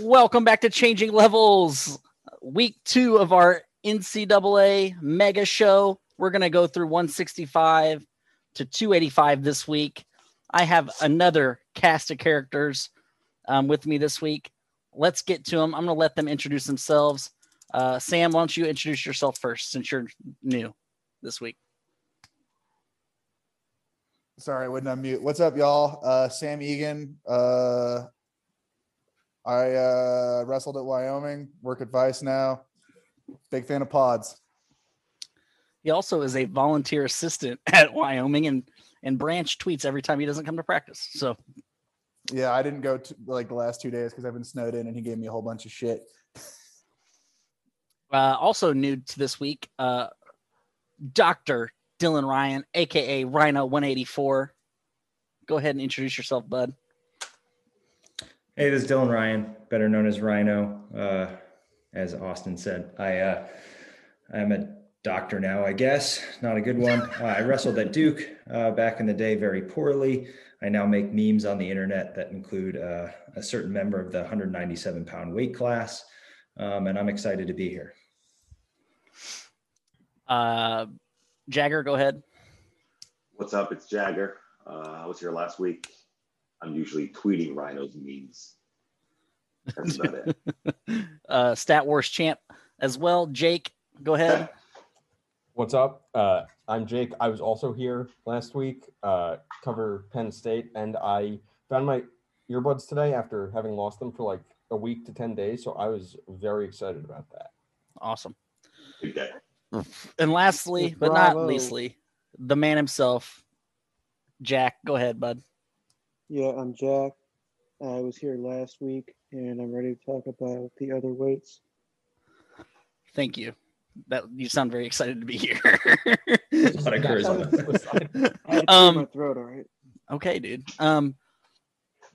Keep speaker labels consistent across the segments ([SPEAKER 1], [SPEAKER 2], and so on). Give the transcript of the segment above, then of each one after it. [SPEAKER 1] Welcome back to Changing Levels, week two of our NCAA mega show. We're going to go through 165 to 285 this week. I have another cast of characters um, with me this week. Let's get to them. I'm going to let them introduce themselves. Uh, Sam, why don't you introduce yourself first since you're new this week?
[SPEAKER 2] Sorry, I wouldn't unmute. What's up, y'all? Uh, Sam Egan. Uh, I uh, wrestled at Wyoming. Work at Vice now. Big fan of pods.
[SPEAKER 1] He also is a volunteer assistant at Wyoming and and Branch tweets every time he doesn't come to practice. So
[SPEAKER 2] Yeah, I didn't go to like the last two days because I've been snowed in, and he gave me a whole bunch of shit.
[SPEAKER 1] uh, also new to this week, uh, Doctor Dylan Ryan, aka Rhino 184. Go ahead and introduce yourself, bud.
[SPEAKER 3] Hey, this is Dylan Ryan, better known as Rhino. Uh, as Austin said, I uh, I'm a doctor now, I guess. Not a good one. Uh, I wrestled at Duke uh, back in the day very poorly. I now make memes on the internet that include uh, a certain member of the 197 pound weight class, um, and I'm excited to be here.
[SPEAKER 1] Uh, Jagger, go ahead.
[SPEAKER 4] What's up? It's Jagger. Uh, I was here last week. I'm usually tweeting Rhino's memes. That's about it.
[SPEAKER 1] Uh, Stat Wars champ as well. Jake, go ahead.
[SPEAKER 5] What's up? Uh, I'm Jake. I was also here last week, uh, cover Penn State, and I found my earbuds today after having lost them for like a week to 10 days. So I was very excited about that.
[SPEAKER 1] Awesome.
[SPEAKER 4] Big day.
[SPEAKER 1] And lastly, but not
[SPEAKER 6] Bravo.
[SPEAKER 1] leastly, the man himself, Jack. Go ahead, bud.
[SPEAKER 6] Yeah, I'm Jack. I was here last week and I'm ready to talk about the other weights.
[SPEAKER 1] Thank you. That you sound very excited to be here.
[SPEAKER 3] A lot of charisma.
[SPEAKER 6] I had to clear my
[SPEAKER 1] um,
[SPEAKER 6] throat, all right.
[SPEAKER 1] okay, dude. Um,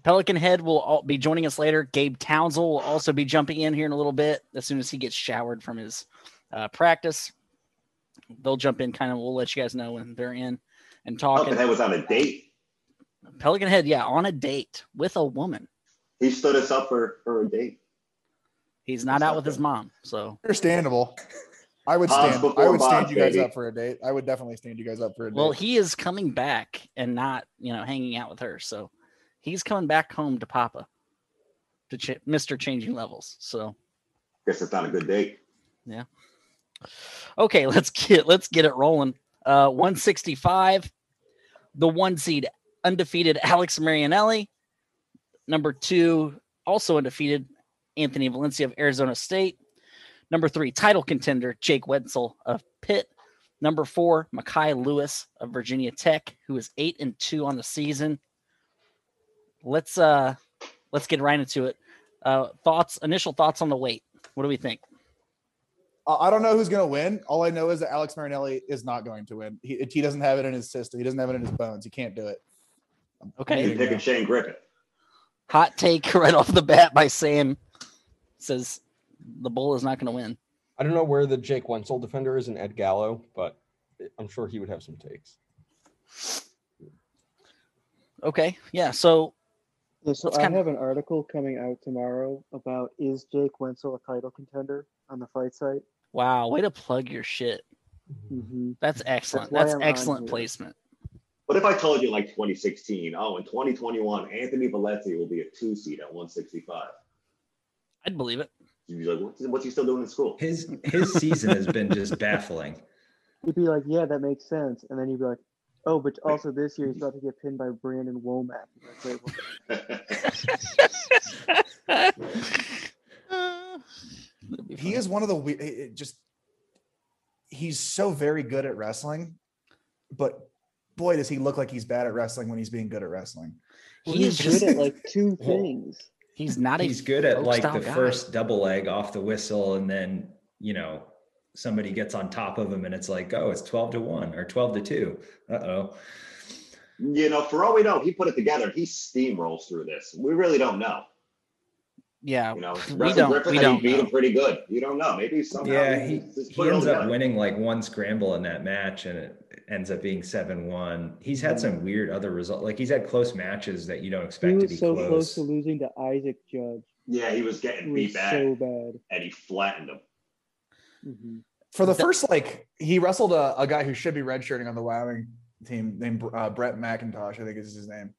[SPEAKER 1] Pelican Head will all be joining us later. Gabe Townsend will also be jumping in here in a little bit as soon as he gets showered from his uh, practice. They'll jump in, kind of. We'll let you guys know when they're in and
[SPEAKER 4] Up the
[SPEAKER 1] talking.
[SPEAKER 4] head was Oh, on a date.
[SPEAKER 1] Pelican Head, yeah, on a date with a woman.
[SPEAKER 4] He stood us up for, for a date.
[SPEAKER 1] He's not out with his mom, so
[SPEAKER 2] Understandable. I would
[SPEAKER 4] Pods
[SPEAKER 2] stand. I
[SPEAKER 4] before
[SPEAKER 2] would stand
[SPEAKER 4] Bob,
[SPEAKER 2] you guys
[SPEAKER 4] baby.
[SPEAKER 2] up for a date. I would definitely stand you guys up for a date.
[SPEAKER 1] Well, he is coming back and not, you know, hanging out with her. So he's coming back home to Papa, to ch- Mr. Changing Levels. So
[SPEAKER 4] Guess it's not a good date.
[SPEAKER 1] okay, let's get let's get it rolling. Uh, 165, the one seed undefeated Alex Marianelli, number two also undefeated Anthony Valencia of Arizona State, number three title contender Jake Wetzel of Pitt, number four Makai Lewis of Virginia Tech, who is eight and two on the season. Let's uh let's get right into it. Uh, thoughts, initial thoughts on the weight. What do we think?
[SPEAKER 2] I I don't know who's going to win. All I know is that Alex Marinelli is not going to win. He, he doesn't have it in his system. He doesn't have it in his bones. He can't do it.
[SPEAKER 1] Okay.
[SPEAKER 4] You're picking Shane Griffin.
[SPEAKER 1] Hot take right off the bat by Sam says the bull is not going to win.
[SPEAKER 5] I don't know where the Jake Wenzel defender is and Ed Gallo, but I'm sure he would have some takes.
[SPEAKER 1] Okay, yeah. So
[SPEAKER 6] Yeah, So
[SPEAKER 1] let's
[SPEAKER 6] I
[SPEAKER 1] kinda-
[SPEAKER 6] have an article coming out tomorrow about is Jake Wenzel a title contender on the fight site?
[SPEAKER 1] wow, way to plug your shit.
[SPEAKER 6] Mm-hmm.
[SPEAKER 1] That's excellent.
[SPEAKER 6] why
[SPEAKER 1] That's,
[SPEAKER 6] I'm on
[SPEAKER 1] excellent
[SPEAKER 6] here.
[SPEAKER 1] placement.
[SPEAKER 4] What if I told you like 2016? Oh, in 2021, Anthony Valencia will be a two seed at 165.
[SPEAKER 1] I'd believe it.
[SPEAKER 4] You'd be like, what's, what's he still doing in school?
[SPEAKER 3] His his season has been just baffling.
[SPEAKER 6] You'd be like, yeah, that makes sense. And then you'd be like, oh, but also this year he's about to get pinned by Brandon Womack. That's like, well,
[SPEAKER 1] That'd be
[SPEAKER 2] He
[SPEAKER 1] funny.
[SPEAKER 2] is one of the we- it- it just. He's so very good at wrestling, but boy, does he look like he's bad at wrestling when he's being good at wrestling.
[SPEAKER 1] He is
[SPEAKER 6] he's
[SPEAKER 1] just.
[SPEAKER 6] good at like two things.
[SPEAKER 1] He's not a.
[SPEAKER 3] He's good at
[SPEAKER 1] folk
[SPEAKER 3] like
[SPEAKER 1] style
[SPEAKER 3] the
[SPEAKER 1] guy.
[SPEAKER 3] first double leg off the whistle, and then you know somebody gets on top of him, and it's like, oh, it's twelve to one or twelve to two. Uh oh.
[SPEAKER 4] you know, for all we know, he put it together. He steamrolls through this. We really don't know.
[SPEAKER 1] Yeah,
[SPEAKER 4] You know,
[SPEAKER 1] We
[SPEAKER 4] Russell
[SPEAKER 1] don't-
[SPEAKER 4] Griffin,
[SPEAKER 1] we
[SPEAKER 4] I mean,
[SPEAKER 1] don't
[SPEAKER 4] beat
[SPEAKER 1] know.
[SPEAKER 4] him pretty good. You don't know. Maybe somehow
[SPEAKER 3] Yeah, he,
[SPEAKER 4] just
[SPEAKER 3] he
[SPEAKER 4] put it all
[SPEAKER 3] ends up
[SPEAKER 4] together.
[SPEAKER 3] winning like one scramble in that match, and it, ends up being seven one. He's had some weird other result. Like he's had close matches that you don't
[SPEAKER 6] He
[SPEAKER 3] expect to be
[SPEAKER 6] was so close.
[SPEAKER 3] close.
[SPEAKER 6] to losing to Isaac Judge.
[SPEAKER 4] Yeah, he was
[SPEAKER 6] It
[SPEAKER 4] getting
[SPEAKER 6] was
[SPEAKER 4] beat back,
[SPEAKER 6] so bad.
[SPEAKER 4] and he flattened him.
[SPEAKER 6] hmm
[SPEAKER 2] For the
[SPEAKER 1] That-
[SPEAKER 2] first, like he wrestled a, a guy who should be redshirting on the Wyoming team named uh, Brett McIntosh, I think is his name.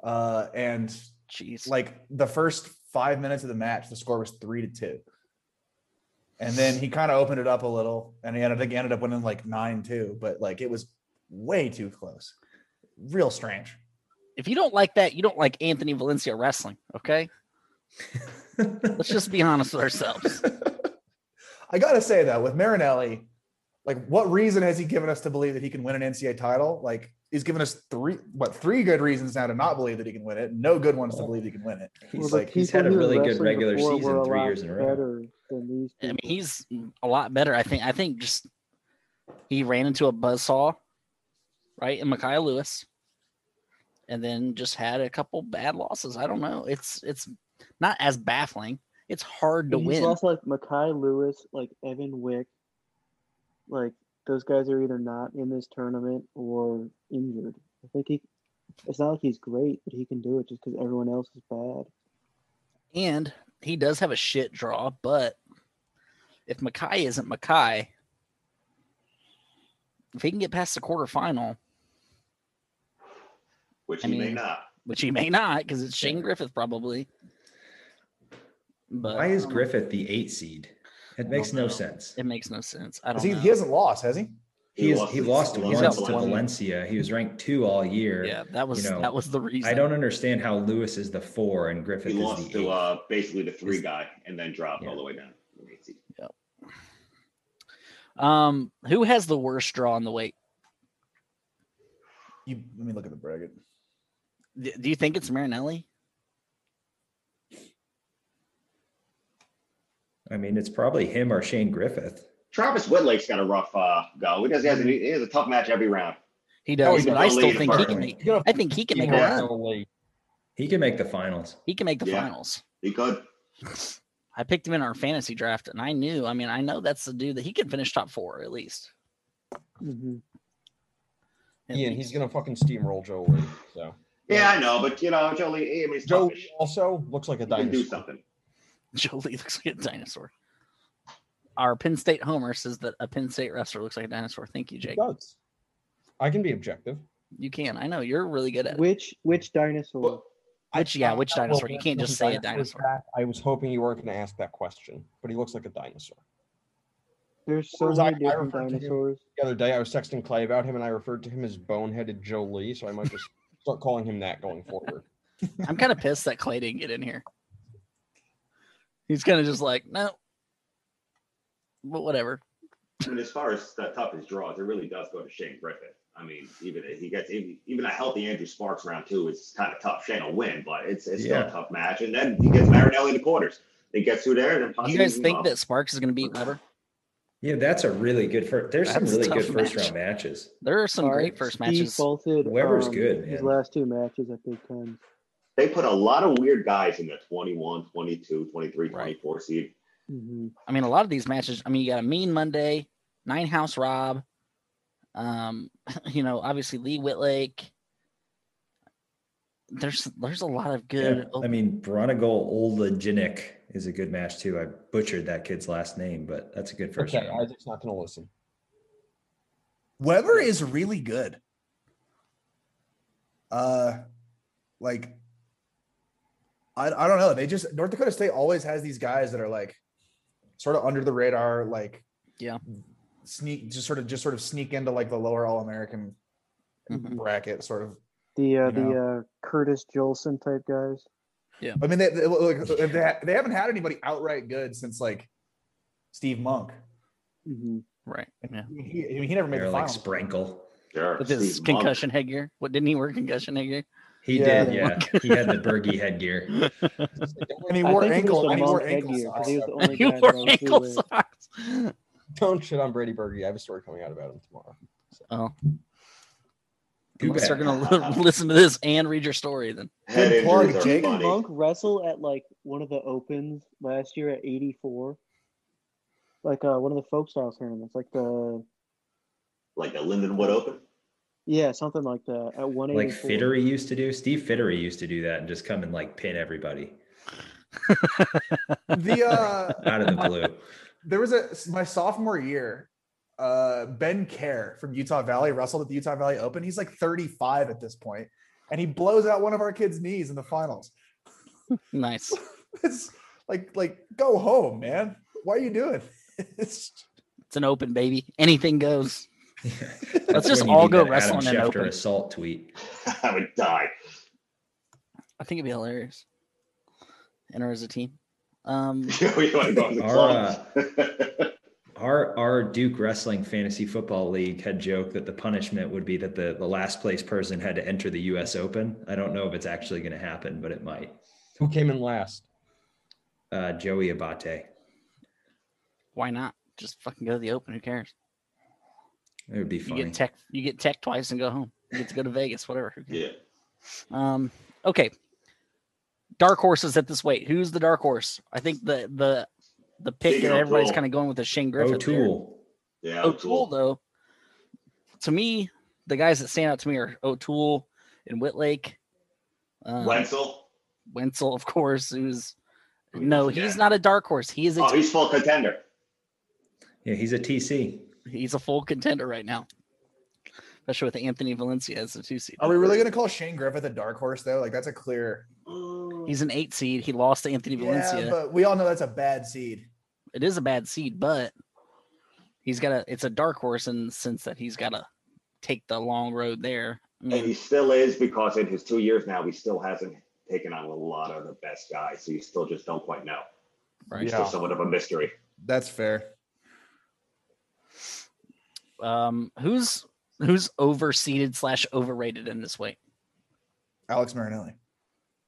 [SPEAKER 2] Uh, and
[SPEAKER 1] Jeez.
[SPEAKER 2] like the first five minutes of the match, the score was three to two. And then he kind of opened it up a little, and he ended, I think he ended up winning like nine two, but like it was way too close. Real strange.
[SPEAKER 1] if you don't like that, you don't like Anthony Valencia wrestling. Okay. Let's just be honest with ourselves.
[SPEAKER 2] I gotta say though, with Marinelli, like what reason has he given us to believe that he can win an NCAA title? Like he's given us three, what three good reasons now to not believe that he can win it. No good ones
[SPEAKER 1] Oh,
[SPEAKER 2] to believe he can win it.
[SPEAKER 3] He's like he's had a really good regular season three years in a row.
[SPEAKER 6] Better than these
[SPEAKER 1] I mean,
[SPEAKER 6] people.
[SPEAKER 1] he's a lot better. I think. I think just he ran into a buzzsaw, right? And Makai Lewis, and then just had a couple bad losses. I don't know. It's it's not as baffling. It's hard to
[SPEAKER 6] And he's
[SPEAKER 1] win.
[SPEAKER 6] lost like Makai Lewis, like Evan Wick. Like those guys are either not in this tournament or injured. I think he. It's not like he's great, but he can do it just because everyone else is bad.
[SPEAKER 1] And he does have a shit draw, but if Mackay isn't Mackay, if he can get past the quarterfinal,
[SPEAKER 4] Which
[SPEAKER 1] I
[SPEAKER 4] he may
[SPEAKER 1] mean,
[SPEAKER 4] not.
[SPEAKER 1] which he may not because it's Shane Griffith probably. But
[SPEAKER 3] Why is
[SPEAKER 1] um,
[SPEAKER 3] Griffith the eight seed? It makes
[SPEAKER 1] know.
[SPEAKER 3] no sense.
[SPEAKER 1] It makes no sense. I don't
[SPEAKER 2] Is he,
[SPEAKER 1] know.
[SPEAKER 2] he hasn't lost, has he?
[SPEAKER 3] He is he lost
[SPEAKER 1] lost
[SPEAKER 3] once
[SPEAKER 1] to
[SPEAKER 3] to Valencia. He was ranked two all year.
[SPEAKER 1] yeah, that was
[SPEAKER 3] know,
[SPEAKER 1] that was the reason.
[SPEAKER 3] I don't understand how Lewis is the four and
[SPEAKER 4] He
[SPEAKER 3] Griffith is
[SPEAKER 4] lost
[SPEAKER 3] the eight.
[SPEAKER 4] to uh, basically the three
[SPEAKER 3] Is-
[SPEAKER 4] guy, and then dropped
[SPEAKER 3] Yeah.
[SPEAKER 4] all the way down. to the eight seed.
[SPEAKER 1] Um, who has the worst draw in the weight?
[SPEAKER 2] You let me look at the bracket.
[SPEAKER 1] D- do you think it's Marinelli?
[SPEAKER 3] I mean, it's probably him or Shane Griffith.
[SPEAKER 4] Travis Whitlake's got a rough uh, go. He does. He has, a, he has a tough match every round.
[SPEAKER 1] He
[SPEAKER 2] Oh,
[SPEAKER 1] does,
[SPEAKER 2] he
[SPEAKER 1] but I
[SPEAKER 4] got
[SPEAKER 1] still
[SPEAKER 4] lead
[SPEAKER 1] think he
[SPEAKER 4] first.
[SPEAKER 1] can make. I think he can make a
[SPEAKER 4] Yeah.
[SPEAKER 1] run.
[SPEAKER 3] He can make the finals.
[SPEAKER 1] He can make the
[SPEAKER 4] Yeah.
[SPEAKER 1] finals.
[SPEAKER 4] He could.
[SPEAKER 1] I picked him in our fantasy draft, and I knew. I mean, I know that's the dude that he can finish top four at least.
[SPEAKER 6] Mm-hmm.
[SPEAKER 1] At
[SPEAKER 5] Ian,
[SPEAKER 1] least.
[SPEAKER 5] he's gonna fucking steamroll Joe Lee. So
[SPEAKER 4] Yeah, I know, but you know, Jolie. I mean, it's
[SPEAKER 5] Joe
[SPEAKER 4] toughish.
[SPEAKER 5] Lee also looks like a
[SPEAKER 4] He can do
[SPEAKER 5] dinosaur.
[SPEAKER 4] something.
[SPEAKER 1] Jolie looks like a dinosaur. Our Penn State Homer says that a Penn State wrestler looks like a dinosaur. Thank you,
[SPEAKER 5] He
[SPEAKER 1] Jake.
[SPEAKER 5] does. I can be objective.
[SPEAKER 1] You can. I know you're really good at it.
[SPEAKER 6] Which which dinosaur?
[SPEAKER 1] Which, yeah, which
[SPEAKER 5] Well,
[SPEAKER 1] dinosaur? You can't
[SPEAKER 5] that's
[SPEAKER 1] just
[SPEAKER 5] what
[SPEAKER 1] say a
[SPEAKER 5] dinosaur's
[SPEAKER 1] dinosaur.
[SPEAKER 5] back. I was hoping you weren't going to ask that question, but he looks like a dinosaur.
[SPEAKER 6] There's
[SPEAKER 5] Or
[SPEAKER 6] so
[SPEAKER 5] was I-
[SPEAKER 6] many
[SPEAKER 5] I
[SPEAKER 6] different
[SPEAKER 5] referred to him-
[SPEAKER 6] dinosaurs.
[SPEAKER 5] The other day, I was texting Clay about him, and I referred to him as boneheaded Joe Lee, so I might just start calling him that going forward.
[SPEAKER 1] I'm kind of pissed that Clay didn't get in here. He's kind of just like, no. But whatever.
[SPEAKER 4] I mean, as far as the toughest draws, it really does go to Shane Griffith. I mean, even if he gets even, even a healthy Andrew Sparks round two is kind of tough. Shane will win, but it's it's still
[SPEAKER 3] Yeah.
[SPEAKER 4] a tough match. And then he gets Marinelli in the quarters. He gets through there, and then
[SPEAKER 1] Do
[SPEAKER 4] possibly
[SPEAKER 1] you guys
[SPEAKER 4] even
[SPEAKER 1] think
[SPEAKER 4] up.
[SPEAKER 1] that Sparks is going to beat Weber?
[SPEAKER 3] Yeah, that's a really good first. There's some
[SPEAKER 1] That's a
[SPEAKER 3] really
[SPEAKER 1] tough
[SPEAKER 3] good first
[SPEAKER 1] match.
[SPEAKER 3] round matches.
[SPEAKER 1] There are some great
[SPEAKER 6] Are
[SPEAKER 1] first matches.
[SPEAKER 6] Defaulted,
[SPEAKER 3] Weber's
[SPEAKER 6] on
[SPEAKER 3] good,
[SPEAKER 6] um, His
[SPEAKER 3] man.
[SPEAKER 6] last two matches at Big Ten.
[SPEAKER 4] they put a lot of weird guys in the 21, 22, 23,
[SPEAKER 1] Right.
[SPEAKER 4] 24 seed?
[SPEAKER 6] Mm-hmm.
[SPEAKER 1] I mean, a lot of these matches. I mean, you got a Mean Monday, Nine House Rob, um, you know, obviously Lee Whitlake. There's there's a lot of good.
[SPEAKER 3] Yeah. I
[SPEAKER 1] open-
[SPEAKER 3] mean, Bronigal Olajinic is a good match too. I butchered that kid's last name, but that's a good first
[SPEAKER 5] okay,
[SPEAKER 3] round.
[SPEAKER 5] Isaac's not going to listen.
[SPEAKER 2] Weber is really good. Uh, like I I don't know. They just North Dakota State always has these guys that are like sort of under the radar, like
[SPEAKER 1] Yeah.
[SPEAKER 2] sneak just sort of just sort of sneak into like the lower All American
[SPEAKER 3] Mm-hmm.
[SPEAKER 1] Mhm.
[SPEAKER 2] bracket, sort of.
[SPEAKER 6] The uh,
[SPEAKER 2] You
[SPEAKER 6] the uh, Curtis Jolson type guys.
[SPEAKER 2] I mean, they they, look, if they ha- they haven't had anybody outright good since like Steve Monk.
[SPEAKER 6] Mm-hmm.
[SPEAKER 1] right. Yeah.
[SPEAKER 2] He, he, he never made
[SPEAKER 3] They're
[SPEAKER 2] the
[SPEAKER 3] like
[SPEAKER 2] finals.
[SPEAKER 3] Sprankle.
[SPEAKER 4] Sure.
[SPEAKER 1] With his
[SPEAKER 4] Steve Monk.
[SPEAKER 1] concussion headgear. What didn't he wear concussion headgear?
[SPEAKER 3] He
[SPEAKER 2] Yeah.
[SPEAKER 3] did, yeah. he had the Bergie headgear.
[SPEAKER 2] And he
[SPEAKER 6] I
[SPEAKER 2] wore
[SPEAKER 6] think it was
[SPEAKER 2] ankle.
[SPEAKER 6] the
[SPEAKER 2] And he wore ankle
[SPEAKER 6] Monk headgear, 'cause
[SPEAKER 2] socks.
[SPEAKER 6] he was the
[SPEAKER 3] Oh
[SPEAKER 6] only
[SPEAKER 1] he
[SPEAKER 6] guy that
[SPEAKER 1] wore
[SPEAKER 6] actually
[SPEAKER 1] ankle
[SPEAKER 6] went-
[SPEAKER 1] socks.
[SPEAKER 5] Don't shit on Brady Bergie. I have a story coming out about him tomorrow.
[SPEAKER 1] Oh,
[SPEAKER 3] Too
[SPEAKER 1] unless they're
[SPEAKER 3] bad.
[SPEAKER 1] gonna li- listen to this and read your story, then
[SPEAKER 4] Head
[SPEAKER 2] Good plug,
[SPEAKER 4] injuries are
[SPEAKER 2] Jake.
[SPEAKER 4] funny.
[SPEAKER 6] Monk wrestle at like one of the opens last year at 84? Like uh, one of the folk style tournaments, like the
[SPEAKER 4] Like the Lindenwood Open.
[SPEAKER 6] Yeah, something like that. At one
[SPEAKER 3] like Fittery used to do. Steve Fittery used to do that and just come and like pin everybody
[SPEAKER 2] The uh,
[SPEAKER 3] out of the blue.
[SPEAKER 2] there was a my sophomore year. Uh, ben Kerr from Utah Valley wrestled at the Utah Valley Open. He's like 35 at this point, and he blows out one of our kids' knees in the finals.
[SPEAKER 1] Nice.
[SPEAKER 2] It's like like go home, man. Why are you doing? It's
[SPEAKER 1] It's an open baby. Anything goes.
[SPEAKER 3] That's
[SPEAKER 1] just
[SPEAKER 3] when you
[SPEAKER 1] all
[SPEAKER 3] need
[SPEAKER 1] go
[SPEAKER 3] that Adam
[SPEAKER 1] wrestle in an
[SPEAKER 3] Schefter
[SPEAKER 1] open.
[SPEAKER 3] assault tweet.
[SPEAKER 4] I would die.
[SPEAKER 1] I think it'd be hilarious. Enter as a team. Um,
[SPEAKER 4] you want to go in the
[SPEAKER 3] Our,
[SPEAKER 4] club?
[SPEAKER 3] Our our Duke Wrestling Fantasy Football League had joked that the punishment would be that the, the last place person had to enter the US Open. I don't know if it's actually gonna happen, but it might.
[SPEAKER 5] Who came in last?
[SPEAKER 3] Uh, Joey Abate.
[SPEAKER 1] why not? Just fucking go to the open. Who cares?
[SPEAKER 3] It would be
[SPEAKER 1] You
[SPEAKER 3] funny.
[SPEAKER 1] get tech. You get tech twice and go home. You get to go to Vegas. Whatever. Who cares?
[SPEAKER 4] yeah.
[SPEAKER 1] Um, okay. Dark horses at this weight. Who's the dark horse? I think the the the pick
[SPEAKER 4] Keegan
[SPEAKER 1] that everybody's
[SPEAKER 4] O'Toole.
[SPEAKER 1] kind of going with is Shane Griffith. there.
[SPEAKER 3] O'Toole.
[SPEAKER 4] Yeah.
[SPEAKER 1] O'Toole,
[SPEAKER 4] O'Toole.
[SPEAKER 1] Oh, though, to me, the guys that stand out to me are O'Toole and Whitlake. Um,
[SPEAKER 4] Wenzel.
[SPEAKER 1] Wenzel, of course, who's
[SPEAKER 4] I mean,
[SPEAKER 1] no,
[SPEAKER 4] that's a
[SPEAKER 1] he's
[SPEAKER 4] guy.
[SPEAKER 1] not a dark horse. He is a
[SPEAKER 4] Oh, he's full contender.
[SPEAKER 3] Yeah, he's a TC.
[SPEAKER 1] he's a full contender right now, especially with Anthony Valencia as the two seed.
[SPEAKER 2] Are we really gonna call Shane Griffith a dark horse though? Like that's a clear.
[SPEAKER 1] He's an eight seed. He lost to Anthony Valencia.
[SPEAKER 2] Yeah, but we all know that's a bad seed.
[SPEAKER 1] it is a bad seed, but he's got a it's a dark horse in the sense that he's got to take the long road there. I
[SPEAKER 4] And he
[SPEAKER 1] mean,
[SPEAKER 4] still is because in his two years now, he still hasn't taken on a lot of the best guys. So you still just don't quite know.
[SPEAKER 1] Right.
[SPEAKER 4] He's
[SPEAKER 5] Yeah.
[SPEAKER 4] still somewhat of a mystery.
[SPEAKER 2] That's fair.
[SPEAKER 1] um, who's who's overseeded slash overrated in this way?
[SPEAKER 2] Alex Marinelli.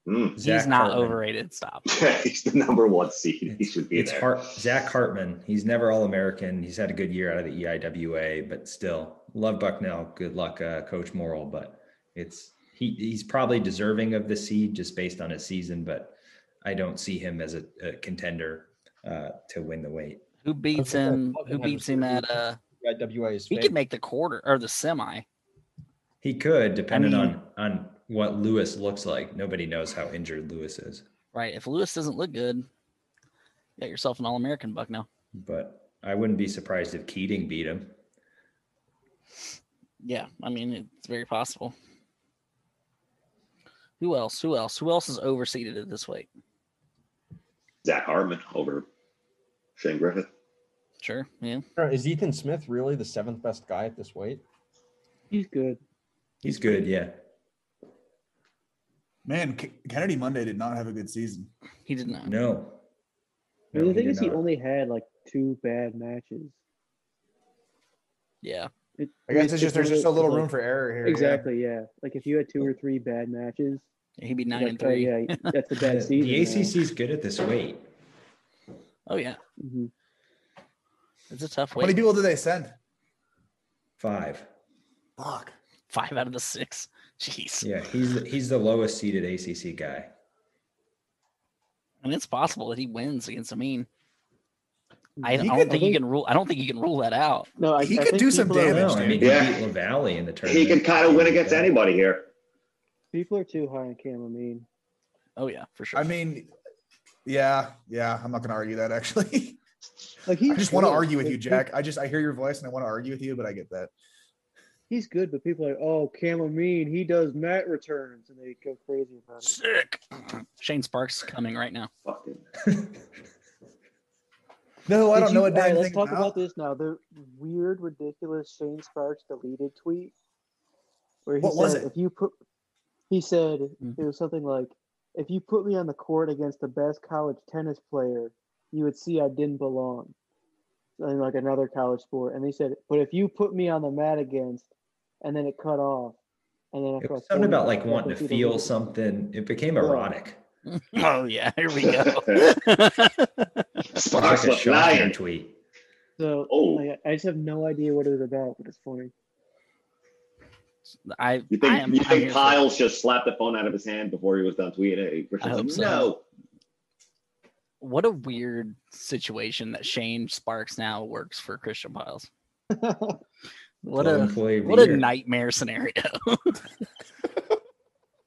[SPEAKER 4] Hmm.
[SPEAKER 1] he's
[SPEAKER 3] Zach
[SPEAKER 1] not
[SPEAKER 3] Hartman.
[SPEAKER 1] overrated. Stop.
[SPEAKER 4] he's the number one seed. He should be
[SPEAKER 3] It's
[SPEAKER 4] there.
[SPEAKER 3] Hart, Zach Hartman. He's never All American. He's had a good year out of the E EIWA, but still, love Bucknell. Good luck, uh, Coach Morrill. But it's he, he's probably deserving of the seed just based on his season. But I don't see him as a, a contender uh, to win the weight.
[SPEAKER 1] Who beats
[SPEAKER 5] Okay,
[SPEAKER 1] him?
[SPEAKER 5] Hartman
[SPEAKER 1] Who
[SPEAKER 5] has a
[SPEAKER 1] beats him at?
[SPEAKER 5] certain-
[SPEAKER 1] Uh,
[SPEAKER 5] Yeah, WA is
[SPEAKER 1] he could make the quarter or the semi.
[SPEAKER 3] He could, depending
[SPEAKER 1] mean-
[SPEAKER 3] on on what Lewis looks like. Nobody knows how injured Lewis is,
[SPEAKER 1] Right. If Lewis doesn't look good, you got yourself an All American buck now.
[SPEAKER 3] but I wouldn't be surprised if Keating beat him.
[SPEAKER 1] Yeah. I mean, it's very possible. Who else? Who else? Who else is overseeded at this weight?
[SPEAKER 4] Zach Hartman over Shane Griffith.
[SPEAKER 1] Sure. Yeah.
[SPEAKER 5] Is Ethan Smith really the seventh best guy at this weight?
[SPEAKER 6] He's good.
[SPEAKER 3] He's good, yeah.
[SPEAKER 2] Man, K- Kennedy Monday did not have a good season.
[SPEAKER 1] He did not.
[SPEAKER 3] No.
[SPEAKER 6] I mean,
[SPEAKER 3] No,
[SPEAKER 6] the thing
[SPEAKER 3] did
[SPEAKER 6] is, he
[SPEAKER 3] not.
[SPEAKER 6] only had like two bad matches.
[SPEAKER 1] Yeah.
[SPEAKER 6] It,
[SPEAKER 2] I guess it's
[SPEAKER 6] mean,
[SPEAKER 2] just there's
[SPEAKER 6] one of
[SPEAKER 2] just so
[SPEAKER 6] those-
[SPEAKER 2] little
[SPEAKER 6] like-
[SPEAKER 2] room for error here. yeah.
[SPEAKER 6] Exactly. Yeah. Like if you had two or three bad matches,
[SPEAKER 1] He'd be nine
[SPEAKER 6] like,
[SPEAKER 1] and
[SPEAKER 6] oh,
[SPEAKER 1] three.
[SPEAKER 6] yeah, that's a
[SPEAKER 3] The,
[SPEAKER 6] bad season.
[SPEAKER 3] the ACC is good at this weight.
[SPEAKER 1] Oh yeah.
[SPEAKER 6] hmm
[SPEAKER 1] It's a tough
[SPEAKER 2] How many
[SPEAKER 1] weight.
[SPEAKER 2] people did they send?
[SPEAKER 3] Five.
[SPEAKER 2] Fuck.
[SPEAKER 1] Five out of the six. Jeez.
[SPEAKER 3] Yeah, he's the, he's the lowest seeded ACC guy.
[SPEAKER 1] And it's possible that he wins against Amin. I, I
[SPEAKER 2] He
[SPEAKER 1] don't
[SPEAKER 2] could-
[SPEAKER 1] think you can rule. I don't think you can rule that out.
[SPEAKER 6] No, I,
[SPEAKER 2] He
[SPEAKER 6] I
[SPEAKER 2] could
[SPEAKER 6] think
[SPEAKER 2] do some
[SPEAKER 6] people are-
[SPEAKER 3] I don't
[SPEAKER 2] damage.
[SPEAKER 3] know. I mean,
[SPEAKER 4] Yeah.
[SPEAKER 3] he beat LaValle in the
[SPEAKER 4] He
[SPEAKER 3] tournament.
[SPEAKER 4] can kind of win against anybody here.
[SPEAKER 6] People are too high on Cam. I mean,
[SPEAKER 1] Oh yeah, for sure.
[SPEAKER 2] I mean, yeah, yeah. I'm not gonna argue that actually.
[SPEAKER 6] like he's
[SPEAKER 2] I just want to
[SPEAKER 6] good,
[SPEAKER 2] argue with
[SPEAKER 6] but
[SPEAKER 2] you,
[SPEAKER 6] pe-
[SPEAKER 2] Jack. I just I hear your voice and I want to argue with you, but I get that.
[SPEAKER 6] He's good, but people are like, oh, Cam Amin, he does mat returns, and they go crazy about it.
[SPEAKER 1] sick. Shane Sparks coming right now.
[SPEAKER 4] Fucking.
[SPEAKER 2] No, I
[SPEAKER 6] Did
[SPEAKER 2] don't know
[SPEAKER 6] you-
[SPEAKER 2] a
[SPEAKER 6] all right,
[SPEAKER 2] damn
[SPEAKER 6] let's
[SPEAKER 2] thing
[SPEAKER 6] talk
[SPEAKER 2] about.
[SPEAKER 6] about. this now. The weird, ridiculous Shane Sparks deleted tweet where he
[SPEAKER 2] What
[SPEAKER 6] said,
[SPEAKER 2] was it?
[SPEAKER 6] "If you put," he said
[SPEAKER 1] Mm.
[SPEAKER 3] Mm-hmm.
[SPEAKER 6] it was something like, "If you put me on the court against the best college tennis player, you would see I didn't belong." In like another college sport, and they said, "But if you put me on the mat against," and then it cut off, and then
[SPEAKER 3] It
[SPEAKER 6] after
[SPEAKER 3] was
[SPEAKER 6] like
[SPEAKER 3] something
[SPEAKER 6] 40
[SPEAKER 3] about like wanting
[SPEAKER 6] seconds,
[SPEAKER 3] to
[SPEAKER 6] he deleted
[SPEAKER 3] feel
[SPEAKER 6] it.
[SPEAKER 3] something. It became
[SPEAKER 6] Yeah.
[SPEAKER 3] erotic.
[SPEAKER 1] Oh yeah, here we go.
[SPEAKER 3] It was
[SPEAKER 4] Sparks
[SPEAKER 3] like a
[SPEAKER 4] look
[SPEAKER 3] shotgun
[SPEAKER 4] lion.
[SPEAKER 3] tweet.
[SPEAKER 6] So
[SPEAKER 4] Oh.
[SPEAKER 6] like, I just have no idea what it was about, but it's funny.
[SPEAKER 1] I
[SPEAKER 4] You
[SPEAKER 1] I
[SPEAKER 4] think,
[SPEAKER 1] am,
[SPEAKER 4] you
[SPEAKER 1] I'm
[SPEAKER 4] think
[SPEAKER 1] here for-
[SPEAKER 4] Kyle just slapped the phone out of his hand before he was done tweeting it?
[SPEAKER 1] I
[SPEAKER 4] Christian's
[SPEAKER 1] hope
[SPEAKER 4] like,
[SPEAKER 1] so.
[SPEAKER 4] No.
[SPEAKER 1] what a weird situation that Shane Sparks now works for Christian Piles. What
[SPEAKER 3] Twelve
[SPEAKER 1] a
[SPEAKER 3] employee of the
[SPEAKER 1] what a
[SPEAKER 3] year.
[SPEAKER 1] nightmare scenario.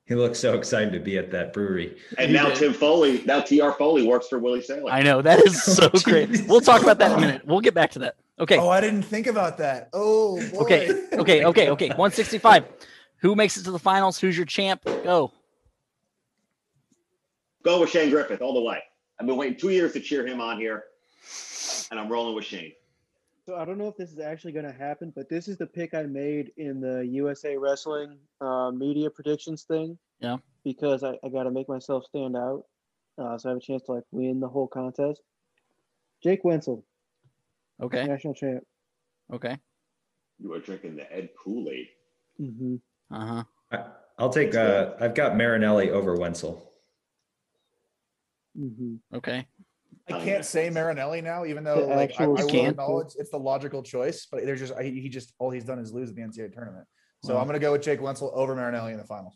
[SPEAKER 3] He looks so excited to be at that brewery.
[SPEAKER 4] And now Tim Foley, now TR Foley works for Willie Sailor.
[SPEAKER 1] I know that is so
[SPEAKER 3] Oh,
[SPEAKER 1] great.
[SPEAKER 3] Jesus.
[SPEAKER 1] We'll talk about that in a minute. We'll get back to that. Okay.
[SPEAKER 2] Oh, I didn't think about that. Oh, boy.
[SPEAKER 1] Okay, okay, okay, okay. 165. Who makes it to the finals? Who's your champ? Go.
[SPEAKER 4] Go with Shane Griffith all the way. I've been waiting two years to cheer him on here, and I'm rolling with Shane.
[SPEAKER 6] So I don't know if this is actually going to happen, but this is the pick I made in the USA Wrestling uh, media predictions thing.
[SPEAKER 1] Yeah.
[SPEAKER 6] Because I, I got to make myself stand out, uh, so I have a chance to like win the whole contest. Jake Wenzel,
[SPEAKER 1] Okay,
[SPEAKER 6] national champ.
[SPEAKER 1] okay.
[SPEAKER 4] You are drinking the Ed Kool Aid.
[SPEAKER 6] Mm-hmm.
[SPEAKER 1] Uh huh.
[SPEAKER 3] I, I'll take. Uh, I've got Marinelli over Wenzel.
[SPEAKER 6] Mm-hmm.
[SPEAKER 1] Okay.
[SPEAKER 2] I can't say Marinelli now, even though
[SPEAKER 6] The
[SPEAKER 2] like I, I
[SPEAKER 6] actual
[SPEAKER 2] will
[SPEAKER 1] can't.
[SPEAKER 2] acknowledge it's the logical choice, but there's just I, he just all he's done is lose at the NCAA tournament. So
[SPEAKER 1] Wow.
[SPEAKER 2] I'm gonna go with Jake Wenzel over Marinelli in the finals.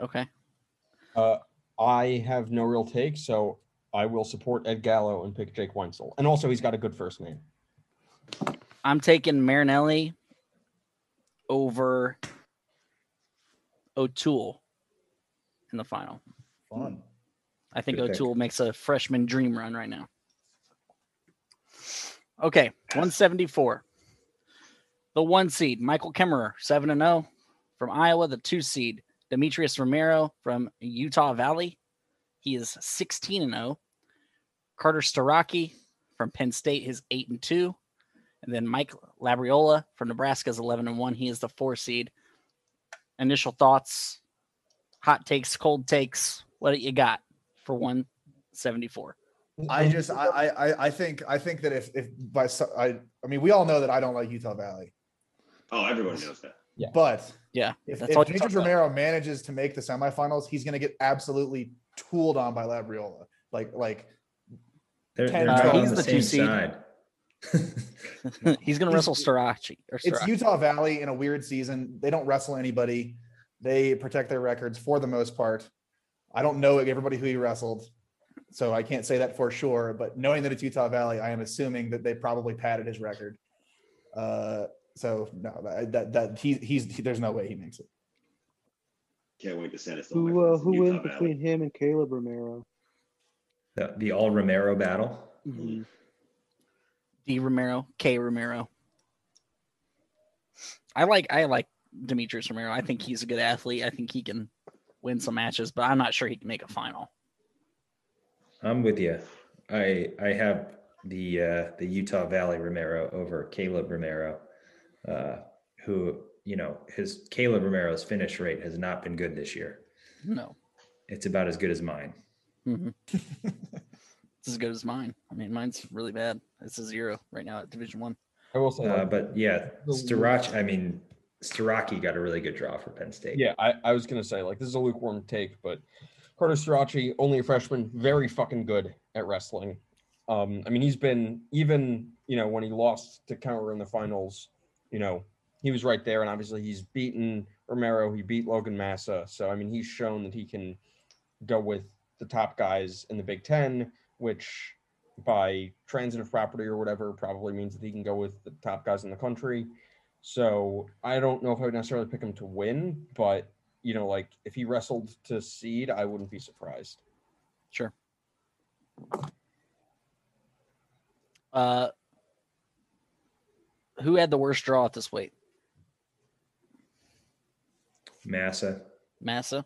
[SPEAKER 1] Okay.
[SPEAKER 5] Uh, I have no real take, so I will support Ed Gallo and pick Jake Wenzel. And also, he's got a good first name.
[SPEAKER 1] I'm taking Marinelli over O'Toole in the final.
[SPEAKER 2] Fun.
[SPEAKER 1] I think
[SPEAKER 3] Good pick.
[SPEAKER 1] O'Toole makes a freshman dream run right now. Okay, 174. The one seed, Michael Kemmerer, 7 and 0 from Iowa. The two seed, Demetrius Romero from Utah Valley. He is 16 and 0. Carter Staraki from Penn State is 8 and 2. And then Mike Labriola from Nebraska is 11 and 1. He is the four seed. Initial thoughts, hot takes, cold takes. What you got? for 174.
[SPEAKER 2] I just I, I I- I think I think that if if by so- I I mean we all know that I don't like Utah Valley,
[SPEAKER 4] Oh, everyone knows that.
[SPEAKER 2] but
[SPEAKER 1] Yeah.
[SPEAKER 2] if,
[SPEAKER 1] That's
[SPEAKER 2] if
[SPEAKER 1] all you talk
[SPEAKER 2] Demetrius
[SPEAKER 1] about.
[SPEAKER 2] Romero manages to make the semifinals, he's gonna get absolutely tooled on by Labriola. Like like
[SPEAKER 3] They're, they're
[SPEAKER 2] Uh,
[SPEAKER 3] not
[SPEAKER 2] he's
[SPEAKER 3] on the,
[SPEAKER 1] the
[SPEAKER 3] same
[SPEAKER 1] two seed.
[SPEAKER 3] side.
[SPEAKER 1] He's going to wrestle Starachi or
[SPEAKER 2] it's
[SPEAKER 1] Starachi.
[SPEAKER 2] Utah Valley in a weird season. They don't wrestle anybody. They protect their records for the most part. I don't know everybody who he wrestled, so I can't say that for sure. But knowing that it's Utah Valley, I am assuming that they probably padded his record. Uh, so no, that that, that he, he's there's no way he makes it.
[SPEAKER 4] Can't wait to send us all my
[SPEAKER 6] Who uh,
[SPEAKER 4] friends in
[SPEAKER 6] who
[SPEAKER 4] Utah
[SPEAKER 6] wins
[SPEAKER 4] Valley.
[SPEAKER 6] between him and Caleb Romero?
[SPEAKER 3] The, the all Romero battle.
[SPEAKER 1] Mm-hmm.
[SPEAKER 4] Mhm.
[SPEAKER 1] D Romero, K Romero. I like I like Demetrius Romero. I think he's a good athlete. I think he can win some matches, but I'm not sure he can make a final.
[SPEAKER 3] I'm with you. I I have the uh, the Utah Valley Romero over Caleb Romero, uh, who you know his Caleb Romero's finish rate has not been good this year.
[SPEAKER 1] No.
[SPEAKER 3] It's about as good as mine.
[SPEAKER 1] Mhm. it's as good as mine. I mean, mine's really bad. It's a zero right now at Division One.
[SPEAKER 5] I will say,
[SPEAKER 3] Uh,
[SPEAKER 5] like,
[SPEAKER 3] but yeah, Starach. I mean, Staraki got a really good draw for Penn State.
[SPEAKER 5] yeah, I, I was gonna say like this is a lukewarm take, but Carter Sirachi, only a freshman, very fucking good at wrestling. Um, I mean, he's been even you know when he lost to Counter in the finals, you know he was right there, and obviously he's beaten Romero, he beat Logan Massa, so I mean he's shown that he can go with the top guys in the Big Ten, which by transitive property or whatever probably means that he can go with the top guys in the country. So I don't know if I would necessarily pick him to win, but you know, like if he wrestled to seed, I wouldn't be surprised.
[SPEAKER 1] Sure. Uh, who had the worst draw at this weight?
[SPEAKER 3] Massa.
[SPEAKER 1] Massa.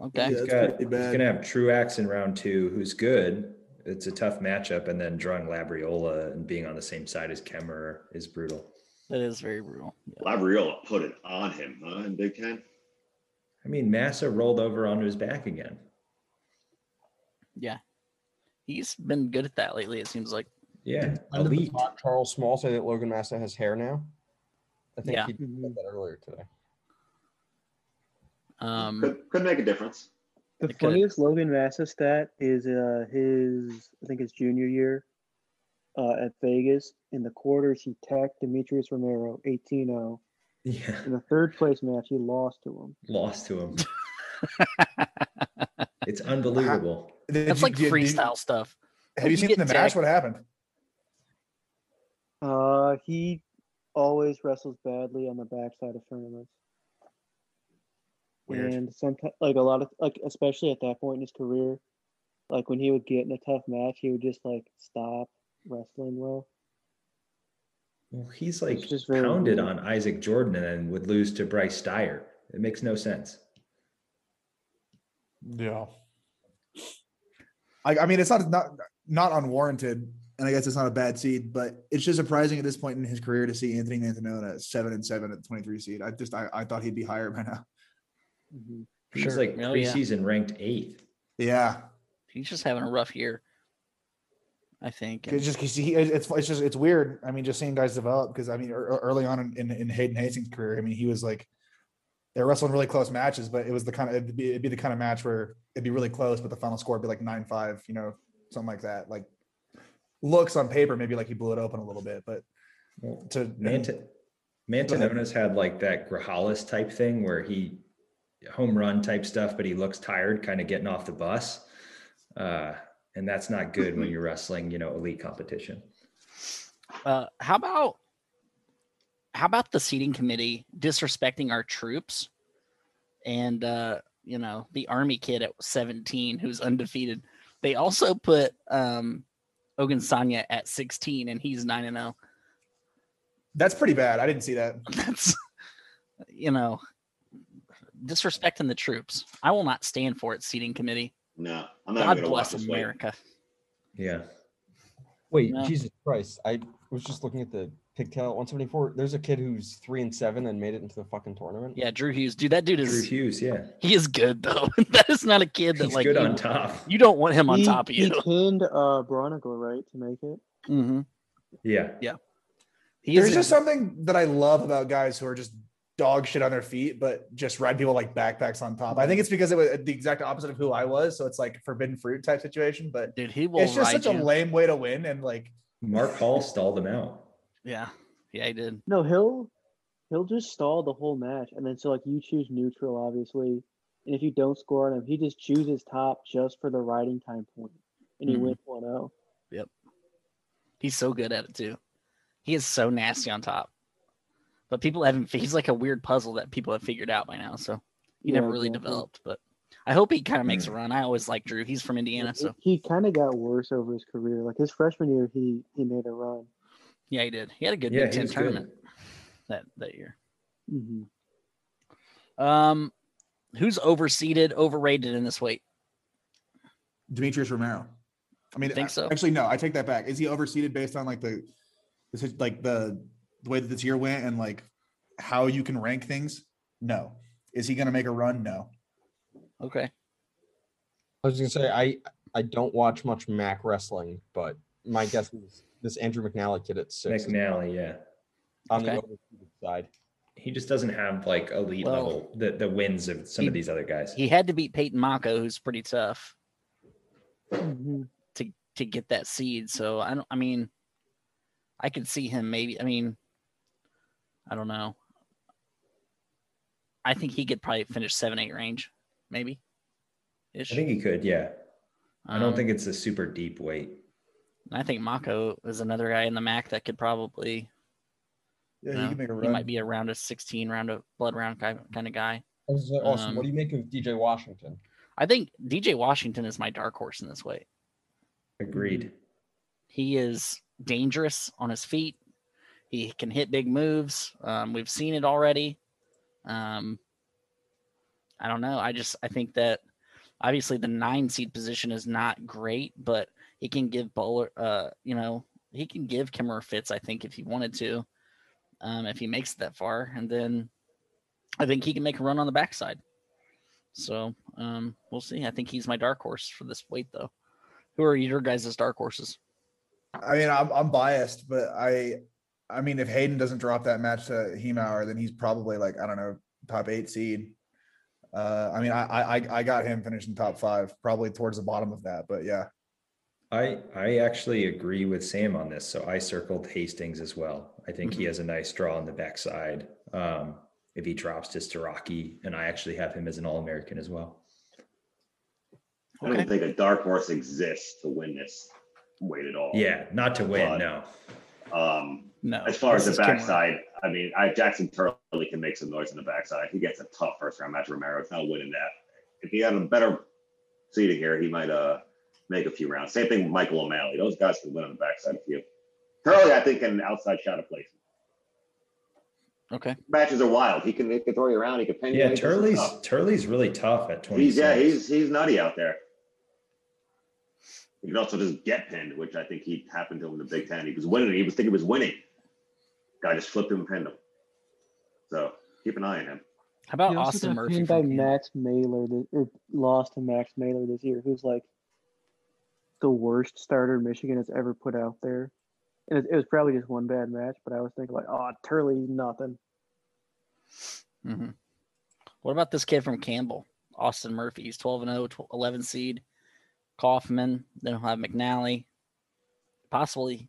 [SPEAKER 1] Okay.
[SPEAKER 3] He's got. He's gonna have Truax in round two, who's good. It's a tough matchup, and then drawing Labriola and being on the same side as Kemmerer is brutal.
[SPEAKER 1] That is very brutal. Yeah.
[SPEAKER 4] Labriola put it on him huh, in Big Ten.
[SPEAKER 3] I mean, Massa rolled over onto his back again.
[SPEAKER 1] He's been good at that lately, it seems like.
[SPEAKER 3] Yeah,
[SPEAKER 5] When did the
[SPEAKER 3] elite.
[SPEAKER 5] Fox- Charles Small say that Logan Massa has hair now? I think
[SPEAKER 1] Yeah.
[SPEAKER 5] he said
[SPEAKER 6] Mhm.
[SPEAKER 5] that earlier today.
[SPEAKER 1] Um,
[SPEAKER 4] Could, could make a difference.
[SPEAKER 6] The
[SPEAKER 1] It could.
[SPEAKER 6] funniest Logan Massa stat is uh, his, I think his junior year uh, at Vegas. In the quarters, he tacked Demetrius Romero 18 0.
[SPEAKER 3] Yeah,
[SPEAKER 6] In the third place match, he lost to him.
[SPEAKER 3] lost to him. it's unbelievable.
[SPEAKER 2] Did
[SPEAKER 1] that's
[SPEAKER 2] you-
[SPEAKER 1] like
[SPEAKER 2] did you-
[SPEAKER 1] freestyle stuff.
[SPEAKER 2] Have you
[SPEAKER 1] You
[SPEAKER 2] seen
[SPEAKER 1] get
[SPEAKER 2] the match?
[SPEAKER 1] tagged.
[SPEAKER 2] What happened?
[SPEAKER 6] Uh, he always wrestles badly on the backside of tournaments.
[SPEAKER 2] Weird.
[SPEAKER 6] And sometimes, like a lot of, like especially at that point in his career, like when he would get in a tough match, he would just like stop wrestling well.
[SPEAKER 3] Well, he's like
[SPEAKER 6] just very
[SPEAKER 3] pounded
[SPEAKER 6] weird.
[SPEAKER 3] on Isaac Jordan and then would lose to Bryce Dyer. It makes no sense.
[SPEAKER 2] Yeah. I, I mean, it's not not not unwarranted, and I guess it's not a bad seed, but it's just surprising at this point in his career to see Anthony Mantanona at seven and seven at the twenty three seed. I just I, I thought he'd be higher by now.
[SPEAKER 4] Mm-hmm.
[SPEAKER 6] Mhm.
[SPEAKER 3] He's
[SPEAKER 1] Sure.
[SPEAKER 3] like
[SPEAKER 1] Oh, yeah.
[SPEAKER 3] preseason ranked eighth.
[SPEAKER 2] Yeah,
[SPEAKER 1] He's just having a rough year, I think. and-
[SPEAKER 2] it's just 'cause he it's it's just it's weird. I mean, just seeing guys develop because I mean, ear- early on in, in in Hayden Hastings' career, I mean, he was like they're wrestling really close matches, but it was the kind of it'd be, it'd be the kind of match where it'd be really close, but the final score would be like nine five, you know, something like that. Like looks on paper, maybe like he blew it open a little bit, but
[SPEAKER 3] Well,
[SPEAKER 2] to
[SPEAKER 3] Manta-
[SPEAKER 2] ahead.
[SPEAKER 3] Mantanona's had like that Grahalis type thing where he home run type stuff, but he looks tired, kind of getting off the bus. Uh, and that's not good when you're wrestling, you know, elite competition.
[SPEAKER 1] Uh, how about how about the seating committee disrespecting our troops and uh you know the army kid at 17 who's undefeated they also put um ogan sanya at 16 and he's 9 and oh. 0
[SPEAKER 2] That's pretty bad. I didn't see that.
[SPEAKER 1] that's you know disrespecting the troops i will not stand for it seating committee
[SPEAKER 4] No, I'm not
[SPEAKER 1] god
[SPEAKER 4] even gonna watch
[SPEAKER 1] bless
[SPEAKER 4] this fight.
[SPEAKER 1] america
[SPEAKER 3] Yeah.
[SPEAKER 5] Wait,
[SPEAKER 1] No.
[SPEAKER 5] Jesus Christ! I was just looking at the pigtail at 174. There's a kid who's three and seven and made it into the fucking tournament.
[SPEAKER 1] yeah drew hughes dude that dude
[SPEAKER 3] Drew
[SPEAKER 1] is
[SPEAKER 3] Hughes, yeah.
[SPEAKER 1] he is good though that is not a kid that
[SPEAKER 3] He's
[SPEAKER 1] like
[SPEAKER 3] good
[SPEAKER 1] you,
[SPEAKER 3] on top.
[SPEAKER 1] you don't want him on
[SPEAKER 6] He-
[SPEAKER 1] top of you
[SPEAKER 6] He pinned uh, Bronicle right to make it.
[SPEAKER 1] mm-hmm.
[SPEAKER 3] Yeah.
[SPEAKER 1] He
[SPEAKER 2] There's
[SPEAKER 1] is just
[SPEAKER 2] just something that I love about guys who are just dog shit on their feet, but just ride people like backpacks on top. I think it's because it was the exact opposite of who I was, so it's like forbidden fruit type situation. But
[SPEAKER 1] dude. He will
[SPEAKER 2] it's just
[SPEAKER 1] ride
[SPEAKER 2] such a
[SPEAKER 1] you.
[SPEAKER 2] lame way to win, and like
[SPEAKER 3] Mark Hall stalled him out.
[SPEAKER 1] yeah, yeah, he did.
[SPEAKER 6] No, he'll he'll just stall the whole match, and then so like you choose neutral, obviously, and if you don't score on him, he just chooses top just for the riding time point, and he
[SPEAKER 1] Mhm.
[SPEAKER 6] wins oh. 1-0.
[SPEAKER 1] He's so good at it too. He is so nasty on top. But people haven't. He's like a weird puzzle that people have figured out by now. So he never
[SPEAKER 6] Yeah,
[SPEAKER 1] really
[SPEAKER 6] exactly.
[SPEAKER 1] developed. But I hope he kind of makes a run. I always like Drew. He's from Indiana,
[SPEAKER 6] He-
[SPEAKER 1] so
[SPEAKER 6] He kind of got worse over his career. Like his freshman year, he he made a run.
[SPEAKER 1] yeah, he did. He had a good
[SPEAKER 3] yeah,
[SPEAKER 1] Big
[SPEAKER 3] he
[SPEAKER 1] Ten
[SPEAKER 3] was
[SPEAKER 1] tournament
[SPEAKER 3] good.
[SPEAKER 1] that that year. Mm-hmm.
[SPEAKER 6] hmm
[SPEAKER 1] Um, who's overseeded, overrated in this weight?
[SPEAKER 2] Demetrius Romero. I mean,
[SPEAKER 1] Think
[SPEAKER 2] a-
[SPEAKER 1] so?
[SPEAKER 2] Actually, no, I take that back. Is he overseeded based on like the, the sit- like the the way that this year went and like how you can rank things? No. Is he going to make a run? No.
[SPEAKER 1] Okay,
[SPEAKER 5] I was gonna say I I don't watch much Mac wrestling, but my guess is this Andrew McNally kid at six is
[SPEAKER 3] McNally, yeah.
[SPEAKER 5] on the
[SPEAKER 1] Okay.
[SPEAKER 5] overseeded side.
[SPEAKER 3] He just doesn't have like elite
[SPEAKER 1] Well,
[SPEAKER 3] level the, the wins of some of
[SPEAKER 1] he-
[SPEAKER 3] these other guys.
[SPEAKER 1] he had to beat Peyton Mako, who's pretty tough,
[SPEAKER 6] hmm
[SPEAKER 1] to to get that seed. So I don't. I mean, I could see him maybe. I mean, I don't know. I think he could probably finish seven eight range, maybe. Ish.
[SPEAKER 3] I think he could, yeah. I don't
[SPEAKER 1] Um,
[SPEAKER 3] think it's a super deep weight.
[SPEAKER 1] I think Mako is another guy in the MAC that could probably.
[SPEAKER 2] Yeah,
[SPEAKER 1] you know,
[SPEAKER 2] he can make a
[SPEAKER 1] he
[SPEAKER 2] run.
[SPEAKER 1] might be a round of sixteen, round of blood round kind kind of guy.
[SPEAKER 5] I was like, awesome.
[SPEAKER 1] Um,
[SPEAKER 5] what do you make of DJ Washington?
[SPEAKER 1] I think DJ Washington is my dark horse in this way.
[SPEAKER 3] Agreed.
[SPEAKER 1] mm-hmm. He is dangerous on his feet. He can hit big moves. Um, we've seen it already. Um, I don't know. I just I think that obviously the nine seed position is not great, but he can give bowler. Uh, you know, he can give Kimmerer fits. I think if he wanted to, um, if he makes it that far, and then I think he can make a run on the backside. So um, we'll see. I think he's my dark horse for this weight, though. Who are your guys' dark horses?
[SPEAKER 2] I mean, I'm, I'm biased, but I, I mean, if Hayden doesn't drop that match to Hemauer, then he's probably like I don't know, top eight seed. Uh, I mean, I, I, I- I got him finishing top five, probably towards the bottom of that, but yeah,
[SPEAKER 3] I I actually agree with Sam on this. So I circled Hastings as well. I think
[SPEAKER 1] Mm-hmm.
[SPEAKER 3] he has a nice draw on the backside. Um, if he drops this to Rocky, and I actually have him as an All American as well.
[SPEAKER 4] I don't think a dark horse exists to win this weight at all.
[SPEAKER 3] Yeah, not to win.
[SPEAKER 4] God.
[SPEAKER 3] No,
[SPEAKER 4] Um,
[SPEAKER 1] No.
[SPEAKER 4] as far as
[SPEAKER 1] this
[SPEAKER 4] the
[SPEAKER 1] is Kimura.
[SPEAKER 4] backside, I mean, I, Jackson Turley can make some noise in the backside. He gets a tough first round match. Romero, it's not winning that. If he had a better seating here, he might uh make a few rounds. Same thing with Michael O'Malley. Those guys can win on the backside a few. Turley, I think, an outside shot of place.
[SPEAKER 1] Okay.
[SPEAKER 4] Matches are wild. He can, he can throw you around. He can pin you.
[SPEAKER 3] Yeah,
[SPEAKER 4] He can-
[SPEAKER 3] Turley's Turley's really tough at twenty.
[SPEAKER 4] He's yeah, he's he's nutty out there. He could also just get pinned, which I think he happened to him in the Big Ten. He was winning. He was thinking he was winning. Guy just flipped him and pinned him. So keep an eye on him.
[SPEAKER 1] How about
[SPEAKER 6] He also
[SPEAKER 1] Austin
[SPEAKER 6] got
[SPEAKER 1] Murphy?
[SPEAKER 6] pinned by
[SPEAKER 1] from-
[SPEAKER 6] Max Mailer this, or lost to Max Mailer this year, who's like the worst starter Michigan has ever put out there. And it, it was probably just one bad match, but I was thinking like, oh, Turley's nothing.
[SPEAKER 1] Mhm. What about this kid from Campbell? Austin Murphy. He's 12 and 0, 12 11 seed. Kaufman. Then he'll have McNally. Possibly,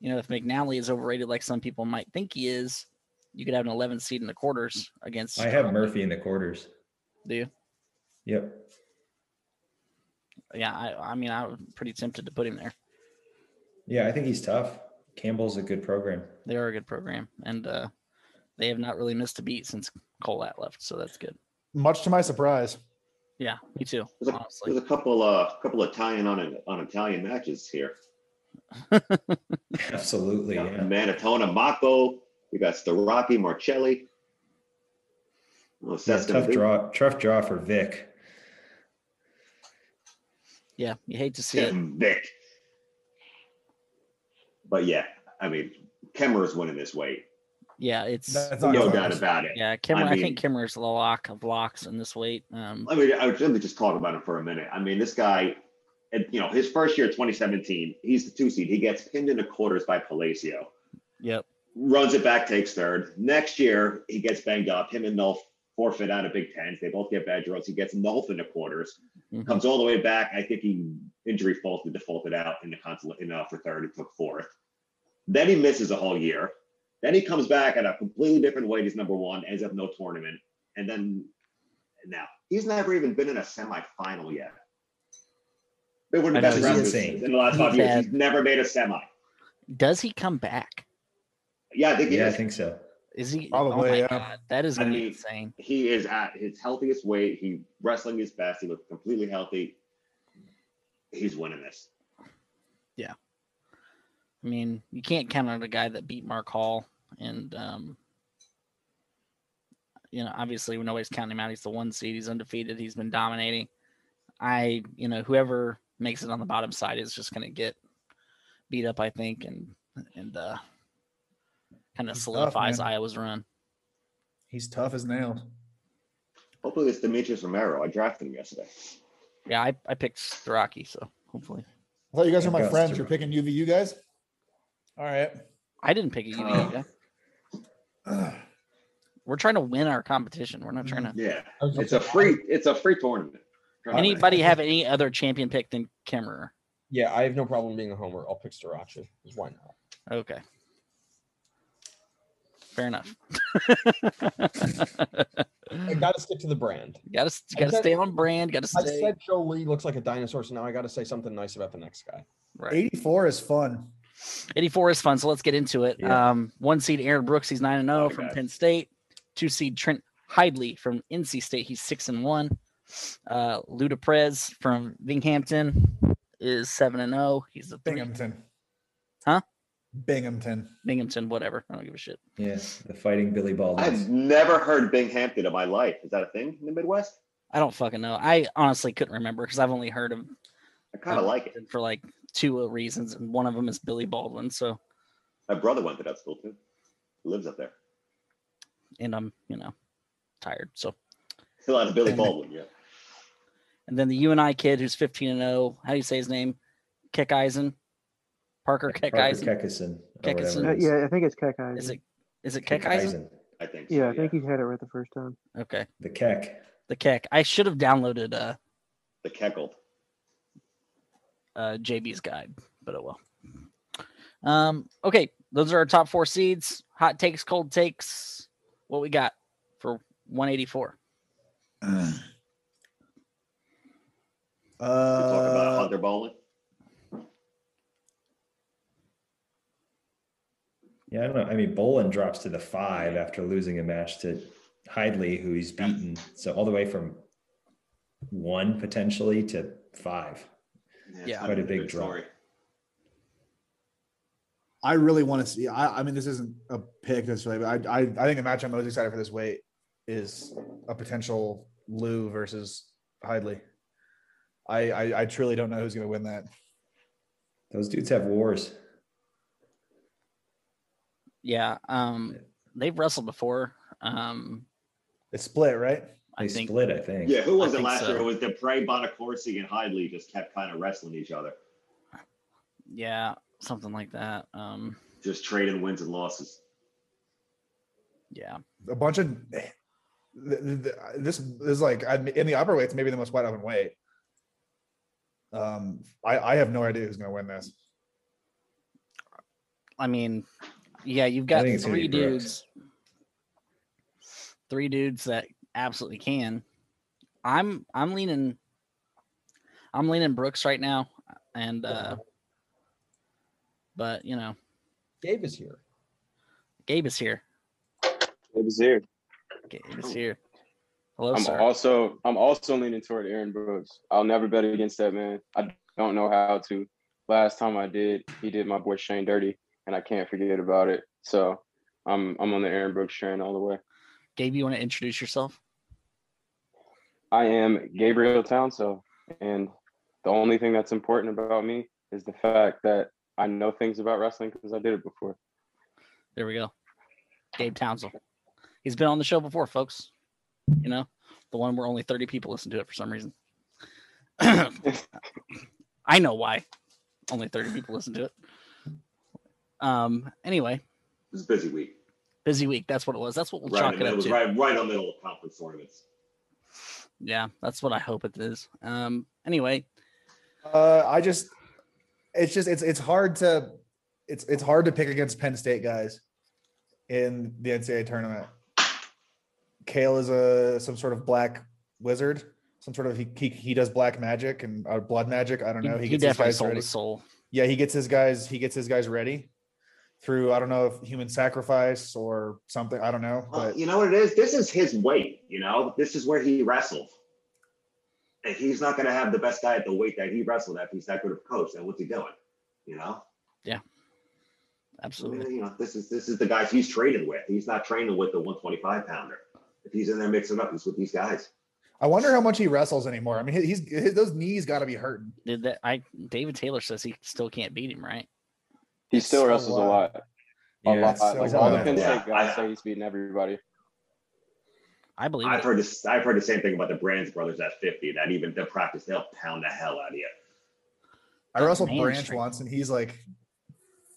[SPEAKER 1] you know, if McNally is overrated like some people might think he is, you could have an 11 seed in the quarters against.
[SPEAKER 3] I have Murphy in the quarters.
[SPEAKER 1] Do you?
[SPEAKER 3] Yep.
[SPEAKER 1] Yeah. I, I mean, I'm pretty tempted to put him there.
[SPEAKER 3] Yeah, I think he's tough. Campbell's a good program.
[SPEAKER 1] They are a good program. And uh, they have not really missed a beat since Colat left. So that's good.
[SPEAKER 2] Much to my surprise.
[SPEAKER 1] Yeah. Me too.
[SPEAKER 4] There's a,
[SPEAKER 1] Honestly.
[SPEAKER 4] there's a couple uh couple Italian on on Italian matches here. Uh,
[SPEAKER 3] Absolutely.
[SPEAKER 4] Yeah.
[SPEAKER 3] Yeah.
[SPEAKER 4] Manitona Mako. We got Starocki Marcelli. Well,
[SPEAKER 3] Yeah,
[SPEAKER 4] Seth's gonna
[SPEAKER 3] tough
[SPEAKER 4] be-
[SPEAKER 3] draw. Tough draw for Vic.
[SPEAKER 1] Yeah. You hate to see it.
[SPEAKER 4] Vic. But yeah, I mean, Kemmer's winning this weight.
[SPEAKER 1] Yeah. It's.
[SPEAKER 2] That's not
[SPEAKER 4] No
[SPEAKER 2] close.
[SPEAKER 4] doubt about it.
[SPEAKER 1] Yeah, Kimmer. I,
[SPEAKER 4] mean-
[SPEAKER 1] think Kimmer is the lock of locks in this weight. Um,
[SPEAKER 4] I mean, I would, let me just talk about him for a minute. I mean, this guy, and, you know, his first year, 2017, he's the two seed. He gets pinned in the quarters by Palacio,
[SPEAKER 1] yep.
[SPEAKER 4] runs it back, takes third. Next year, he gets banged up. Him and Nolf forfeit out of Big Tens. They both get bad draws. He gets Nolf in the quarters,
[SPEAKER 3] Mm-hmm.
[SPEAKER 1] Mhm.
[SPEAKER 4] comes all the way back. I think he injury faulted, defaulted out in the consulate in, uh, for third and took fourth. Then he misses a whole year. Then he comes back at a completely different weight. He's number one, ends up no tournament. And then now he's never even been in a semifinal yet. They were the
[SPEAKER 3] I know,
[SPEAKER 4] best
[SPEAKER 3] it's
[SPEAKER 4] wrestlers
[SPEAKER 3] insane.
[SPEAKER 4] in the last five
[SPEAKER 1] He's
[SPEAKER 4] years.
[SPEAKER 1] bad.
[SPEAKER 4] He's never made a semi.
[SPEAKER 1] Does he come back?
[SPEAKER 4] Yeah, I think he
[SPEAKER 3] Yeah, I
[SPEAKER 4] is.
[SPEAKER 3] think so.
[SPEAKER 1] Is he? oh
[SPEAKER 2] Probably,
[SPEAKER 1] my
[SPEAKER 2] yeah.
[SPEAKER 1] god, that is
[SPEAKER 4] I
[SPEAKER 1] gonna be
[SPEAKER 4] mean-
[SPEAKER 1] insane.
[SPEAKER 4] he is at his healthiest weight. He wrestling his best. He looked completely healthy. He's winning this.
[SPEAKER 1] I mean, you can't count on a guy that beat Mark Hall, and um, you know, obviously, when nobody's counting him out, he's the one seed. He's undefeated. He's been dominating. I, you know, whoever makes it on the bottom side is just gonna get beat up, I think, and and uh, kind of
[SPEAKER 2] He's tough,
[SPEAKER 1] solidifies
[SPEAKER 2] man.
[SPEAKER 1] Iowa's run.
[SPEAKER 2] He's tough as nails.
[SPEAKER 4] Hopefully, this Demetrius Romero. I drafted him yesterday.
[SPEAKER 1] Yeah, I, I picked Strachey, so hopefully.
[SPEAKER 2] I thought you guys were my
[SPEAKER 3] Augusta.
[SPEAKER 2] friends. You're picking UVU guys. All right.
[SPEAKER 1] I didn't pick a
[SPEAKER 5] Oh.
[SPEAKER 1] UVU guy. We're trying to win our competition. We're not
[SPEAKER 5] Mm,
[SPEAKER 1] trying to.
[SPEAKER 4] Yeah,
[SPEAKER 5] I was
[SPEAKER 4] it's a
[SPEAKER 5] just-
[SPEAKER 4] free. It's a free tournament.
[SPEAKER 1] Anybody have any other champion pick than Kimmerer?
[SPEAKER 5] Yeah, I have no problem being a homer. I'll pick Sriracha. Why not?
[SPEAKER 1] Okay. Fair enough.
[SPEAKER 5] I gotta stick to the brand.
[SPEAKER 1] gotta s-
[SPEAKER 5] I
[SPEAKER 1] gotta
[SPEAKER 5] said-
[SPEAKER 1] stay on brand. Gotta
[SPEAKER 5] I
[SPEAKER 1] stay
[SPEAKER 5] said Joe Lee looks like a dinosaur, so now I gotta say something nice about the next guy.
[SPEAKER 1] right.
[SPEAKER 2] 84 is fun.
[SPEAKER 1] 84 is fun, so let's get into it.
[SPEAKER 3] Yeah.
[SPEAKER 1] Um, one seed Aaron Brooks, he's nine and zero
[SPEAKER 4] Oh,
[SPEAKER 1] from
[SPEAKER 4] guys.
[SPEAKER 1] Penn State. Two seed Trent Hidley from NC State, he's six and one. Uh, Luda Prez from Binghamton is seven and zero. He's a three.
[SPEAKER 2] Binghamton.
[SPEAKER 1] Huh?
[SPEAKER 2] Binghamton.
[SPEAKER 1] Binghamton, whatever. I don't give a shit.
[SPEAKER 3] Yeah, the fighting Billy
[SPEAKER 4] I've
[SPEAKER 3] Baldwin.
[SPEAKER 4] never heard Binghamton in my life. Is that a thing in the Midwest?
[SPEAKER 1] I don't fucking know. I honestly couldn't remember because I've only heard of
[SPEAKER 4] I kind of like it.
[SPEAKER 1] for like two reasons, and one of them is Billy Baldwin. So,
[SPEAKER 4] My brother went to that school too. Lives up there.
[SPEAKER 1] and I'm you know tired. So,
[SPEAKER 4] A lot of Billy Baldwin. Yeah.
[SPEAKER 1] and then the UNI kid who's 15 and 0. How do you say his name? Kick Eisen, Parker Keck
[SPEAKER 3] Parker
[SPEAKER 1] Eisen.
[SPEAKER 3] Kekison. or whatever
[SPEAKER 1] Kekison.
[SPEAKER 3] it
[SPEAKER 6] Uh,
[SPEAKER 3] is.
[SPEAKER 6] yeah, I think it's Keck Eyes.
[SPEAKER 1] Is it is it Keck Eisen?
[SPEAKER 3] Kekisen.
[SPEAKER 4] I think. So,
[SPEAKER 6] Yeah, I think he had it right the first time.
[SPEAKER 1] Okay,
[SPEAKER 3] The Keck.
[SPEAKER 1] the Keck. I should have downloaded uh,
[SPEAKER 4] the Keckled.
[SPEAKER 1] uh JB's guide, but oh well. Um. Okay, those are our top four seeds. Hot takes, cold takes. What we got for 184?
[SPEAKER 4] We talk about
[SPEAKER 2] Uh,
[SPEAKER 4] Hunter Bowling.
[SPEAKER 3] Yeah, I don't know. I mean, Bolin drops to the five after losing a match to Hidley, who he's beaten. So all the way from one potentially to five.
[SPEAKER 4] it's
[SPEAKER 1] Yeah.
[SPEAKER 4] kind
[SPEAKER 3] Quite a
[SPEAKER 4] of
[SPEAKER 3] big
[SPEAKER 4] good
[SPEAKER 3] drop.
[SPEAKER 4] story.
[SPEAKER 2] I really want to see. I, I mean, this isn't a pick necessarily, but I, I, I think the match I'm most excited for this weight is a potential Lou versus Hidley. I, I, I truly don't know who's going to win that.
[SPEAKER 3] Those dudes have wars.
[SPEAKER 1] Yeah. Um, they've wrestled before. Um,
[SPEAKER 2] It's split, right?
[SPEAKER 3] They
[SPEAKER 1] I think
[SPEAKER 3] split, I think.
[SPEAKER 4] Yeah, who
[SPEAKER 1] I
[SPEAKER 4] was it
[SPEAKER 1] think
[SPEAKER 4] last
[SPEAKER 1] so.
[SPEAKER 4] year? It was Depre, Bonacorsi, and Hidley just kept kind of wrestling each other,
[SPEAKER 1] yeah, something like that. Um,
[SPEAKER 4] just trading wins and losses.
[SPEAKER 1] yeah.
[SPEAKER 2] A bunch of th- th- th- this is like I'm- in the upper weights, maybe the most wide open weight. Um, I, I have no idea who's going to win this.
[SPEAKER 1] I mean, yeah, you've
[SPEAKER 3] I
[SPEAKER 1] got
[SPEAKER 3] think it's gonna
[SPEAKER 1] three
[SPEAKER 3] be
[SPEAKER 1] dudes, three dudes that absolutely can. I'm I'm leaning, I'm leaning Brooks right now, and uh, but you know,
[SPEAKER 5] Gabe is here.
[SPEAKER 1] Gabe is here.
[SPEAKER 7] It was here.
[SPEAKER 1] Gabe is here. Hello,
[SPEAKER 7] I'm
[SPEAKER 1] sir.
[SPEAKER 7] also I'm also leaning toward Aaron Brooks. I'll never bet against that man. I don't know how to. Last time I did, he did my boy Shane dirty, and I can't forget about it. So I'm I'm on the Aaron Brooks train all the way.
[SPEAKER 1] Gabe, you want to introduce yourself?
[SPEAKER 7] I am Gabriel Townsell, and the only thing that's important about me is the fact that I know things about wrestling because I did it before.
[SPEAKER 1] There we go. Gabe Townsend. He's been on the show before, folks. You know, the one where only 30 people listen to it for some reason. I know why. Only 30 people listen to it. Um, anyway,
[SPEAKER 4] It was a busy week.
[SPEAKER 1] busy week. That's what it was. That's what we'll
[SPEAKER 4] Right,
[SPEAKER 1] chalk
[SPEAKER 4] in
[SPEAKER 1] it
[SPEAKER 4] the
[SPEAKER 1] up
[SPEAKER 4] middle,
[SPEAKER 1] to.
[SPEAKER 4] right, right on the middle of conference tournaments.
[SPEAKER 1] Yeah, that's what I hope it is. Um, anyway,
[SPEAKER 2] Uh, I just, it's just, it's, it's hard to, it's, it's hard to pick against Penn State guys in the NCAA tournament. Kale is a some sort of black wizard, some sort of he he, he does black magic and uh, blood magic. I don't
[SPEAKER 1] he,
[SPEAKER 2] know.
[SPEAKER 1] he
[SPEAKER 2] gets his
[SPEAKER 1] definitely
[SPEAKER 2] guys
[SPEAKER 1] sold
[SPEAKER 2] ready.
[SPEAKER 1] his soul.
[SPEAKER 2] Yeah, he gets his guys. He gets his guys ready through. I don't know if human sacrifice or something. I don't know,
[SPEAKER 4] Well,
[SPEAKER 2] but
[SPEAKER 4] you know what it is? This is his weight. You know, this is where he wrestled. And he's not going to have the best guy at the weight that he wrestled at. if He's that good of a coach. And what's he doing? You know, I mean,
[SPEAKER 1] Absolutely.
[SPEAKER 4] you know, this is this is the guys he's training with. He's not training with the 125 pounder. If he's in there mixing up, he's with these guys.
[SPEAKER 2] I wonder how much he wrestles anymore. I mean, he- he's his, those knees got to be hurting.
[SPEAKER 1] Did that I David Taylor says he still can't beat him, right?
[SPEAKER 7] He
[SPEAKER 2] It's
[SPEAKER 7] still
[SPEAKER 2] so
[SPEAKER 7] wrestles a
[SPEAKER 2] wild.
[SPEAKER 7] lot. A
[SPEAKER 3] Yeah,
[SPEAKER 7] lot.
[SPEAKER 3] it's
[SPEAKER 2] so
[SPEAKER 7] like all the
[SPEAKER 2] wild.
[SPEAKER 7] Penn State
[SPEAKER 4] Yeah,
[SPEAKER 7] guys
[SPEAKER 4] I-
[SPEAKER 7] say he's beating everybody.
[SPEAKER 1] I believe
[SPEAKER 4] I've
[SPEAKER 1] it.
[SPEAKER 4] heard this. I've heard the same thing about the Brands brothers at 50. That even the practice, they'll pound the hell out of you.
[SPEAKER 2] I wrestled
[SPEAKER 1] man
[SPEAKER 2] Branch
[SPEAKER 1] strength.
[SPEAKER 2] once, and he's like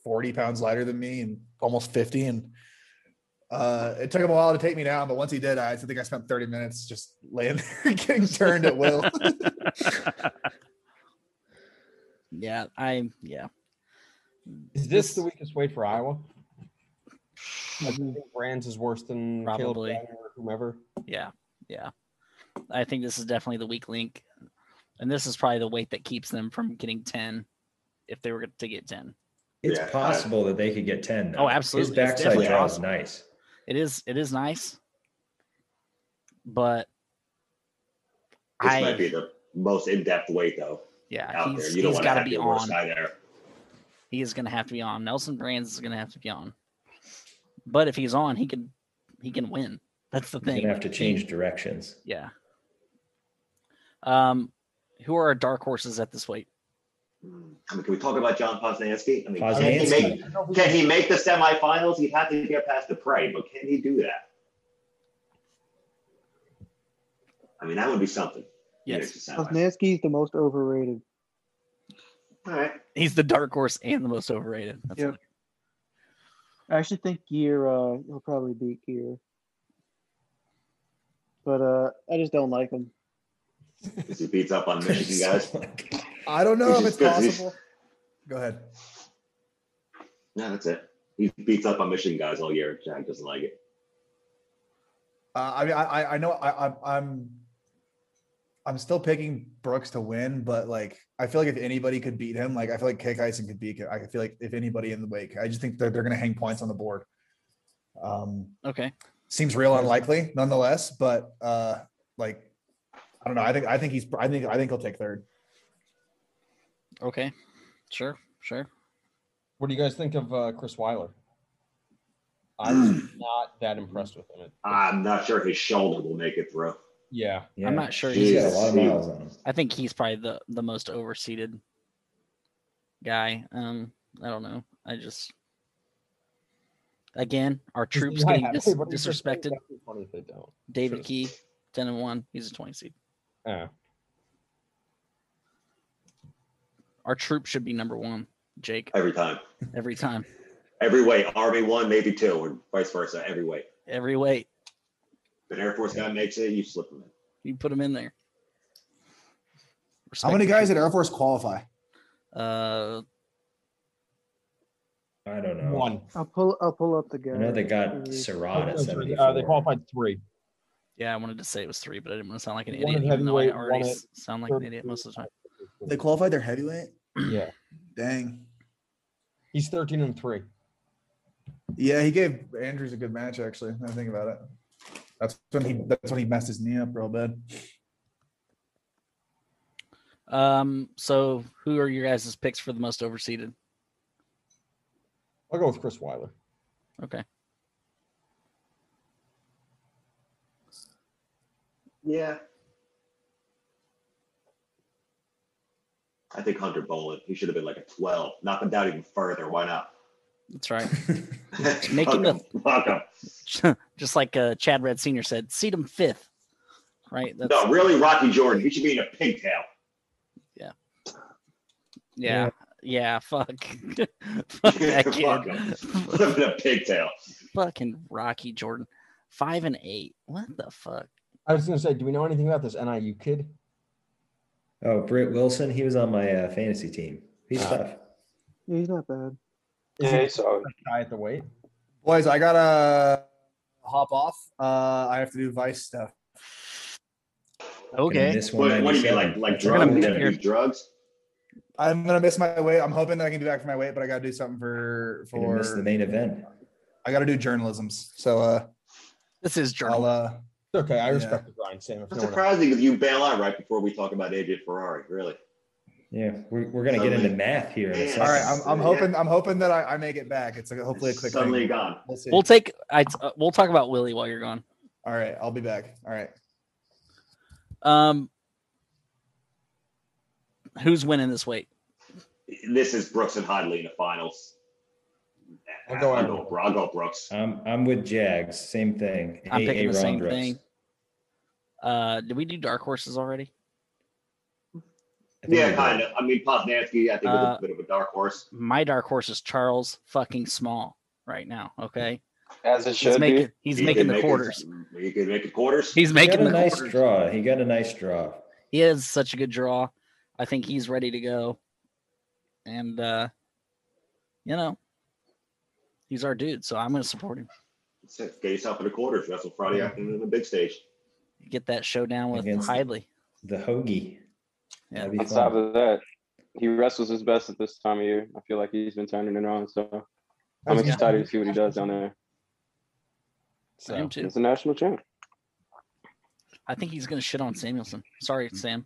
[SPEAKER 2] forty pounds lighter than me, and almost fifty. And uh, it took him a while to take me down, but once he did, I think I spent thirty minutes just laying there getting turned at will.
[SPEAKER 1] Yeah, I yeah.
[SPEAKER 5] Is this the weakest weight for Iowa? I
[SPEAKER 6] Mhm.
[SPEAKER 5] think Brands is worse than Caleb
[SPEAKER 1] Probably.
[SPEAKER 5] Brown or whomever.
[SPEAKER 1] Yeah, yeah. I think this is definitely the weak link, and this is probably the weight that keeps them from getting ten, if they were to get ten.
[SPEAKER 3] It's
[SPEAKER 4] Yeah.
[SPEAKER 3] possible that they could get 10. though.
[SPEAKER 1] Oh, absolutely.
[SPEAKER 3] His
[SPEAKER 1] It's
[SPEAKER 3] backside
[SPEAKER 1] definitely
[SPEAKER 3] draw is
[SPEAKER 1] possible.
[SPEAKER 3] nice.
[SPEAKER 1] It is, it is nice, but
[SPEAKER 4] This
[SPEAKER 1] I
[SPEAKER 4] might be the most in-depth weight though
[SPEAKER 1] yeah,
[SPEAKER 4] out
[SPEAKER 1] Uh, he's,
[SPEAKER 4] there. You don't
[SPEAKER 1] he's
[SPEAKER 4] want to
[SPEAKER 1] got to
[SPEAKER 4] have
[SPEAKER 1] be
[SPEAKER 4] your worst
[SPEAKER 1] on.
[SPEAKER 4] guy there.
[SPEAKER 1] He is going to have to be on. Nelson Brands is going to have to be on. But if he's on, he can he can win. That's the
[SPEAKER 3] He's
[SPEAKER 1] thing.
[SPEAKER 3] going to have to
[SPEAKER 1] He-
[SPEAKER 3] change directions.
[SPEAKER 1] Yeah. Um, who are our dark horses at this weight?
[SPEAKER 4] Hmm. I mean, can we talk about John Posnanski? I mean,
[SPEAKER 2] I
[SPEAKER 4] can
[SPEAKER 2] mean,
[SPEAKER 4] he,
[SPEAKER 2] it's-
[SPEAKER 3] Posnanski.
[SPEAKER 4] make, can he make the semifinals? He'd have to get past the prey, but can he do that? I mean, that would be something.
[SPEAKER 1] Yes,
[SPEAKER 4] Makes the semifinals.
[SPEAKER 6] Posnansky's the most overrated.
[SPEAKER 4] All right.
[SPEAKER 1] he's the dark horse and the most overrated. That's
[SPEAKER 6] Yep. I actually think Gear. Uh, he'll probably beat Gear. But uh, I just don't like him.
[SPEAKER 4] Because he beats up on Michigan guys.
[SPEAKER 2] I don't know if
[SPEAKER 4] He's
[SPEAKER 2] it's
[SPEAKER 4] just good. He's-
[SPEAKER 2] possible. Go ahead.
[SPEAKER 4] No, that's it. He beats up on Michigan guys all year. Jack doesn't like it.
[SPEAKER 2] Uh, I mean, I- I I know I, I'm I'm I'm still picking Brooks to win, but like I feel like if anybody could beat him, like I feel like Kick Heisen could beat him. I feel like if anybody in the wake, I just think they're, they're gonna hang points on the board. Um
[SPEAKER 1] Okay.
[SPEAKER 2] seems real unlikely nonetheless, but uh like I don't know. I think I think he's I think I think he'll take third.
[SPEAKER 1] Okay. Sure. Sure.
[SPEAKER 5] What do you guys think of uh, Chris Weiler? I'm not that impressed with him. It-
[SPEAKER 4] I'm not sure his shoulder will make it through.
[SPEAKER 5] yeah,
[SPEAKER 3] Yeah.
[SPEAKER 1] I'm not sure.
[SPEAKER 4] Jeez.
[SPEAKER 3] He's
[SPEAKER 1] He's,
[SPEAKER 3] got a lot of
[SPEAKER 4] Jesus.
[SPEAKER 3] miles on him.
[SPEAKER 1] I think he's probably the the most overseated guy. Um, I don't know. I just again our troops
[SPEAKER 5] Yeah,
[SPEAKER 1] getting
[SPEAKER 5] hey,
[SPEAKER 1] dis-
[SPEAKER 5] what do you think?
[SPEAKER 1] disrespected.
[SPEAKER 5] That'd be funny if they don't.
[SPEAKER 1] David
[SPEAKER 5] Sure.
[SPEAKER 1] Key, ten and one. He's a twenty seed.
[SPEAKER 5] Oh.
[SPEAKER 1] Our troop should be number one, Jake,
[SPEAKER 4] Every time.
[SPEAKER 1] every time,
[SPEAKER 4] Every way. RB one, maybe two, or vice versa. Every way.
[SPEAKER 1] every weight.
[SPEAKER 4] If an Air Force guy makes it, you slip him in.
[SPEAKER 1] You put him in there.
[SPEAKER 2] How
[SPEAKER 1] Respect
[SPEAKER 2] many
[SPEAKER 1] the
[SPEAKER 2] guys at Air Force qualify?
[SPEAKER 1] troop. Uh,
[SPEAKER 3] I don't know.
[SPEAKER 5] One.
[SPEAKER 6] I'll pull. I'll pull up the guy.
[SPEAKER 3] I know they got
[SPEAKER 6] Mhm.
[SPEAKER 3] Surratt at
[SPEAKER 5] Oh, sorry,
[SPEAKER 3] 74.
[SPEAKER 5] uh, they qualified three.
[SPEAKER 1] yeah, I wanted to say it was three, but I didn't want to sound like an
[SPEAKER 5] One
[SPEAKER 1] idiot.
[SPEAKER 5] at
[SPEAKER 1] Even though I
[SPEAKER 5] heavyweight,
[SPEAKER 1] already
[SPEAKER 5] one at
[SPEAKER 1] s- sound like an idiot
[SPEAKER 5] 32.
[SPEAKER 1] most of the time.
[SPEAKER 2] They qualified their heavyweight.
[SPEAKER 5] yeah,
[SPEAKER 2] Dang.
[SPEAKER 5] he's 13 and three.
[SPEAKER 2] Yeah, he gave Andrews a good match actually. Now I think about it. That's when he that's when he messed his knee up real bad.
[SPEAKER 1] Um, so who are your guys' picks for the most overseeded?
[SPEAKER 5] I'll go with Chris Weiler.
[SPEAKER 1] Okay,
[SPEAKER 4] Yeah. I think Hunter Boland, he should have been like a 12. Knock him down even further. Why not?
[SPEAKER 1] that's right. Make
[SPEAKER 4] Fuck
[SPEAKER 1] him a-
[SPEAKER 4] Fuck him.
[SPEAKER 1] Just like uh, Chad Red Senior said, seed him fifth. Right. That's,
[SPEAKER 4] No, really, Rocky Jordan. He should be in a pigtail.
[SPEAKER 1] Yeah. Yeah. Fuck. fuck that
[SPEAKER 4] Fuck him. Put
[SPEAKER 1] kid.
[SPEAKER 4] him in a pigtail.
[SPEAKER 1] Fucking Rocky Jordan, five and eight. What the fuck?
[SPEAKER 5] I was going to say, do we know anything about this NIU kid?
[SPEAKER 3] Oh, Britt Wilson. He was on my uh, fantasy team. He's
[SPEAKER 1] Uh,
[SPEAKER 5] Ah.
[SPEAKER 3] tough.
[SPEAKER 6] Yeah, he's not bad.
[SPEAKER 5] Is
[SPEAKER 7] Yeah,
[SPEAKER 5] he
[SPEAKER 7] so
[SPEAKER 5] guy at the weight?
[SPEAKER 2] Boys, I gotta hop off. Uh I have to do vice stuff.
[SPEAKER 3] Gonna
[SPEAKER 1] Okay.
[SPEAKER 3] miss
[SPEAKER 4] What, what do you mean? Like,
[SPEAKER 3] 197.
[SPEAKER 1] We're gonna
[SPEAKER 4] like drugs? You're
[SPEAKER 1] make
[SPEAKER 4] gonna
[SPEAKER 1] your-
[SPEAKER 4] do drugs?
[SPEAKER 2] I'm gonna miss my weight. I'm hoping that I can be back for my weight, but I gotta do something for
[SPEAKER 3] Gonna
[SPEAKER 2] for
[SPEAKER 3] miss the main event.
[SPEAKER 2] I gotta do journalisms. So uh
[SPEAKER 1] This is
[SPEAKER 2] I'll
[SPEAKER 1] journal.
[SPEAKER 2] uh
[SPEAKER 5] It's okay. I
[SPEAKER 2] Yeah.
[SPEAKER 5] respect the grind, Sam. If
[SPEAKER 4] That's
[SPEAKER 5] no one else.
[SPEAKER 4] surprising because you bail out right before we talk about AJ Ferrari. Really?
[SPEAKER 3] Yeah, we're, we're gonna get
[SPEAKER 4] Suddenly-
[SPEAKER 3] into math here. In a
[SPEAKER 4] Yeah.
[SPEAKER 3] second.
[SPEAKER 2] all right, I'm, I'm
[SPEAKER 4] Yeah.
[SPEAKER 2] hoping I'm hoping that I, I make it back. It's like hopefully a quick
[SPEAKER 4] Suddenly
[SPEAKER 2] thing.
[SPEAKER 4] gone.
[SPEAKER 2] We'll see.
[SPEAKER 1] We'll take. I. Uh, we'll talk about Willie while you're gone.
[SPEAKER 2] all right, I'll be back. All right.
[SPEAKER 1] Um. Who's winning this weight?
[SPEAKER 4] This is Brooks and Hodley in the finals.
[SPEAKER 5] I'll go
[SPEAKER 4] I'll go, I'll go Brooks.
[SPEAKER 3] I'm I'm with Jags. Same thing.
[SPEAKER 1] I'm picking the
[SPEAKER 3] Aaron
[SPEAKER 1] same
[SPEAKER 3] Brooks.
[SPEAKER 1] thing. Uh, did we do dark horses already?
[SPEAKER 3] I think
[SPEAKER 4] Yeah,
[SPEAKER 3] we
[SPEAKER 4] kind
[SPEAKER 3] did.
[SPEAKER 4] of. I mean, Posnansky, I think, is
[SPEAKER 1] Uh,
[SPEAKER 4] a bit of a dark horse.
[SPEAKER 1] My dark horse is Charles fucking Small right now. Okay,
[SPEAKER 7] as it
[SPEAKER 1] he's
[SPEAKER 7] should
[SPEAKER 1] making
[SPEAKER 7] be.
[SPEAKER 1] he's
[SPEAKER 4] He
[SPEAKER 1] making
[SPEAKER 4] could
[SPEAKER 1] the
[SPEAKER 4] make it-
[SPEAKER 1] quarters.
[SPEAKER 4] He could make the quarters.
[SPEAKER 1] He's
[SPEAKER 3] He got
[SPEAKER 1] making
[SPEAKER 3] a
[SPEAKER 1] the
[SPEAKER 3] nice
[SPEAKER 1] quarters.
[SPEAKER 3] draw. He got a nice draw.
[SPEAKER 1] He is such a good draw. I think he's ready to go, and uh, you know, he's our dude. So I'm going to support him.
[SPEAKER 4] That's it. Get yourself in the quarters. Wrestle Friday afternoon on the big stage.
[SPEAKER 1] Get that showdown with
[SPEAKER 3] Against-
[SPEAKER 1] Hidley.
[SPEAKER 3] The hoagie.
[SPEAKER 1] Yeah.
[SPEAKER 3] That'd be
[SPEAKER 7] On top
[SPEAKER 3] fun.
[SPEAKER 7] of that, he wrestles his best at this time of year. I feel like he's been turning it on. So I'm
[SPEAKER 2] That's-
[SPEAKER 7] excited to see what he does down there.
[SPEAKER 1] I
[SPEAKER 5] So,
[SPEAKER 1] am too.
[SPEAKER 7] It's a national champ.
[SPEAKER 1] I think he's going to shit on Samuelson.
[SPEAKER 7] Mm.
[SPEAKER 1] Sorry, Sam.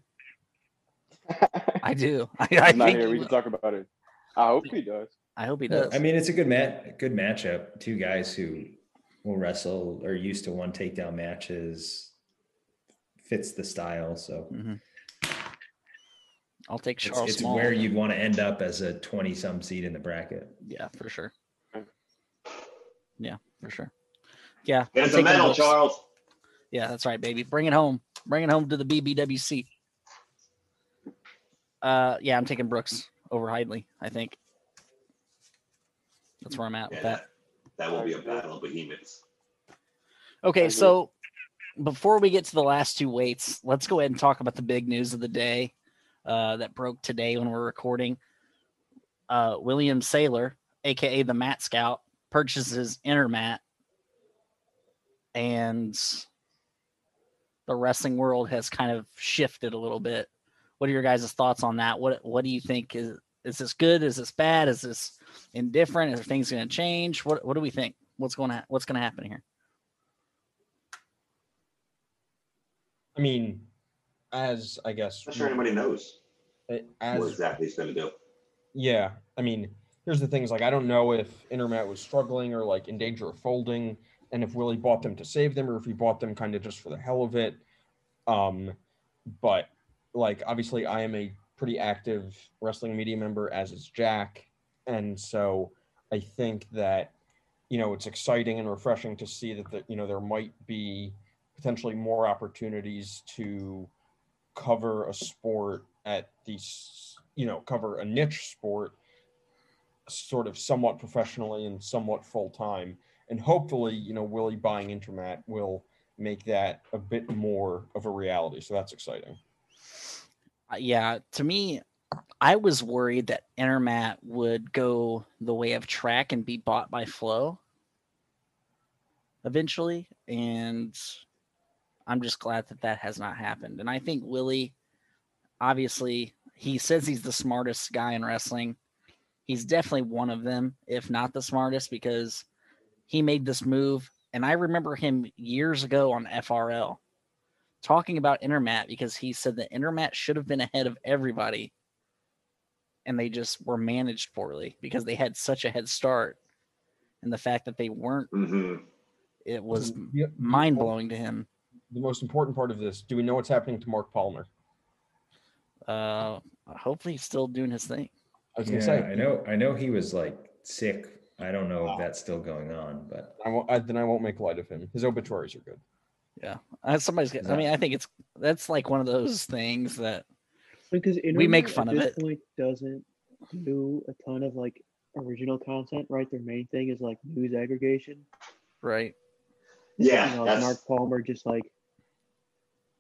[SPEAKER 1] I do. I, I
[SPEAKER 7] He's not
[SPEAKER 1] think.
[SPEAKER 7] here.
[SPEAKER 1] he
[SPEAKER 7] We can
[SPEAKER 1] will.
[SPEAKER 7] talk about it. I hope he does.
[SPEAKER 1] I hope he
[SPEAKER 3] Well,
[SPEAKER 1] does.
[SPEAKER 3] I mean, it's a good mat, good matchup. Two guys who will wrestle are used to one takedown matches. Fits the style, so
[SPEAKER 1] Mhm. I'll take
[SPEAKER 3] it's,
[SPEAKER 1] Charles
[SPEAKER 3] it's
[SPEAKER 1] Small.
[SPEAKER 3] where you'd want to end up as a twenty-some seed in the bracket.
[SPEAKER 1] yeah, for sure.
[SPEAKER 7] Okay.
[SPEAKER 1] Yeah, for sure. Yeah. I'm
[SPEAKER 4] It's a
[SPEAKER 1] taking
[SPEAKER 4] medal,
[SPEAKER 1] Brooks.
[SPEAKER 4] Charles.
[SPEAKER 1] Yeah, that's right, baby. Bring it home. Bring it home to the BBWC. Uh, yeah, I'm taking Brooks over Hidley. I think that's where I'm at
[SPEAKER 4] Yeah,
[SPEAKER 1] with that.
[SPEAKER 4] that, that will be a battle of behemoths.
[SPEAKER 1] Okay,
[SPEAKER 7] agree.
[SPEAKER 1] so before we get to the last two weights, let's go ahead and talk about the big news of the day uh, that broke today when we're recording. Uh, William Saylor, aka the Mat Scout, purchases Intermat, and the wrestling world has kind of shifted a little bit. What are your guys' thoughts on that? What What do you think is is this good? Is this bad? Is this indifferent? Is things going to change? What What do we think? What's going to What's going to happen here?
[SPEAKER 5] I mean, as I guess,
[SPEAKER 4] I'm
[SPEAKER 5] eh,
[SPEAKER 4] not sure anybody knows what
[SPEAKER 5] as
[SPEAKER 4] exactly he's going to do.
[SPEAKER 5] Yeah, I mean, here's the things like I don't know if Intermat was struggling or like in danger of folding, and if Willie bought them to save them or if he bought them kind of just for the hell of it. Um, but like obviously, I am a pretty active wrestling media member, as is Jack, and so I think that you know it's exciting and refreshing to see that the, you know there might be potentially more opportunities to cover a sport at these you know cover a niche sport sort of somewhat professionally and somewhat full time and hopefully you know willie buying intermat will make that a bit more of a reality so that's exciting
[SPEAKER 1] Uh, Yeah, to me, I was worried that Intermat would go the way of track and be bought by Flow eventually, and I'm just glad that that has not happened. And I think Willie, obviously, he says he's the smartest guy in wrestling. He's definitely one of them, if not the smartest, because he made this move. And I remember him years ago on FRL talking about Intermat because he said that Intermat should have been ahead of everybody and they just were managed poorly because they had such a head start. And the fact that they weren't,
[SPEAKER 4] hmm
[SPEAKER 1] it was
[SPEAKER 5] the,
[SPEAKER 1] mind blowing to him.
[SPEAKER 5] the most important part of this do we know what's happening to mark palmer
[SPEAKER 1] Uh, hopefully, he's still doing his thing.
[SPEAKER 5] i was
[SPEAKER 3] yeah,
[SPEAKER 5] gonna say
[SPEAKER 3] I know. I know he was like sick. I don't know if that's still going on, but
[SPEAKER 5] I won't, I, then i won't make light of him his obituaries are good
[SPEAKER 1] Uh, somebody's. Gonna, I
[SPEAKER 3] Yeah.
[SPEAKER 1] mean, I think it's that's like one of those things that
[SPEAKER 6] Because
[SPEAKER 1] We make
[SPEAKER 6] Internet
[SPEAKER 1] fun
[SPEAKER 6] at
[SPEAKER 1] of
[SPEAKER 6] this
[SPEAKER 1] it.
[SPEAKER 6] point doesn't do a ton of like original content, right? Their main thing is like news aggregation.
[SPEAKER 1] right.
[SPEAKER 4] Yeah,
[SPEAKER 6] you know, like
[SPEAKER 4] that's
[SPEAKER 6] Mark Palmer just like,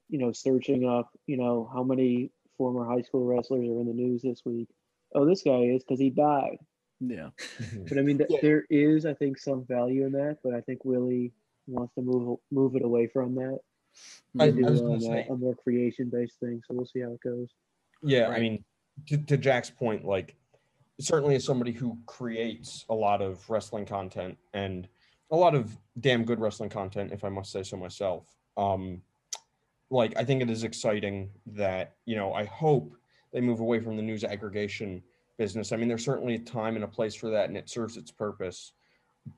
[SPEAKER 6] you know, searching up, you know, how many former high school wrestlers are in the news this week. Oh, this guy is because he died.
[SPEAKER 1] Yeah.
[SPEAKER 6] But I mean, th-
[SPEAKER 5] Yeah.
[SPEAKER 6] there is, I think, some value in that. But I think Willie wants to move move it away from that
[SPEAKER 5] I-
[SPEAKER 6] and do
[SPEAKER 5] I was gonna
[SPEAKER 6] um,
[SPEAKER 5] say-
[SPEAKER 6] a, a more creation based thing. So we'll see how it goes.
[SPEAKER 5] Yeah, I
[SPEAKER 1] Right.
[SPEAKER 5] mean, to, to Jack's point, like certainly as somebody who creates a lot of wrestling content and a lot of damn good wrestling content, if I must say so myself. Um, like I think it is exciting that you know I hope they move away from the news aggregation business. I mean, there's certainly a time and a place for that, and it serves its purpose.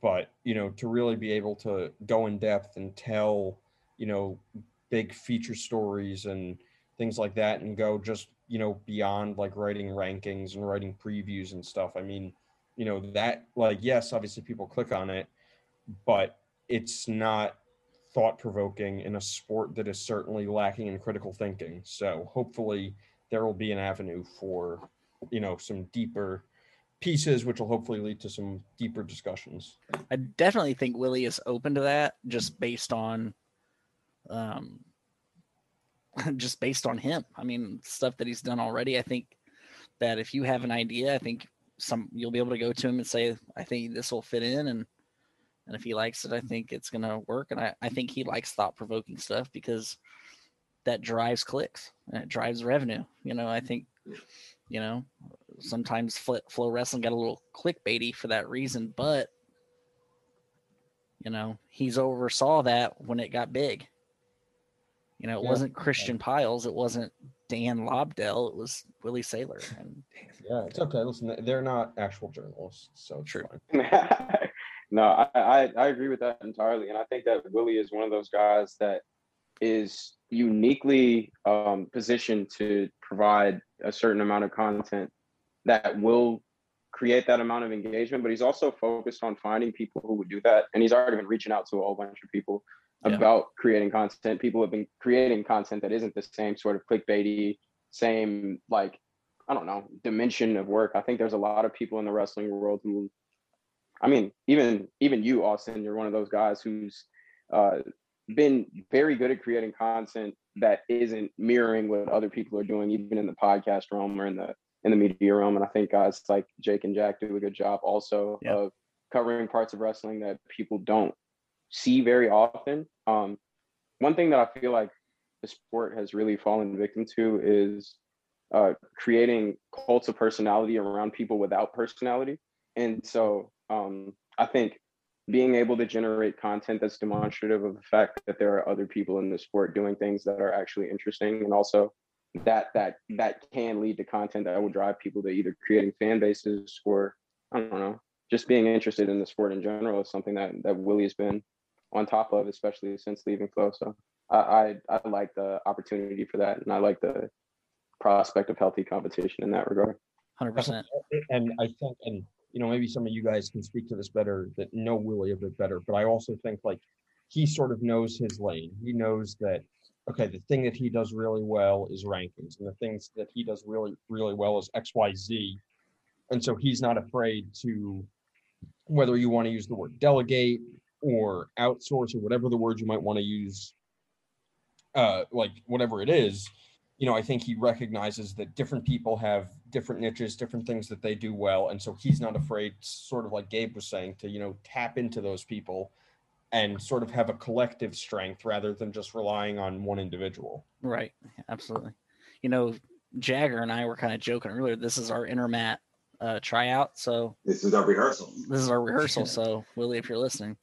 [SPEAKER 5] But you know, to really be able to go in depth and tell you know big feature stories and things like that and go just you know beyond like writing rankings and writing previews and stuff i mean you know that like yes obviously people click on it but it's not thought provoking in a sport that is certainly lacking in critical thinking so hopefully there will be an avenue for you know some deeper pieces which will hopefully lead to some deeper discussions
[SPEAKER 1] I definitely think Willie is open to that just based on um just based on him. I mean, stuff that he's done already. I think that if you have an idea, I think some you'll be able to go to him and say, I think this will fit in and and if he likes it, I think it's gonna work. And I, I think he likes thought provoking stuff because that drives clicks and it drives revenue. You know, I think you know, sometimes Fl- flow wrestling got a little clickbaity for that reason, but you know, he's oversaw that when it got big. You know, it
[SPEAKER 5] Yeah.
[SPEAKER 1] wasn't Christian Piles, it wasn't Dan Lobdell, it was Willie Saylor. And
[SPEAKER 5] yeah it's okay listen they're not actual journalists so it's
[SPEAKER 1] True.
[SPEAKER 5] fine.
[SPEAKER 7] no, I, I I agree with that entirely, and I think that Willie is one of those guys that is uniquely um, positioned to provide a certain amount of content that will create that amount of engagement. But he's also focused on finding people who would do that, and he's already been reaching out to a whole bunch of people
[SPEAKER 1] Yeah.
[SPEAKER 7] about creating content. People have been creating content that isn't the same sort of clickbaity, same like I don't know, dimension of work. I think there's a lot of people in the wrestling world who, I mean, even even you, Austin, you're one of those guys who's uh, been very good at creating content that isn't mirroring what other people are doing, even in the podcast realm or in the in the media realm. And I think guys like Jake and Jack do a good job also
[SPEAKER 1] Yeah.
[SPEAKER 7] of covering parts of wrestling that people don't see very often. Um, one thing that I feel like the sport has really fallen victim to is uh, creating cults of personality around people without personality. And so um, I think being able to generate content that's demonstrative of the fact that there are other people in the sport doing things that are actually interesting and also that that that can lead to content that will drive people to either creating fan bases or I don't know, just being interested in the sport in general is something that that Willie's been on top of, especially since leaving Flow. So I, I I like the opportunity for that, and I like the prospect of healthy competition in that regard.
[SPEAKER 1] Hundred percent.
[SPEAKER 5] and I think, and you know, maybe some of you guys can speak to this better that know Willie a bit better, but I also think like he sort of knows his lane. He knows that okay, the thing that he does really well is rankings, and the things that he does really really well is X Y Z, and so he's not afraid to whether you want to use the word delegate or outsource or whatever the word you might want to use uh like whatever it is you know, I think he recognizes that different people have different niches, different things that they do well. And so he's not afraid, sort of like Gabe was saying, to, you know, tap into those people and sort of have a collective strength rather than just relying on one individual.
[SPEAKER 1] Right. Absolutely. You know, Jagger and I were kind of joking earlier. This is our intermat uh, tryout, so
[SPEAKER 4] This is our rehearsal,
[SPEAKER 1] this is our rehearsal. So Willie, if you're listening,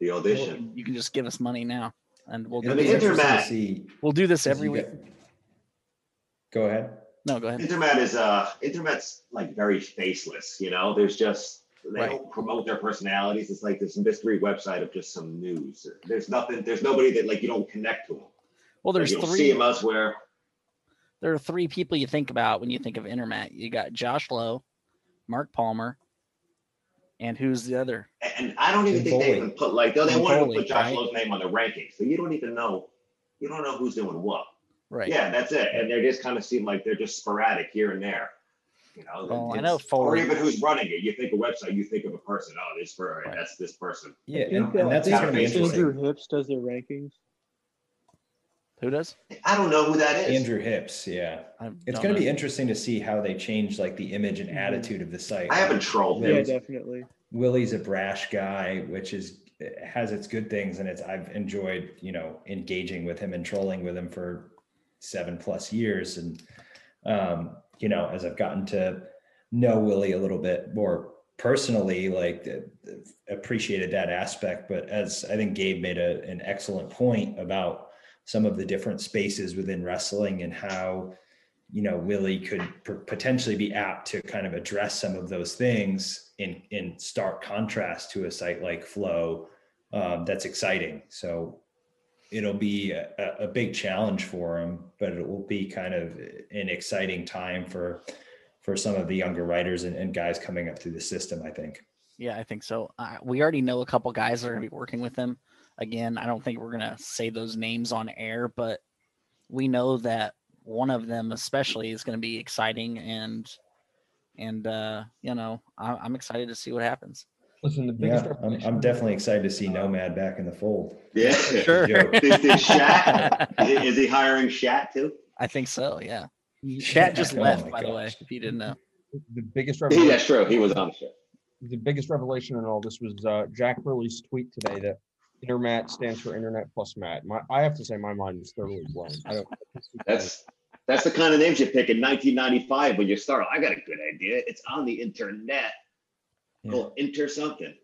[SPEAKER 4] the audition.
[SPEAKER 1] you can just give us money now, and we'll do
[SPEAKER 4] And the
[SPEAKER 1] this,
[SPEAKER 4] inter-
[SPEAKER 3] interesting to
[SPEAKER 4] intermat.
[SPEAKER 3] see.
[SPEAKER 1] we'll do this every
[SPEAKER 3] you
[SPEAKER 1] week.
[SPEAKER 3] got- Go ahead.
[SPEAKER 1] No, go ahead.
[SPEAKER 4] Internet is uh Internet's like very faceless, you know. There's just they
[SPEAKER 1] Right.
[SPEAKER 4] don't promote their personalities. It's like this mystery website of just some news. There's nothing. There's nobody that like you don't connect to them.
[SPEAKER 1] Well, there's
[SPEAKER 4] you don't see
[SPEAKER 1] three.
[SPEAKER 4] them elsewhere.
[SPEAKER 1] There are three people you think about when you think of intermat. You got Josh Lowe, Mark Palmer, and who's the other?
[SPEAKER 4] And I don't even
[SPEAKER 3] And
[SPEAKER 4] think they
[SPEAKER 3] bowling.
[SPEAKER 4] even put like they, they
[SPEAKER 1] And
[SPEAKER 4] wanted to
[SPEAKER 1] bowling,
[SPEAKER 4] put Josh
[SPEAKER 1] right?
[SPEAKER 4] Lowe's name on the rankings, so you don't even know. You don't know who's doing what.
[SPEAKER 1] Right.
[SPEAKER 4] Yeah, that's it. And they just kind of seem like they're just sporadic here and there. You know,
[SPEAKER 1] Well, Oh, I
[SPEAKER 4] it's-
[SPEAKER 1] know
[SPEAKER 4] or
[SPEAKER 1] Foley-
[SPEAKER 4] even who's running it. You think a website, you think of a person. Oh, this for
[SPEAKER 1] Right.
[SPEAKER 4] that's this person.
[SPEAKER 3] Yeah,
[SPEAKER 6] I
[SPEAKER 3] and,
[SPEAKER 6] think,
[SPEAKER 3] and
[SPEAKER 6] uh,
[SPEAKER 3] that's
[SPEAKER 4] Yeah,
[SPEAKER 3] going to be
[SPEAKER 4] I think
[SPEAKER 3] interesting.
[SPEAKER 6] Andrew Hips does their rankings.
[SPEAKER 1] Who does?
[SPEAKER 4] I don't know who that is.
[SPEAKER 3] Andrew Hips, yeah.
[SPEAKER 1] I
[SPEAKER 3] It's
[SPEAKER 1] don't
[SPEAKER 3] going to be
[SPEAKER 1] know.
[SPEAKER 3] interesting to see how they change like the image and
[SPEAKER 6] Mhm.
[SPEAKER 3] attitude of the site.
[SPEAKER 4] I haven't trolled
[SPEAKER 3] Yeah,
[SPEAKER 6] Yeah,
[SPEAKER 4] him.
[SPEAKER 3] it's-
[SPEAKER 6] definitely.
[SPEAKER 3] Willie's a brash guy, which is has its good things, and it's I've enjoyed you know engaging with him and trolling with him for seven plus years, and um, you know as I've gotten to know Willie a little bit more personally, like uh, appreciated that aspect. But as I think Gabe made a, an excellent point about some of the different spaces within wrestling and how you know Willie could p- potentially be apt to kind of address some of those things in in stark contrast to a site like Flow. Um, that's exciting. So it'll be a, a- a big challenge for him, but it will be kind of an exciting time for for some of the younger writers and, and guys coming up through the system. I think.
[SPEAKER 1] Yeah, I think so. Uh, we already know a couple guys that are going to be working with them. Again, I don't think we're going to say those names on air, but we know that one of them, especially, is going to be exciting and and uh, you know I, I'm excited to see what happens.
[SPEAKER 5] Listen, the biggest
[SPEAKER 3] Yeah, I'm,
[SPEAKER 5] revelation-
[SPEAKER 3] I'm definitely excited to see Nomad back in the fold.
[SPEAKER 4] Yeah.
[SPEAKER 1] Sure.
[SPEAKER 3] Joke.
[SPEAKER 4] Is this Shat? Is he hiring Shat too?
[SPEAKER 1] I think so. Yeah, Chat just
[SPEAKER 3] Oh
[SPEAKER 1] left,
[SPEAKER 3] my
[SPEAKER 1] by the way.
[SPEAKER 3] gosh.
[SPEAKER 1] If you didn't know,
[SPEAKER 5] the biggest
[SPEAKER 4] Yeah,
[SPEAKER 5] revelation
[SPEAKER 4] that's true. He was on the show.
[SPEAKER 5] the biggest revelation in all this was uh, Jack Burley's tweet today that Intermat stands for Internet plus Matt. My, I have to say, my mind was thoroughly blown. I don't.
[SPEAKER 4] That's that's the kind of names you pick in 1995 when you start. I got a good idea. It's on the internet.
[SPEAKER 3] Yeah.
[SPEAKER 4] Go inter something.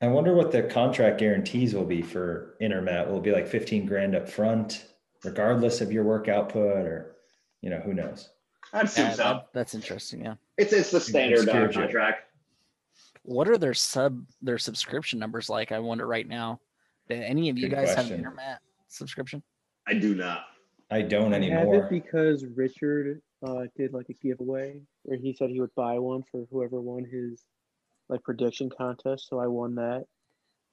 [SPEAKER 3] I wonder what the contract guarantees will be for Intermat. Will it be like 15 grand up front, regardless of your work output, or you know, who knows?
[SPEAKER 4] I'd assume
[SPEAKER 1] Yeah,
[SPEAKER 4] so.
[SPEAKER 1] that- that's interesting. Yeah.
[SPEAKER 4] It's it's the standard uh,
[SPEAKER 3] obscure joke.
[SPEAKER 4] contract.
[SPEAKER 1] What are their sub their subscription numbers like? I wonder right now. Do any of you
[SPEAKER 3] Good
[SPEAKER 1] guys have
[SPEAKER 3] question.
[SPEAKER 1] an internet subscription?
[SPEAKER 4] I do not.
[SPEAKER 3] I don't
[SPEAKER 6] I have it
[SPEAKER 3] anymore.
[SPEAKER 6] because Richard uh, did like a giveaway where he said he would buy one for whoever won his like prediction contest. So I won that,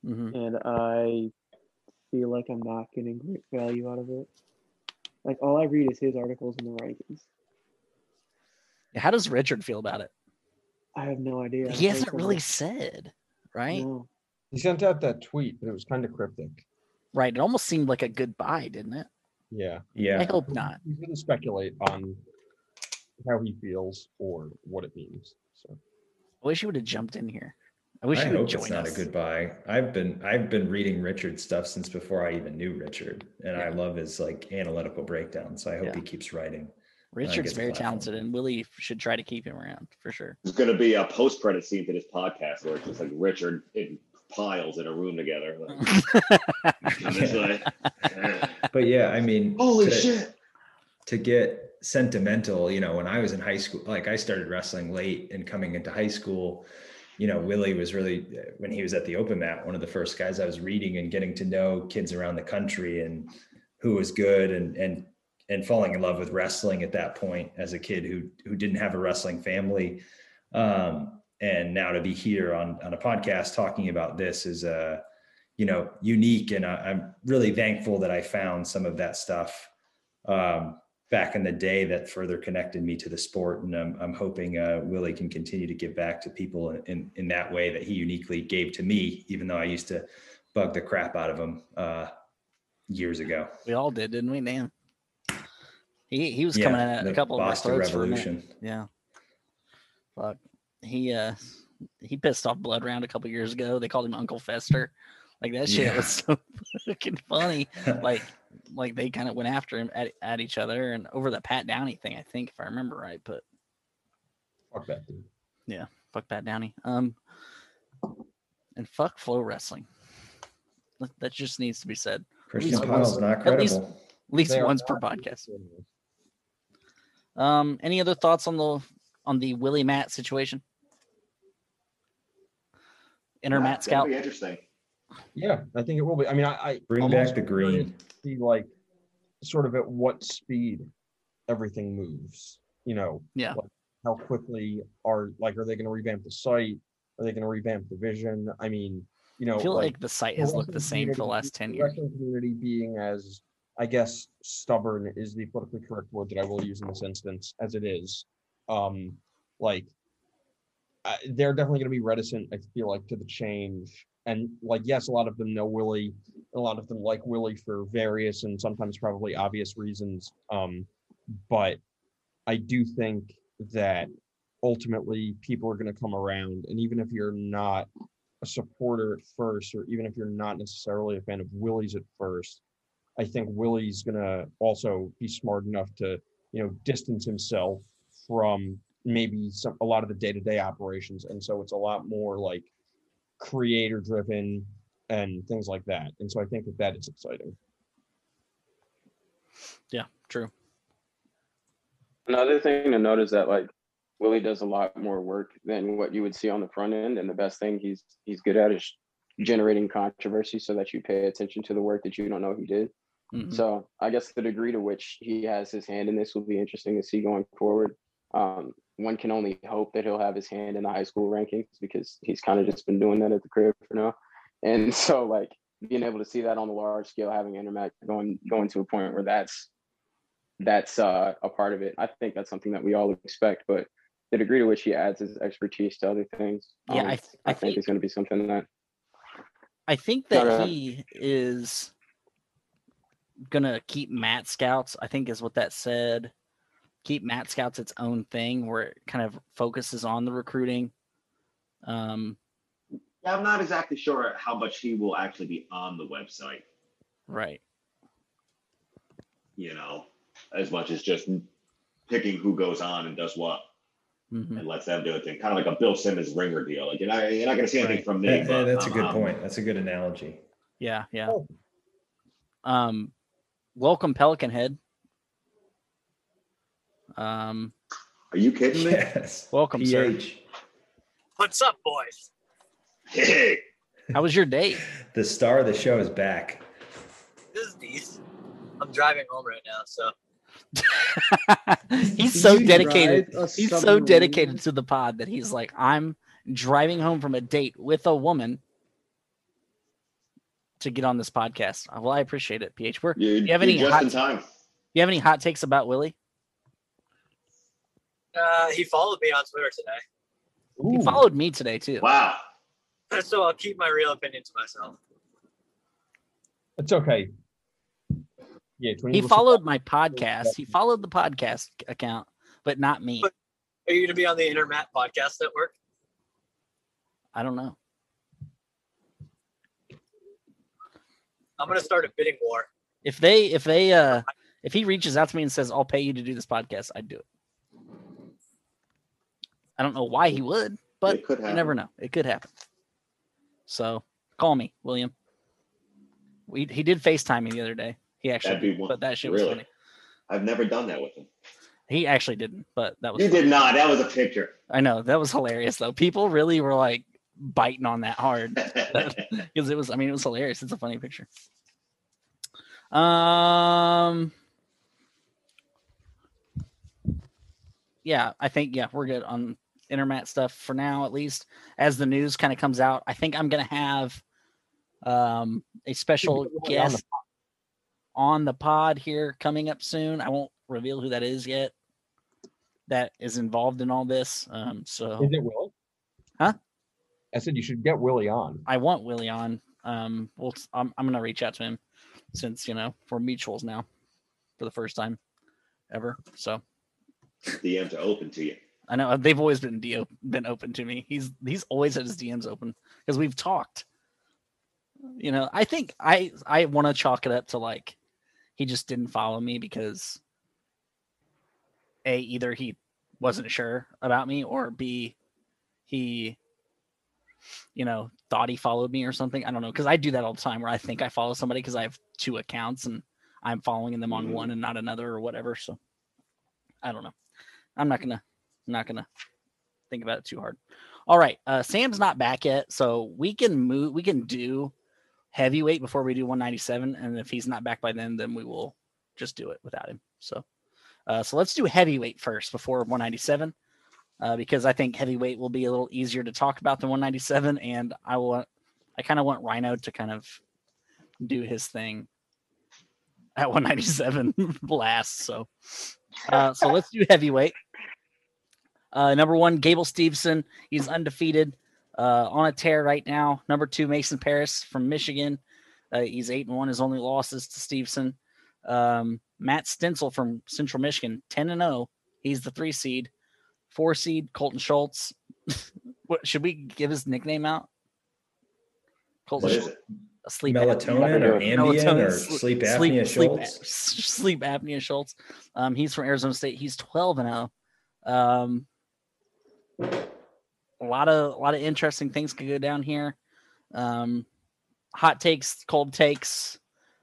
[SPEAKER 1] hmm
[SPEAKER 6] and I feel like I'm not getting great value out of it. Like all I read is his articles in the rankings.
[SPEAKER 1] How does Richard feel about it?
[SPEAKER 6] I have no idea.
[SPEAKER 1] he
[SPEAKER 6] I'm
[SPEAKER 1] hasn't
[SPEAKER 6] sorry.
[SPEAKER 1] really said, right?
[SPEAKER 6] No.
[SPEAKER 5] He sent out that tweet, but it was kind of cryptic.
[SPEAKER 1] Right. It almost seemed like a goodbye, didn't it?
[SPEAKER 5] Yeah,
[SPEAKER 1] I
[SPEAKER 3] Yeah,
[SPEAKER 1] hope not.
[SPEAKER 5] we couldn't speculate on how he feels or what it means. So
[SPEAKER 1] I wish he would have jumped in here I wish
[SPEAKER 3] I
[SPEAKER 1] you would
[SPEAKER 3] hope
[SPEAKER 1] join
[SPEAKER 3] it's not
[SPEAKER 1] us.
[SPEAKER 3] a good buy. I've been I've been reading Richard's stuff since before I even knew Richard, and I love his like analytical breakdown. So I hope
[SPEAKER 1] Yeah.
[SPEAKER 3] he keeps writing.
[SPEAKER 1] Richard's
[SPEAKER 3] gets a
[SPEAKER 1] very
[SPEAKER 3] platform.
[SPEAKER 1] talented, and Willie should try to keep him around for sure.
[SPEAKER 4] There's going to be a post-credit scene to this podcast where it's just like Richard in piles in a room together. Like, I'm just like,
[SPEAKER 3] But yeah, I mean,
[SPEAKER 4] holy
[SPEAKER 3] to-
[SPEAKER 4] shit!
[SPEAKER 3] to get sentimental, you know, when I was in high school, like I started wrestling late and coming into high school, you know, Willie was really, uh, when he was at the open mat, one of the first guys I was reading and getting to know kids around the country and who was good and, and, and falling in love with wrestling at that point as a kid who, who didn't have a wrestling family. Um, and now to be here on, on a podcast talking about this is, uh, you know, unique. And I, I'm really thankful that I found some of that stuff, um, back in the day that further connected me to the sport. And I'm, I'm hoping uh, Willie can continue to give back to people in, in that way that he uniquely gave to me, even though I used to bug the crap out of him uh, years ago.
[SPEAKER 1] We all did, didn't we, Dan? He he was coming at a
[SPEAKER 3] the
[SPEAKER 1] couple of our
[SPEAKER 3] Boston
[SPEAKER 1] throats for a minute.
[SPEAKER 3] Revolution.
[SPEAKER 1] Yeah. Fuck. He uh he pissed off Blood Round a couple years ago. They called him Uncle Fester. Like that shit
[SPEAKER 3] Yeah.
[SPEAKER 1] was so fucking funny. Like like they kind of went after him at, at each other and over the Pat Downey thing, I think, if I remember right. But
[SPEAKER 5] Fuck that dude.
[SPEAKER 1] fuck Pat Downey. Um and fuck flow wrestling. That- That just needs to be said.
[SPEAKER 3] Christian
[SPEAKER 1] least
[SPEAKER 3] Pyle's
[SPEAKER 1] once-
[SPEAKER 3] not
[SPEAKER 1] at least-
[SPEAKER 3] credible.
[SPEAKER 1] At least
[SPEAKER 5] They are
[SPEAKER 1] once per
[SPEAKER 5] not
[SPEAKER 1] podcast.
[SPEAKER 5] good.
[SPEAKER 1] Um, any other thoughts on the on the Willie Matt situation? Inner
[SPEAKER 4] Yeah,
[SPEAKER 1] Matt
[SPEAKER 4] it's gonna
[SPEAKER 1] Scout.
[SPEAKER 4] Be interesting.
[SPEAKER 5] Yeah, I think it will be. I mean, I, I
[SPEAKER 3] Bring back
[SPEAKER 5] almost
[SPEAKER 3] the
[SPEAKER 5] curious
[SPEAKER 3] green.
[SPEAKER 5] to See, like, sort of at what speed everything moves. You know.
[SPEAKER 1] Yeah.
[SPEAKER 5] Like, how quickly are like are they going to revamp the site? Are they going to revamp the vision? I mean, you know,
[SPEAKER 1] I feel like the site has looked the
[SPEAKER 5] wrestling
[SPEAKER 1] same for the
[SPEAKER 5] community-
[SPEAKER 1] last ten years.
[SPEAKER 5] Wrestling community being as, I guess, stubborn is the politically correct word that I will use in this instance, as it is. Um, like, I, they're definitely going to be reticent. I feel like to the change, and like, yes, a lot of them know Willie, and a lot of them like Willie for various and sometimes probably obvious reasons. Um, but I do think that ultimately people are going to come around, and even if you're not a supporter at first, or even if you're not necessarily a fan of Willie's at first, I think Willie's gonna also be smart enough to, you know, distance himself from maybe some a lot of the day-to-day operations. And so it's a lot more like creator driven and things like that. And so I think that that is exciting.
[SPEAKER 1] Yeah, true.
[SPEAKER 7] Another thing to note is that like Willie does a lot more work than what you would see on the front end, and the best thing he's he's good at is generating controversy so that you pay attention to the work that you don't know he did.
[SPEAKER 1] Mhm.
[SPEAKER 7] So I guess the degree to which he has his hand in this will be interesting to see going forward. Um, one can only hope that he'll have his hand in the high school rankings because he's kind of just been doing that at the crib for now. And so like being able to see that on a large scale, having Intermac going going to a point where that's that's uh, a part of it. I think that's something that we all expect, but the degree to which he adds his expertise to other things,
[SPEAKER 1] Yeah,
[SPEAKER 7] um,
[SPEAKER 1] I
[SPEAKER 7] I,
[SPEAKER 1] th- I
[SPEAKER 7] think
[SPEAKER 1] think-
[SPEAKER 7] is going to be something that
[SPEAKER 1] I think that
[SPEAKER 7] No, no, no.
[SPEAKER 1] he is gonna keep Matt Scouts. I think is what that said. Keep Matt Scouts its own thing, where it kind of focuses on the recruiting. Um,
[SPEAKER 4] Yeah, I'm not exactly sure how much he will actually be on the website.
[SPEAKER 1] right.
[SPEAKER 4] You know, as much as just picking who goes on and does what,
[SPEAKER 1] Mhm.
[SPEAKER 4] and lets them do it. Kind of like a Bill Simmons ringer deal. Like you're not, you're not going to see anything
[SPEAKER 1] Right.
[SPEAKER 4] from me.
[SPEAKER 3] That-
[SPEAKER 4] but um,
[SPEAKER 3] that's a
[SPEAKER 4] I'm-
[SPEAKER 3] good
[SPEAKER 4] I'm-
[SPEAKER 3] point. That's a good analogy.
[SPEAKER 1] Yeah, yeah.
[SPEAKER 5] Oh.
[SPEAKER 1] Um, welcome Pelican Head. Um,
[SPEAKER 4] Are you kidding me?
[SPEAKER 3] Yes.
[SPEAKER 1] welcome, sir.
[SPEAKER 3] PH.
[SPEAKER 8] What's up, boys?
[SPEAKER 4] Hey,
[SPEAKER 1] How was your date?
[SPEAKER 3] The star of the show is back.
[SPEAKER 8] This is decent. I'm driving home right now, so
[SPEAKER 1] he's so dedicated. He's so dedicated to the pod that he's like, I'm driving home from a date with a woman to get on this podcast. Uh, Well, I appreciate it, PH. We're,
[SPEAKER 4] you,
[SPEAKER 1] you have
[SPEAKER 4] you're
[SPEAKER 1] any
[SPEAKER 4] just
[SPEAKER 1] hot-
[SPEAKER 4] in time?
[SPEAKER 1] you have any hot takes about Willie?
[SPEAKER 8] uh, he followed me on Twitter today,
[SPEAKER 1] He followed me today too.
[SPEAKER 4] Wow.
[SPEAKER 8] so I'll keep my real opinion to myself.
[SPEAKER 5] It's okay. Yeah, when
[SPEAKER 1] He
[SPEAKER 5] you listen-
[SPEAKER 1] followed my podcast. He followed the podcast account, but not me.
[SPEAKER 8] Are you going to be on the Intermat Podcast Network?
[SPEAKER 1] I don't know.
[SPEAKER 8] I'm gonna start a bidding war.
[SPEAKER 1] If they if they uh if he reaches out to me and says I'll pay you to do this podcast, I'd do it. I don't know why he would, but
[SPEAKER 4] it could
[SPEAKER 1] you
[SPEAKER 4] happen.
[SPEAKER 1] never know. It could happen. So call me, William. We he did FaceTime me the other day. He actually
[SPEAKER 4] That'd be
[SPEAKER 1] did,
[SPEAKER 4] one-
[SPEAKER 1] but that shit was
[SPEAKER 4] really.
[SPEAKER 1] funny.
[SPEAKER 4] I've never done that with him.
[SPEAKER 1] He actually didn't, but that was
[SPEAKER 4] You
[SPEAKER 1] funny.
[SPEAKER 4] did not. That was a picture.
[SPEAKER 1] I know that was hilarious though. People really were like biting on that hard. because it was i mean it was hilarious it's a funny picture um yeah i think yeah we're good on intermat stuff for now at least as the news kind of comes out i think i'm gonna have um a special
[SPEAKER 5] have one on the
[SPEAKER 1] guest on the pod here coming up soon i won't reveal who that is yet that is involved in all this um so
[SPEAKER 5] Is it Willie?
[SPEAKER 1] Huh?
[SPEAKER 5] I said you should get Willie on.
[SPEAKER 1] I want Willie on. Um, we'll I'm, I'm gonna reach out to him since you know we're mutuals now for the first time ever. So
[SPEAKER 4] DMs are open to you.
[SPEAKER 1] I know they've always been do been open to me. He's he's always had his DMs open because we've talked. You know, I think I I want to chalk it up to like he just didn't follow me because a either he wasn't sure about me or b he you know thought he followed me or something. I don't know because I do that all the time where I think I follow somebody because I have two accounts and I'm following them on
[SPEAKER 4] Mhm.
[SPEAKER 1] one and not another or whatever. So I don't know. I'm not gonna I'm not gonna think about it too hard. All right, uh, Sam's not back yet, so we can move. We can do heavyweight before we do 197, and if he's not back by then, then we will just do it without him. So, uh, so let's do heavyweight first before 197, uh, because I think heavyweight will be a little easier to talk about than 197, and I want, I kind of want Rhino to kind of do his thing at 197 last. So, uh, so let's do heavyweight. Uh, number one, Gable Stevenson. He's undefeated, uh, on a tear right now. Number two, Mason Paris from Michigan. Uh, he's eight and one. His only losses to Stevenson. Um, Matt Stensel from Central Michigan, ten and zero. He's the three seed. Four seed, Colton Schultz. what should we give his nickname out? Colton
[SPEAKER 4] What is
[SPEAKER 1] Schultz,
[SPEAKER 4] it?
[SPEAKER 1] a sleep apnea-
[SPEAKER 3] Melatonin or Ambien
[SPEAKER 1] melatonin,
[SPEAKER 3] or
[SPEAKER 1] sl-
[SPEAKER 3] sleep apnea
[SPEAKER 1] sleep,
[SPEAKER 3] Schultz?
[SPEAKER 1] ap- sleep apnea Schultz. Um, he's from Arizona State. He's twelve and zero. Um, a lot of a lot of interesting things could go down here. Um, hot takes, cold takes,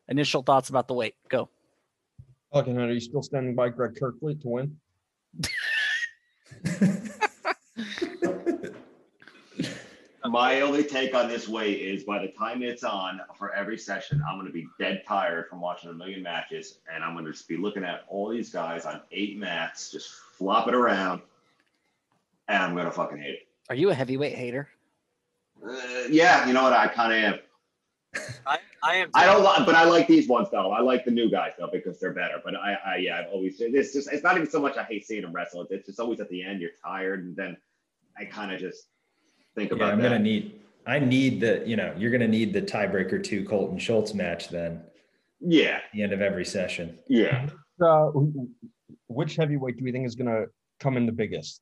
[SPEAKER 1] initial thoughts about the weight. Go.
[SPEAKER 5] Fucking are you still standing by Greg Kirkley to win?
[SPEAKER 4] My only take on this way is by the time it's on for every session, I'm going to be dead tired from watching a million matches. And I'm going to just be looking at all these guys on eight mats, just flopping around. And I'm going to fucking hate it.
[SPEAKER 1] Are you a heavyweight hater?
[SPEAKER 4] Uh, yeah, you know what? I kind of am.
[SPEAKER 8] I, I am.
[SPEAKER 4] I don't like, but I like these ones though. I like the new guys though because they're better. But I, I yeah, I've always it's just it's not even so much I hate seeing them wrestle. It's just always at the end you're tired, and then I kind of just think
[SPEAKER 3] Yeah,
[SPEAKER 4] about
[SPEAKER 3] I'm
[SPEAKER 4] that.
[SPEAKER 3] gonna need. I need the. You know, you're gonna need the tiebreaker two Colton Schultz match then.
[SPEAKER 4] yeah,
[SPEAKER 3] at The end of every session.
[SPEAKER 4] yeah.
[SPEAKER 5] Uh, who- which heavyweight do we think is going to come in the biggest?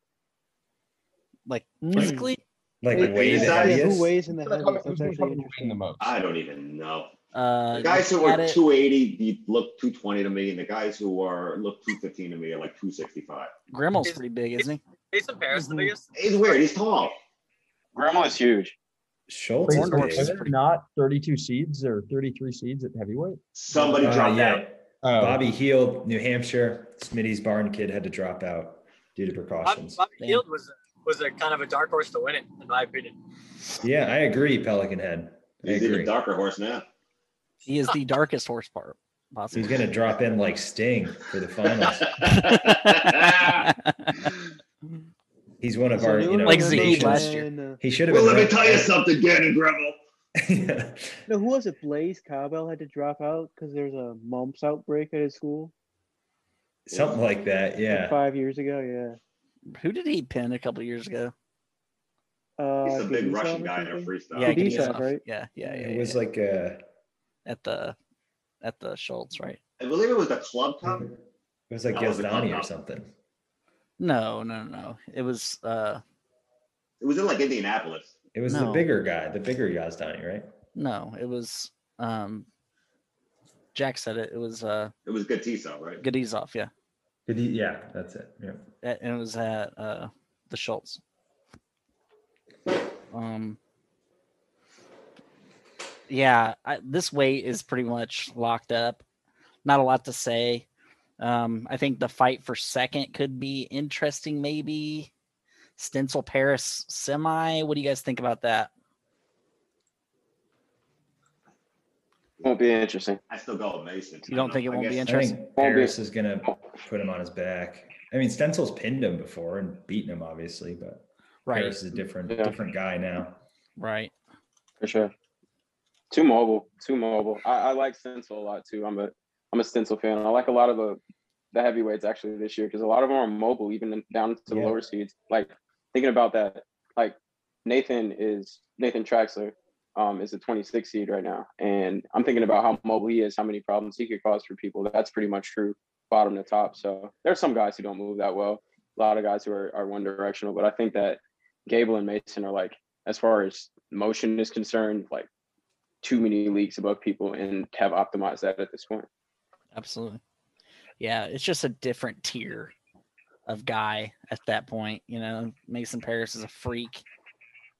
[SPEAKER 1] Like
[SPEAKER 3] Hmm.
[SPEAKER 6] Mm.
[SPEAKER 1] physically?
[SPEAKER 3] Like
[SPEAKER 6] Wait,
[SPEAKER 3] weigh the
[SPEAKER 4] who's that?
[SPEAKER 6] Yeah,
[SPEAKER 3] heaviest.
[SPEAKER 6] who weighs in the
[SPEAKER 5] Who's gonna
[SPEAKER 6] heaviest? That's
[SPEAKER 5] come- who's gonna
[SPEAKER 6] actually
[SPEAKER 5] come in the
[SPEAKER 6] interesting.
[SPEAKER 5] most?
[SPEAKER 4] I don't even know.
[SPEAKER 1] Uh,
[SPEAKER 4] The guys who
[SPEAKER 1] looking
[SPEAKER 4] are
[SPEAKER 1] at it-
[SPEAKER 4] 280 the- look 220 to me, and the guys who are look 215 to me are like 265.
[SPEAKER 1] Grimmel's
[SPEAKER 8] Is-
[SPEAKER 1] pretty big, isn't he?
[SPEAKER 8] Mason Paris the
[SPEAKER 6] Mhm.
[SPEAKER 8] biggest.
[SPEAKER 4] It's weird. He's tall.
[SPEAKER 7] Grandma's huge.
[SPEAKER 3] Schultz
[SPEAKER 5] Wait,
[SPEAKER 3] is
[SPEAKER 5] are,
[SPEAKER 3] big.
[SPEAKER 5] are there not 32 seeds or 33 seeds at heavyweight?
[SPEAKER 4] Somebody
[SPEAKER 3] Uh,
[SPEAKER 4] dropped
[SPEAKER 3] yeah.
[SPEAKER 4] out.
[SPEAKER 5] Oh,
[SPEAKER 3] Bobby Heald, New Hampshire. Smitty's barn kid had to drop out due to
[SPEAKER 8] Bobby,
[SPEAKER 3] precautions.
[SPEAKER 8] Bobby
[SPEAKER 1] Damn.
[SPEAKER 8] Field was was a kind of a dark horse to win it, in my opinion.
[SPEAKER 3] Yeah, I agree, Pelican Head. I
[SPEAKER 4] He's even
[SPEAKER 3] agree.
[SPEAKER 4] darker horse now.
[SPEAKER 1] He is the darkest horse part possible.
[SPEAKER 3] He's gonna drop in like Sting for the finals.
[SPEAKER 1] I
[SPEAKER 3] He's one of
[SPEAKER 6] So
[SPEAKER 3] our,
[SPEAKER 6] who
[SPEAKER 3] you know,
[SPEAKER 6] would
[SPEAKER 1] Like
[SPEAKER 6] have
[SPEAKER 1] Zahid
[SPEAKER 6] been,
[SPEAKER 1] last year.
[SPEAKER 6] uh,
[SPEAKER 3] He should have
[SPEAKER 4] well,
[SPEAKER 3] been.
[SPEAKER 4] let me tell you something, Gannon Greville.
[SPEAKER 3] something.
[SPEAKER 6] No, who was it? Blaze Cowbell had to drop out because there was a mumps outbreak at his school
[SPEAKER 3] something like that.
[SPEAKER 6] like,
[SPEAKER 3] Yeah.
[SPEAKER 6] five years ago. Yeah,
[SPEAKER 1] Who did he pin a couple years ago?
[SPEAKER 6] uh,
[SPEAKER 4] He's the big
[SPEAKER 6] Kudisov
[SPEAKER 4] Russian
[SPEAKER 6] or
[SPEAKER 4] guy in a
[SPEAKER 6] something?
[SPEAKER 4] freestyle.
[SPEAKER 1] Yeah,
[SPEAKER 6] Kudisov,
[SPEAKER 1] Kudisov.
[SPEAKER 6] right?
[SPEAKER 1] Yeah, yeah, yeah.
[SPEAKER 3] It was uh,
[SPEAKER 1] yeah.
[SPEAKER 3] like a.
[SPEAKER 1] at the at the Schultz, right?
[SPEAKER 4] I believe it was the club cup.
[SPEAKER 3] It was like
[SPEAKER 4] That was a
[SPEAKER 3] Gazdani or
[SPEAKER 4] knockout. something.
[SPEAKER 3] something.
[SPEAKER 1] No, no, no. no. It was uh
[SPEAKER 4] It was in like Indianapolis.
[SPEAKER 3] It was
[SPEAKER 1] No.
[SPEAKER 3] the bigger guy, the bigger Gazdani, right?
[SPEAKER 1] no, it was um Jack said it. It was uh,
[SPEAKER 4] It was good Tiso, right?
[SPEAKER 1] Gadizov, yeah,
[SPEAKER 3] Good e- Yeah, that's it. Yeah.
[SPEAKER 1] That- and it was at uh, the Schultz. Um, yeah, I, this weight is pretty much locked up. Not a lot to say. Um, I think the fight for second could be interesting, maybe. Stencil Paris semi. What do you guys think about that?
[SPEAKER 7] Won't be interesting.
[SPEAKER 4] I still go with Mason.
[SPEAKER 1] You
[SPEAKER 4] I
[SPEAKER 1] don't think it
[SPEAKER 4] I
[SPEAKER 1] won't be
[SPEAKER 3] I
[SPEAKER 4] guess-
[SPEAKER 1] Interesting.
[SPEAKER 3] think Paris is gonna put him on his back. I mean, Stencil's pinned him before and beaten him, obviously, but
[SPEAKER 1] Right,
[SPEAKER 3] Paris is a different
[SPEAKER 7] Yeah.
[SPEAKER 3] different guy now.
[SPEAKER 1] right.
[SPEAKER 7] For sure. Too mobile. Too mobile. I, I like Stencil a lot too. I'm a I'm a Stencil fan. I like a lot of the the heavyweights actually this year because a lot of them are mobile, even in- down to the
[SPEAKER 3] Yeah.
[SPEAKER 7] lower seeds. Like thinking about that, like Nathan is Nathan Traxler um, is a 26 seed right now, and I'm thinking about how mobile he is, how many problems he could cause for people. That's pretty much true, bottom to top. So there's some guys who don't move that well. A lot of guys who are, are one directional, but I think that Gable and Mason are like as far as motion is concerned, like too many leagues above people and have optimized that at this point.
[SPEAKER 1] Absolutely. Yeah, it's just a different tier of guy at that point. You know, Mason Paris is a freak.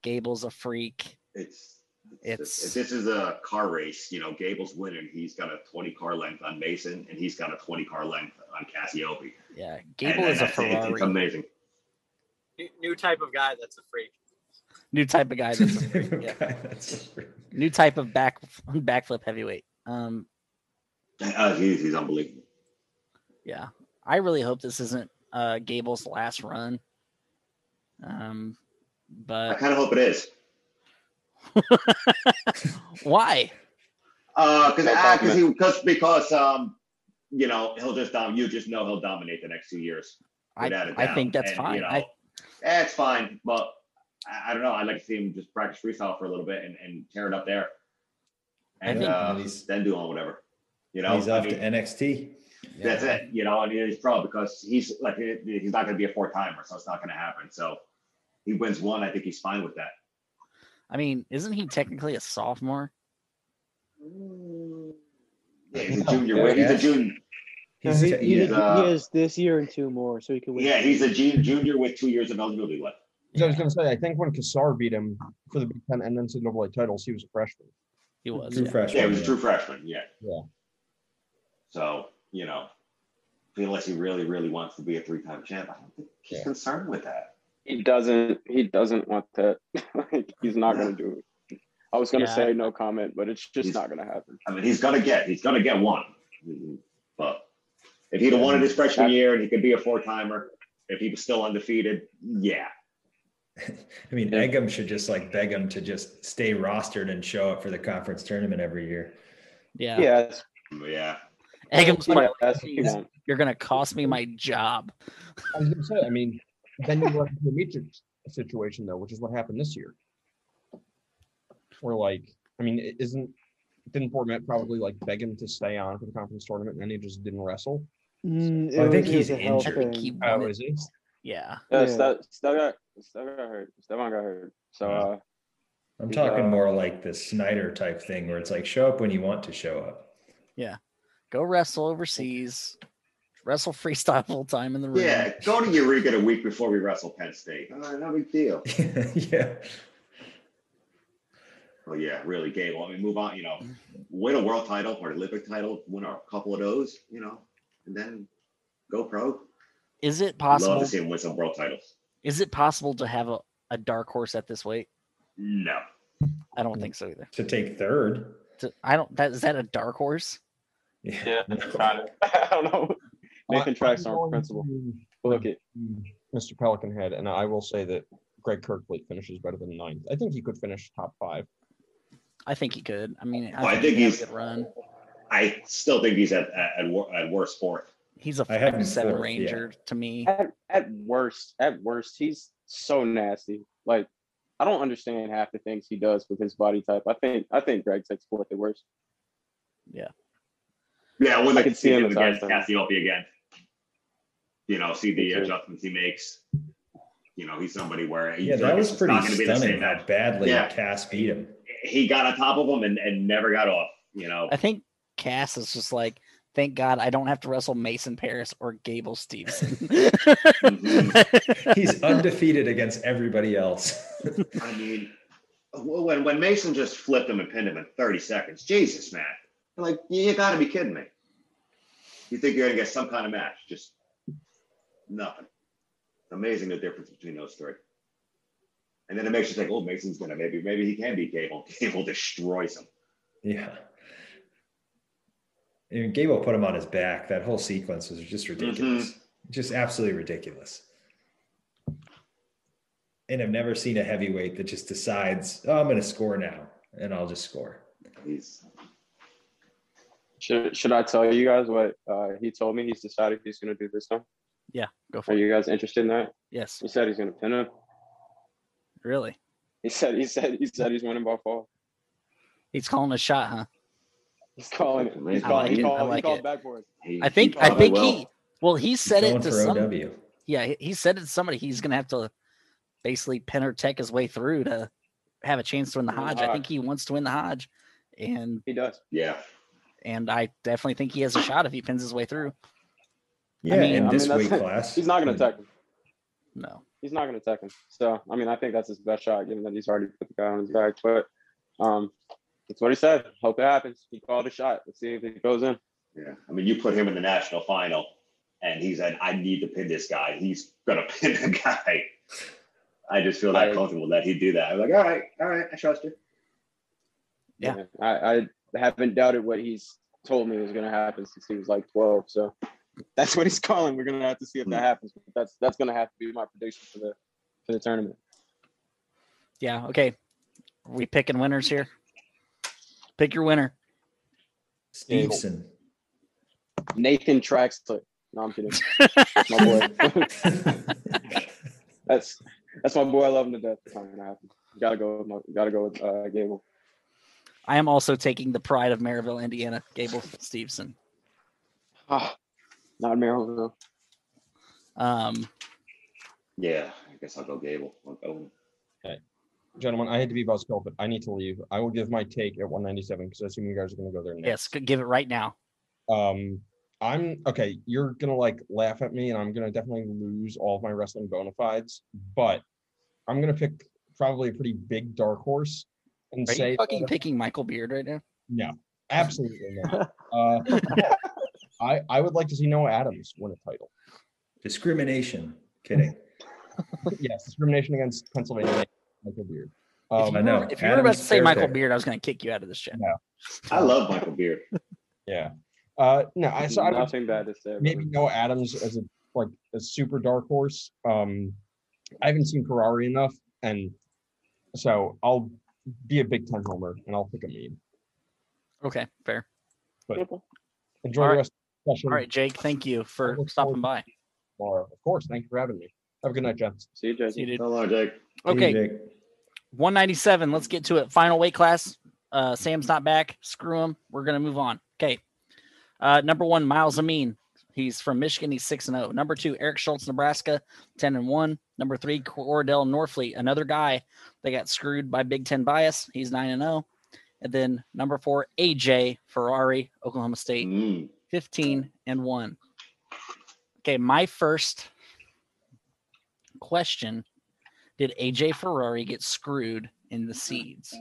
[SPEAKER 1] Gable's a freak.
[SPEAKER 4] It's,
[SPEAKER 1] It's-
[SPEAKER 4] if this is a car race, you know, Gable's winning. He's got a 20 car length on Mason, and he's got a 20 car length on Cassiope.
[SPEAKER 1] Yeah,
[SPEAKER 4] And
[SPEAKER 1] Gable is a
[SPEAKER 4] that's it. It's, it's
[SPEAKER 1] Ferrari.
[SPEAKER 4] amazing.
[SPEAKER 8] New, new type of guy that's a freak.
[SPEAKER 1] New type of guy. That's a, yeah.
[SPEAKER 3] That's
[SPEAKER 1] new type of back backflip heavyweight. Um,
[SPEAKER 4] Uh, he's, he's unbelievable.
[SPEAKER 1] yeah, I really hope this isn't uh Gable's last run. Um,
[SPEAKER 4] I
[SPEAKER 1] but
[SPEAKER 4] kind of hope it is.
[SPEAKER 1] why?
[SPEAKER 4] Because
[SPEAKER 7] No
[SPEAKER 4] because he because because um you know he'll just dom- you just know he'll dominate the next two years.
[SPEAKER 1] I
[SPEAKER 4] without a
[SPEAKER 1] I
[SPEAKER 4] doubt.
[SPEAKER 1] think that's
[SPEAKER 4] And,
[SPEAKER 1] fine.
[SPEAKER 4] You know,
[SPEAKER 1] I
[SPEAKER 4] eh, it's fine, but I, I don't know. I'd like to see him just practice freestyle for a little bit and, and tear it up there,
[SPEAKER 1] I
[SPEAKER 4] and
[SPEAKER 1] think-
[SPEAKER 4] uh,
[SPEAKER 3] And he's-
[SPEAKER 4] then do on whatever. You know,
[SPEAKER 3] He's
[SPEAKER 4] I
[SPEAKER 3] off
[SPEAKER 4] mean,
[SPEAKER 3] to NXT.
[SPEAKER 4] that's it. You know, and he's pro because he's like he- he's not going to be a four timer, so it's not going to happen. So he wins one. I think he's fine with that.
[SPEAKER 1] I mean, isn't he technically a sophomore?
[SPEAKER 5] Mm.
[SPEAKER 4] Yeah, he's a
[SPEAKER 2] No,
[SPEAKER 4] junior.
[SPEAKER 3] yeah,
[SPEAKER 4] win- he's
[SPEAKER 3] yeah.
[SPEAKER 4] a junior.
[SPEAKER 3] He's
[SPEAKER 6] he,
[SPEAKER 3] te-
[SPEAKER 6] he-
[SPEAKER 3] yeah.
[SPEAKER 6] he
[SPEAKER 4] uh,
[SPEAKER 6] has this year and two more, so he can win.
[SPEAKER 4] Yeah, he's a jun- junior with two years of eligibility left.
[SPEAKER 5] So I was gonna say, I think when Kassar beat him for the Big Ten and NCAA titles, he was a freshman.
[SPEAKER 1] He was.
[SPEAKER 3] True
[SPEAKER 1] yeah.
[SPEAKER 3] freshman.
[SPEAKER 4] Yeah, he was a
[SPEAKER 3] yeah.
[SPEAKER 4] true freshman. Yeah.
[SPEAKER 5] Yeah.
[SPEAKER 4] So you know, unless he really, really wants to be a three-time champ, I don't think he's
[SPEAKER 5] Yeah.
[SPEAKER 4] concerned with that.
[SPEAKER 7] He doesn't he doesn't want that. like he's not gonna do it. I was gonna
[SPEAKER 1] Yeah.
[SPEAKER 7] say no comment, but it's just
[SPEAKER 4] He's-
[SPEAKER 7] not gonna happen.
[SPEAKER 4] I mean, he's gonna get, he's gonna get one. But if he'd have won it his freshman year and he could be a four-timer, if he was still undefeated, yeah,
[SPEAKER 3] I mean,
[SPEAKER 7] Yeah.
[SPEAKER 3] Egham should just like beg him to just stay rostered and show up for the conference tournament every year.
[SPEAKER 1] Yeah.
[SPEAKER 7] Yeah, that's,
[SPEAKER 4] yeah.
[SPEAKER 1] Egham's like,
[SPEAKER 7] yeah, that's what he
[SPEAKER 1] please.
[SPEAKER 7] wants.
[SPEAKER 1] You're gonna cost me my job.
[SPEAKER 5] I was gonna say, I mean, then you run into the Mitric situation though, which is what happened this year. Where like, I mean, i- isn't didn't Fournette probably like beg him to stay on for the conference tournament, and then he just didn't wrestle?
[SPEAKER 6] Mm, it
[SPEAKER 3] I
[SPEAKER 6] was-
[SPEAKER 3] think
[SPEAKER 6] it
[SPEAKER 3] he's
[SPEAKER 6] was a health
[SPEAKER 1] I
[SPEAKER 3] injured.
[SPEAKER 1] think
[SPEAKER 6] thing.
[SPEAKER 1] he won
[SPEAKER 5] Oh,
[SPEAKER 1] it.
[SPEAKER 5] is he?
[SPEAKER 1] Yeah.
[SPEAKER 7] Yeah,
[SPEAKER 6] Yeah.
[SPEAKER 7] Ste- Steph got Steph got hurt. Stevan got hurt. So
[SPEAKER 3] Yeah.
[SPEAKER 7] uh,
[SPEAKER 3] I'm
[SPEAKER 7] Yeah.
[SPEAKER 3] talking more like the Snyder type thing where it's like show up when you want to show up.
[SPEAKER 1] Go wrestle overseas. Wrestle freestyle full time in the room.
[SPEAKER 4] Yeah, go to Eureka a week before we wrestle Penn State. All right, no big deal.
[SPEAKER 3] yeah.
[SPEAKER 4] Well, Oh, yeah, really, Gable. I mean, move on. You know, win a world title or an Olympic title, win a couple of those. You know, and then go pro.
[SPEAKER 1] Is it
[SPEAKER 4] Love
[SPEAKER 1] possible?
[SPEAKER 4] to see him win some world titles.
[SPEAKER 1] Is it possible to have a, a dark horse at this weight?
[SPEAKER 4] No,
[SPEAKER 1] I don't think so either.
[SPEAKER 3] To take third.
[SPEAKER 1] To- I don't. That is that a dark horse?
[SPEAKER 7] yeah, I don't know. Nathan Trax
[SPEAKER 5] I'm
[SPEAKER 7] on
[SPEAKER 5] going
[SPEAKER 7] principle.
[SPEAKER 5] to
[SPEAKER 7] Look at
[SPEAKER 5] Mr. Pelican head, and I will say that Greg Kirkfleet finishes better than ninth. I think he could finish top five.
[SPEAKER 1] I think he could. I mean, I,
[SPEAKER 4] Well, I
[SPEAKER 1] think,
[SPEAKER 4] think
[SPEAKER 1] he has a
[SPEAKER 4] he's-
[SPEAKER 1] good run.
[SPEAKER 4] I still think he's at at, at, wor- at worst fourth.
[SPEAKER 1] He's a
[SPEAKER 3] I have him
[SPEAKER 1] seven
[SPEAKER 3] fourth, yeah.
[SPEAKER 1] ranger to me.
[SPEAKER 7] at, at worst, at worst, he's so nasty. Like, I don't understand half the things he does with his body type. I think I think Greg takes fourth at worst.
[SPEAKER 4] Yeah, I would like
[SPEAKER 7] can
[SPEAKER 4] to see
[SPEAKER 7] see him
[SPEAKER 4] him
[SPEAKER 7] as
[SPEAKER 4] against
[SPEAKER 7] outside.
[SPEAKER 4] Cassiope again. You know, see the
[SPEAKER 7] Me too.
[SPEAKER 4] adjustments he makes. You know, he's somebody where he's
[SPEAKER 3] Yeah, that
[SPEAKER 4] like,
[SPEAKER 3] was
[SPEAKER 4] it's
[SPEAKER 3] pretty
[SPEAKER 4] not gonna be the
[SPEAKER 3] stunning
[SPEAKER 4] same
[SPEAKER 3] how
[SPEAKER 4] match.
[SPEAKER 3] badly
[SPEAKER 4] Yeah.
[SPEAKER 3] Cass beat him.
[SPEAKER 4] He got on top of him and, and never got off. You know,
[SPEAKER 1] I think Cass is just like, thank God I don't have to wrestle Mason Paris or Gable Stevenson.
[SPEAKER 4] Mm. Mm-hmm.
[SPEAKER 3] He's undefeated against everybody else.
[SPEAKER 4] I mean, when when Mason just flipped him and pinned him in 30 seconds, Jesus, man. I'm like, you, you gotta be kidding me. You think you're gonna get some kind of match? Just nothing. Amazing the difference between those three. And then it makes you think, oh, Mason's gonna maybe maybe he can be Gable. Gable destroys him.
[SPEAKER 3] yeah. I mean, Gable put him on his back. That whole sequence was just
[SPEAKER 4] Mm-hmm.
[SPEAKER 3] ridiculous. Just absolutely ridiculous. And I've never seen a heavyweight that just decides, oh, I'm going to score now and I'll just score.
[SPEAKER 4] He's
[SPEAKER 7] Should should I tell you guys what uh, he told me? He's decided he's gonna do this time.
[SPEAKER 1] Go for
[SPEAKER 7] Are
[SPEAKER 1] it.
[SPEAKER 7] you guys interested in that?
[SPEAKER 1] Yes,
[SPEAKER 7] He said he's gonna pin him.
[SPEAKER 1] really.
[SPEAKER 7] He said he said he said he's winning by fall.
[SPEAKER 1] He's calling a shot, huh?
[SPEAKER 7] He's calling it. He's
[SPEAKER 1] Oh, I
[SPEAKER 7] calling.
[SPEAKER 1] like
[SPEAKER 7] he
[SPEAKER 1] it.
[SPEAKER 7] called,
[SPEAKER 1] I like
[SPEAKER 7] he called
[SPEAKER 1] it.
[SPEAKER 7] backwards.
[SPEAKER 4] he,
[SPEAKER 1] I think I
[SPEAKER 4] probably
[SPEAKER 1] think
[SPEAKER 4] will.
[SPEAKER 1] he well he said
[SPEAKER 3] Going
[SPEAKER 1] it to
[SPEAKER 3] for
[SPEAKER 1] some
[SPEAKER 3] OW.
[SPEAKER 1] yeah, he- he said it to somebody he's gonna have to basically pin or tech his way through to have a chance to win the
[SPEAKER 7] Win the
[SPEAKER 1] Hodge. I think
[SPEAKER 7] Hodge.
[SPEAKER 1] he wants to win the Hodge. And
[SPEAKER 7] He does.
[SPEAKER 4] Yeah.
[SPEAKER 1] and I definitely think he has a shot if he pins his way through.
[SPEAKER 3] Yeah,
[SPEAKER 1] mean,
[SPEAKER 3] in
[SPEAKER 1] I
[SPEAKER 3] this
[SPEAKER 7] mean,
[SPEAKER 3] weight
[SPEAKER 7] that's-
[SPEAKER 3] class.
[SPEAKER 7] He's not gonna
[SPEAKER 1] Hmm.
[SPEAKER 3] Mm.
[SPEAKER 7] attack him.
[SPEAKER 1] No.
[SPEAKER 7] He's not gonna attack him. So I mean, I think that's his best shot, given that he's already put the guy on his back. But um, that's what he said. Hope it happens. He called a shot. Let's see if it goes in.
[SPEAKER 4] Yeah. I mean, you put him in the national final and he said, I need to pin this guy. He's going to pin the guy. I just feel that
[SPEAKER 7] I-
[SPEAKER 4] comfortable that he'd do that. I'm like, all right, all right, I trust you.
[SPEAKER 1] Yeah.
[SPEAKER 7] I, I haven't doubted what he's told me was going to happen since he was like 12. So that's what he's calling. We're going to have to see if that happens. But that's that's going to have to be my prediction for the for the tournament.
[SPEAKER 1] Yeah, okay. Are we picking winners here? Pick your winner.
[SPEAKER 3] Stevenson.
[SPEAKER 7] Nathan Traxler. No, I'm kidding. That's my boy. that's that's my boy. I love him to death. It's not going to happen. Got to go. With my, gotta go with uh, Gable.
[SPEAKER 1] I am also taking the pride of Maryville, Indiana, Gable Stevenson.
[SPEAKER 7] Ah, not Maryland.
[SPEAKER 1] Um,
[SPEAKER 4] Yeah, I guess I'll go Gable. I'll go.
[SPEAKER 5] Gentlemen, I hate to be buzzkill, but I need to leave. I will give my take at 197 because I assume you guys are going to go there next.
[SPEAKER 1] yes, g- give it right now.
[SPEAKER 5] Um, I'm okay. You're gonna like laugh at me, and I'm gonna definitely lose all of my wrestling bona fides. But I'm gonna pick probably a pretty big dark horse and
[SPEAKER 1] Are
[SPEAKER 5] say
[SPEAKER 1] you fucking
[SPEAKER 5] that-
[SPEAKER 1] picking Michael Beard right now?
[SPEAKER 5] absolutely not. Uh, I I would like to see Noah Adams win a title.
[SPEAKER 3] Discrimination. Kidding.
[SPEAKER 5] yes, discrimination against Pennsylvania. Native Michael Beard.
[SPEAKER 1] If you,
[SPEAKER 5] Um,
[SPEAKER 3] I know.
[SPEAKER 1] were, Oh, if you were about
[SPEAKER 3] Adam's
[SPEAKER 1] to say
[SPEAKER 3] fair
[SPEAKER 1] Michael
[SPEAKER 3] there.
[SPEAKER 1] Beard, I was going to kick you out of this chat.
[SPEAKER 4] I love Michael Beard.
[SPEAKER 5] yeah. Uh, no, I so I would
[SPEAKER 7] Nothing bad to say. about
[SPEAKER 5] maybe
[SPEAKER 7] him.
[SPEAKER 5] Noah Adams as a like a super dark horse. Um, I haven't seen Ferrari enough, and so I'll be a Big Ten homer and I'll pick a meme.
[SPEAKER 1] Okay, fair.
[SPEAKER 5] Enjoy
[SPEAKER 1] All
[SPEAKER 5] the
[SPEAKER 1] right.
[SPEAKER 5] rest of the session
[SPEAKER 1] All right, Jake, thank you for
[SPEAKER 5] look
[SPEAKER 1] stopping by.
[SPEAKER 5] tomorrow. Of course, thank you for having me. Have a good night, gents.
[SPEAKER 7] See you,
[SPEAKER 1] See you,
[SPEAKER 7] Jesse.
[SPEAKER 1] dude.
[SPEAKER 4] So long, Jake.
[SPEAKER 1] Okay,
[SPEAKER 3] TJ.
[SPEAKER 1] 197. Let's get to it. Final weight class. Uh, Sam's not back. Screw him. We're gonna move on. Okay. Uh, number one, Miles Amin. He's from Michigan. He's six and zero. Number two, Eric Schultz, Nebraska, ten and one. Number three, Cordell Norfleet, another guy that got screwed by Big Ten bias. He's nine and zero. And then number four, AJ Ferrari, Oklahoma State,
[SPEAKER 4] Mm.
[SPEAKER 1] 15 and 1. Okay, my first question Did AJ Ferrari get screwed in the seeds?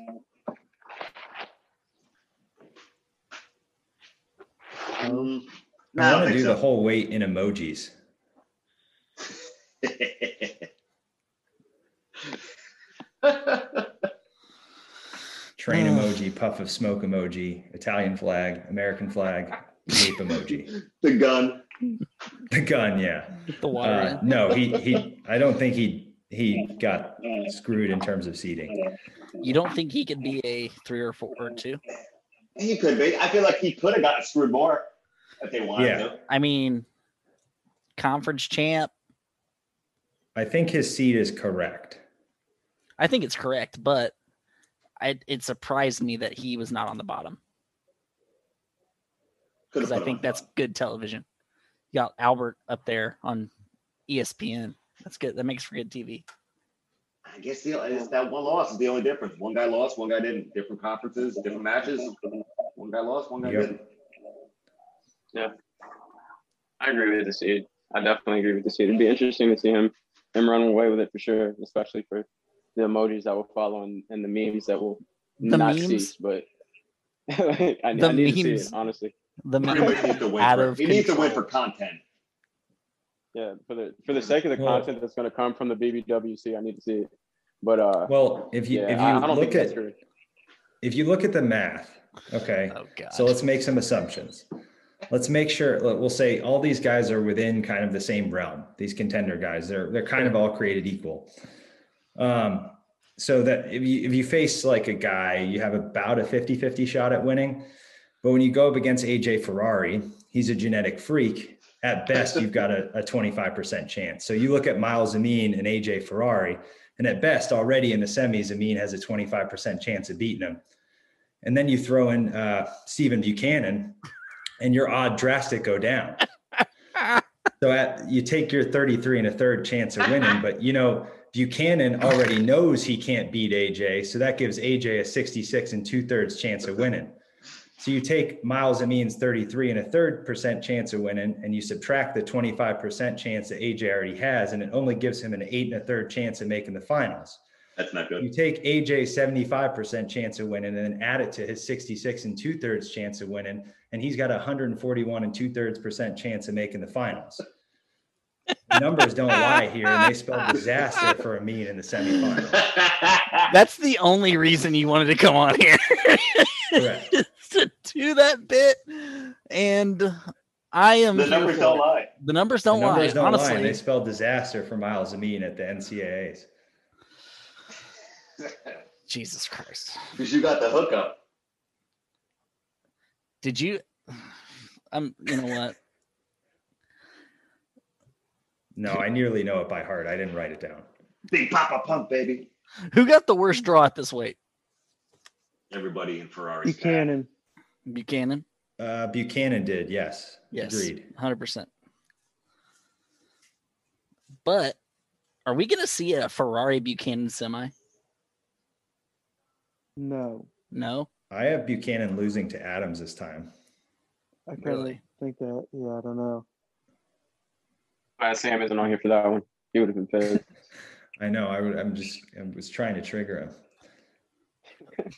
[SPEAKER 4] Mm. No,
[SPEAKER 3] I want
[SPEAKER 4] I don't
[SPEAKER 3] to
[SPEAKER 4] think
[SPEAKER 3] do the
[SPEAKER 4] so.
[SPEAKER 3] whole weight in emojis. Train
[SPEAKER 1] Ugh.
[SPEAKER 3] emoji, puff of smoke emoji, Italian flag, American flag, ape emoji.
[SPEAKER 4] the gun.
[SPEAKER 3] The gun, yeah.
[SPEAKER 1] The water.
[SPEAKER 3] Uh,
[SPEAKER 1] in?
[SPEAKER 3] no, he he. I don't think he he got screwed in terms of seating.
[SPEAKER 1] You don't think he could be a three or four or two?
[SPEAKER 4] He could be. I feel like he could have gotten screwed more if they wanted
[SPEAKER 3] Yeah.
[SPEAKER 4] to.
[SPEAKER 1] I mean, conference champ.
[SPEAKER 3] I think his seat is correct.
[SPEAKER 1] I think it's correct, but I, it surprised me that he was not on the bottom
[SPEAKER 4] Could
[SPEAKER 1] because I think that's good television. You got Albert up there on E ESPN. That's good. That makes for good TV.
[SPEAKER 4] I guess the, it's that one loss is the only difference. One guy lost, one guy didn't. Different conferences, different matches. One guy lost, one guy
[SPEAKER 3] Yep.
[SPEAKER 4] didn't.
[SPEAKER 7] I agree with this dude. I definitely agree with this dude. It'd be interesting to see him him run away with it for sure, especially for the emojis that will follow and, and the memes that will
[SPEAKER 1] The
[SPEAKER 7] not
[SPEAKER 1] memes?
[SPEAKER 7] cease. But I, I
[SPEAKER 1] The
[SPEAKER 7] need to see
[SPEAKER 1] memes.
[SPEAKER 7] it honestly.
[SPEAKER 1] The
[SPEAKER 4] He
[SPEAKER 1] meme.
[SPEAKER 4] needs to win
[SPEAKER 1] Out
[SPEAKER 4] for-
[SPEAKER 1] of
[SPEAKER 4] he needs to win for
[SPEAKER 1] control.
[SPEAKER 4] content.
[SPEAKER 7] Yeah, for the for the sake of the
[SPEAKER 2] Well-
[SPEAKER 7] content that's going to come from the BBWC, I need to see it. But uh,
[SPEAKER 3] Well, if you
[SPEAKER 7] yeah,
[SPEAKER 3] if you
[SPEAKER 7] I, I don't
[SPEAKER 3] look
[SPEAKER 7] think
[SPEAKER 3] at
[SPEAKER 7] that's true.
[SPEAKER 3] if you look at the math, okay,
[SPEAKER 1] Oh god.
[SPEAKER 3] So let's make some assumptions. Let's make sure let- we'll say all these guys are within kind of the same realm. These contender guys, they're they're kind of all created equal. Um, so that if you if you face like a guy, you have about a 50-50 shot at winning. But when you go up against AJ Ferrari, he's a genetic freak. At best, you've got a, a 25% chance. So you look at Miles Amin and AJ Ferrari, and at best, already in the semis, Amin has a 25% chance of beating him. And then you throw in uh, Stephen Buchanan, and your odd drastic go down. so at, you take your 33 and a third chance of winning, but you know Buchanan already knows he can't beat AJ, so that gives AJ a 66 and two thirds chance of winning. So you take Miles Amin's 33 and a third percent chance of winning, and you subtract the 25 percent chance that AJ already has, and it only gives him an eight and a third chance of making the finals
[SPEAKER 4] That's not good.
[SPEAKER 3] you take AJ's 75% chance of winning and then add it to his 66 and two thirds chance of winning, and he's got a 141 and two thirds percent chance of making the finals. Numbers don't lie here, and they spell disaster for a mean in the semifinals.
[SPEAKER 1] That's the only reason you wanted to come on here
[SPEAKER 3] Correct.
[SPEAKER 1] to do that bit. And I am
[SPEAKER 4] the
[SPEAKER 1] here
[SPEAKER 4] numbers
[SPEAKER 1] for
[SPEAKER 4] don't
[SPEAKER 1] it.
[SPEAKER 4] lie.
[SPEAKER 1] The numbers
[SPEAKER 3] The
[SPEAKER 1] don't
[SPEAKER 3] numbers
[SPEAKER 1] lie.
[SPEAKER 3] don't lie,
[SPEAKER 1] honestly,
[SPEAKER 3] and they spell disaster for Miles Amin at the NCAAs.
[SPEAKER 1] Jesus Christ.
[SPEAKER 4] Because you got the hookup.
[SPEAKER 1] Did you? I'm. You know what?
[SPEAKER 3] No, I nearly know it by heart. I didn't write it down.
[SPEAKER 4] Big Papa Pump, baby.
[SPEAKER 1] Who got the worst draw at this weight?
[SPEAKER 4] Everybody in Ferrari.
[SPEAKER 6] Buchanan.
[SPEAKER 1] Buchanan.
[SPEAKER 3] Uh, Buchanan did, yes.
[SPEAKER 1] Yes.
[SPEAKER 3] Agreed.
[SPEAKER 1] Hundred percent. But are we going to see a Ferrari Buchanan semi?
[SPEAKER 6] No,
[SPEAKER 1] No,
[SPEAKER 3] I have Buchanan losing to Adams this time.
[SPEAKER 6] I kind of
[SPEAKER 1] really.
[SPEAKER 6] think that. Yeah, I don't know.
[SPEAKER 7] Uh, Sam isn't on here for that one. He would have been pissed.
[SPEAKER 3] I know. I would. I'm just. I was trying to trigger him.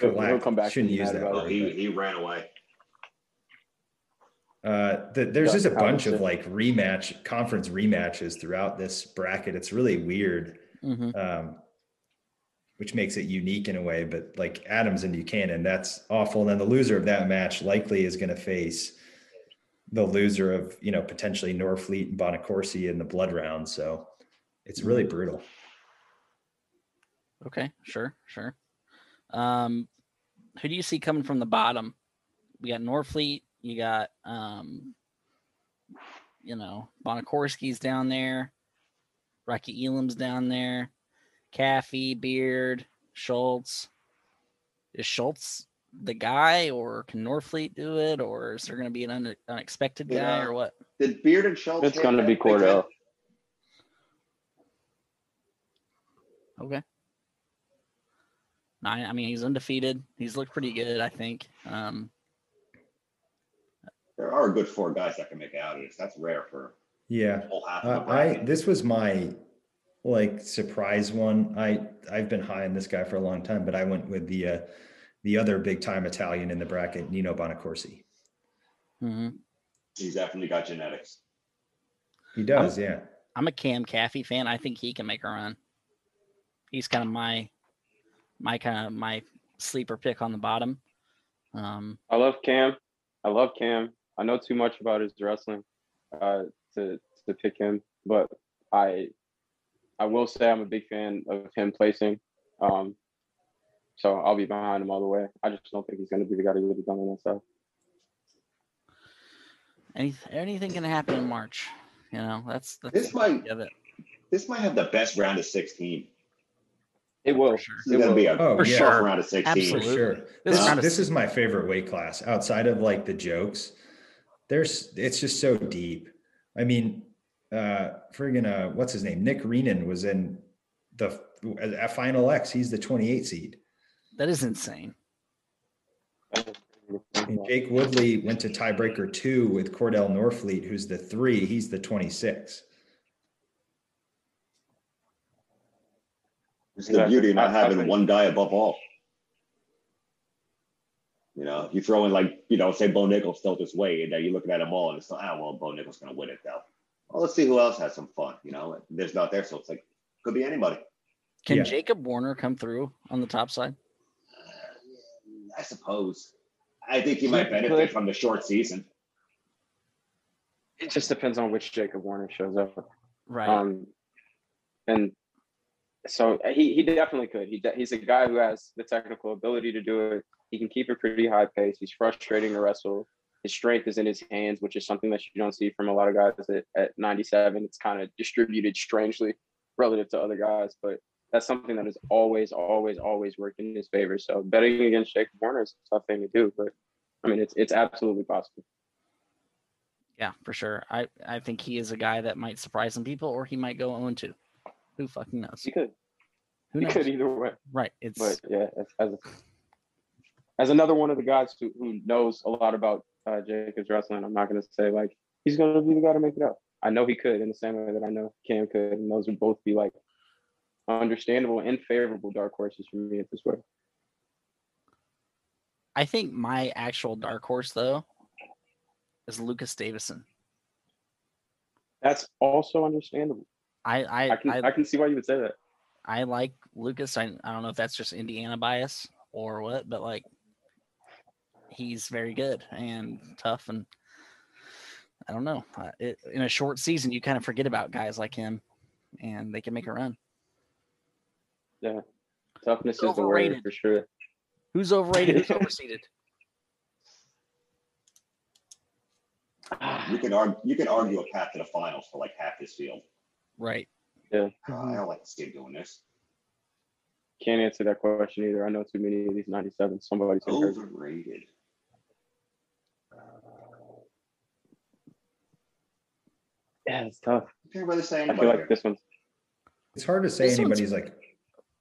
[SPEAKER 7] He'll- he'll
[SPEAKER 3] Lack-
[SPEAKER 7] come back and
[SPEAKER 3] Shouldn't
[SPEAKER 7] be
[SPEAKER 3] use
[SPEAKER 7] mad
[SPEAKER 3] that
[SPEAKER 7] about
[SPEAKER 4] Oh,
[SPEAKER 3] word.
[SPEAKER 4] he, he ran away.
[SPEAKER 3] but, Uh, th- there's
[SPEAKER 7] Yeah,
[SPEAKER 3] just a
[SPEAKER 7] how
[SPEAKER 3] bunch
[SPEAKER 7] is
[SPEAKER 3] of
[SPEAKER 7] it?
[SPEAKER 3] like rematch conference rematches throughout this bracket. It's really weird,
[SPEAKER 1] Mhm.
[SPEAKER 3] um, which makes it unique in a way. But like Adams and Buchanan, that's awful. And then the loser of that match likely is going to face the loser of you know potentially Norfleet and Bonacorsi in the blood round. So it's really brutal.
[SPEAKER 1] Okay, sure, sure. Um, who do you see coming from the bottom? We got Norfleet. You got um, you know, Bonacorski's down there. Rocky Elam's down there. Caffey, Beard, Schultz. Is Schultz the guy, or can Norfleet do it, or is there going to be an un- unexpected guy,
[SPEAKER 4] Yeah.
[SPEAKER 1] or what?
[SPEAKER 4] Did Beard and Schultz?
[SPEAKER 7] It's
[SPEAKER 4] hit
[SPEAKER 7] going to
[SPEAKER 4] that
[SPEAKER 7] be
[SPEAKER 4] Big Ten?
[SPEAKER 7] Cordell.
[SPEAKER 1] Okay. I, I mean, he's undefeated. He's looked pretty good, I think. Um,
[SPEAKER 4] There are a good four guys that can make it out of this. That's rare for
[SPEAKER 3] Yeah.
[SPEAKER 4] a whole half.
[SPEAKER 3] Uh,
[SPEAKER 4] Of the
[SPEAKER 3] I
[SPEAKER 4] bracket.
[SPEAKER 3] this was my like surprise one. I I've been high on this guy for a long time, but I went with the uh, the other big time Italian in the bracket, Nino Bonacorsi.
[SPEAKER 1] mhm.
[SPEAKER 4] He's definitely got genetics.
[SPEAKER 3] He
[SPEAKER 1] Oh,
[SPEAKER 3] does, yeah.
[SPEAKER 1] I'm a Cam Caffey fan. I think he can make a run. He's kind of my, my kind of my sleeper pick on the bottom. Um,
[SPEAKER 7] I love Cam. I love Cam. I know too much about his wrestling uh, to to pick him, but I I will say I'm a big fan of him placing. Um, so I'll be behind him all the way. I just don't think he's going to be the guy to get it done on that side.
[SPEAKER 1] any, anything can happen in March. You know, that's that's
[SPEAKER 4] This
[SPEAKER 1] the beauty
[SPEAKER 4] might-
[SPEAKER 1] of it.
[SPEAKER 4] This might have the best round of 16.
[SPEAKER 7] It will.
[SPEAKER 1] For sure.
[SPEAKER 4] This is going to be a
[SPEAKER 3] Oh,
[SPEAKER 1] For
[SPEAKER 3] yeah,
[SPEAKER 1] sure.
[SPEAKER 4] rough round of 16.
[SPEAKER 3] for
[SPEAKER 1] Absolutely.
[SPEAKER 3] sure.
[SPEAKER 1] This
[SPEAKER 3] This,
[SPEAKER 1] round is-
[SPEAKER 3] this is my favorite weight class outside of like the jokes. There's it's just so deep. I mean, uh friggin' uh what's his name? Nick Renan was in the at final X. He's the 28 seed.
[SPEAKER 1] That is insane.
[SPEAKER 3] And Jake Woodley went to tiebreaker two with Cordell Norfleet, who's the three. He's the 26.
[SPEAKER 4] This is the beauty of not having one guy above all. You know, if you throw in like, you know, say Bo Nichols felt this way, and now you're looking at them all, and it's like, ah, well, Bo Nichols going to win it though. Well, let's see who else has some fun. You know, there's not there, so it's like could be anybody. Uh,
[SPEAKER 1] Can
[SPEAKER 3] Yeah.
[SPEAKER 1] Jacob Warner come through on the top side?
[SPEAKER 4] I suppose. I think he might benefit from the short season.
[SPEAKER 7] It just depends on which Jacob Warner shows up.
[SPEAKER 1] Right.
[SPEAKER 7] Um, and so uh, he, he definitely could. He de- he's a guy who has the technical ability to do it. He can keep a pretty high pace. He's frustrating to wrestle. His strength is in his hands, which is something that you don't see from a lot of guys at, at 97. It's kind of distributed strangely relative to other guys, but that's something that is always, always, always worked in his favor. So betting against Jake Warner is a tough thing to do, but I mean, it's it's absolutely possible.
[SPEAKER 1] yeah, for sure. I, I think he is a guy that might surprise some people or he might go 0 2. Who fucking knows?
[SPEAKER 7] He could,
[SPEAKER 1] Who
[SPEAKER 7] he
[SPEAKER 1] knows?
[SPEAKER 7] could either way.
[SPEAKER 1] Right. It's
[SPEAKER 7] but yeah, as as, as another one of the guys who, who knows a lot about uh, Jacobs wrestling, I'm not going to say like he's going to be the guy to make it up. I know he could in the same way that I know Cam could, and those would both be like understandable and favorable dark horses for me at this way.
[SPEAKER 1] I think my actual dark horse though is Lucas Davison.
[SPEAKER 7] That's also understandable.
[SPEAKER 1] I I
[SPEAKER 7] I can I,
[SPEAKER 1] I,
[SPEAKER 7] can see why you would say that.
[SPEAKER 1] I like Lucas. I, I don't know if that's just Indiana bias or what, but like he's very good and tough and I don't know. Uh, It, in a short season, you kind of forget about guys like him, and they can make a run.
[SPEAKER 7] Toughness is the word
[SPEAKER 1] Overrated.
[SPEAKER 7] for sure.
[SPEAKER 1] Who's overrated? Who's overseeded?
[SPEAKER 4] You can argue. You can argue a path to the finals for like half this field.
[SPEAKER 1] Right.
[SPEAKER 4] Uh,
[SPEAKER 7] Hmm.
[SPEAKER 4] I don't like to see him doing this.
[SPEAKER 7] Can't answer that question either. I know too many of these 97. Somebody's gonna
[SPEAKER 1] Oh,
[SPEAKER 7] hurt.
[SPEAKER 4] Overrated.
[SPEAKER 7] Yeah, it's tough.
[SPEAKER 4] You can't really say
[SPEAKER 7] I feel
[SPEAKER 4] anybody.
[SPEAKER 7] like
[SPEAKER 4] here.
[SPEAKER 7] this one's
[SPEAKER 3] It's hard to say
[SPEAKER 1] This one's-
[SPEAKER 3] anybody's like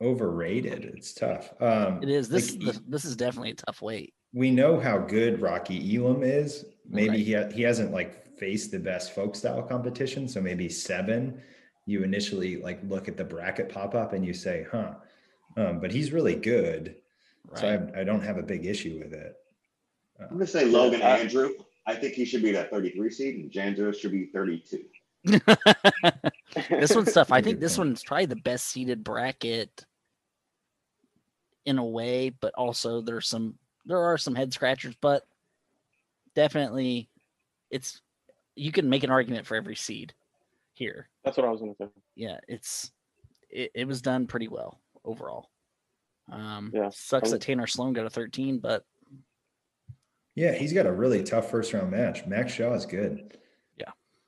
[SPEAKER 3] overrated. It's tough. Um,
[SPEAKER 1] It is. This
[SPEAKER 3] like,
[SPEAKER 1] is the, this is definitely a tough weight.
[SPEAKER 3] we know how good Rocky Elam is. Maybe
[SPEAKER 1] Right.
[SPEAKER 3] he ha- he hasn't like faced the best folk style competition, so maybe seven. You initially like look at the bracket pop up and you say, "Huh," um, but he's really good,
[SPEAKER 1] Right.
[SPEAKER 3] so I, I don't have a big issue with it.
[SPEAKER 4] I'm gonna say Logan
[SPEAKER 7] I-
[SPEAKER 4] Andrew. I think he should be that 33 seed, and Janzo should be 32.
[SPEAKER 1] this one's tough. I
[SPEAKER 3] Good
[SPEAKER 1] think this
[SPEAKER 3] point.
[SPEAKER 1] one's probably the best seeded bracket in a way, but also there's some there are some head scratchers, but definitely it's you can make an argument for every seed here.
[SPEAKER 7] that's what I was gonna say.
[SPEAKER 1] Yeah, it's it, it was done pretty well overall. Um
[SPEAKER 7] Yeah,
[SPEAKER 1] sucks
[SPEAKER 7] I
[SPEAKER 1] that
[SPEAKER 7] would-
[SPEAKER 1] Tanner Sloan got a 13, but
[SPEAKER 3] Yeah, he's got a really tough first round match. Max Shaw is good.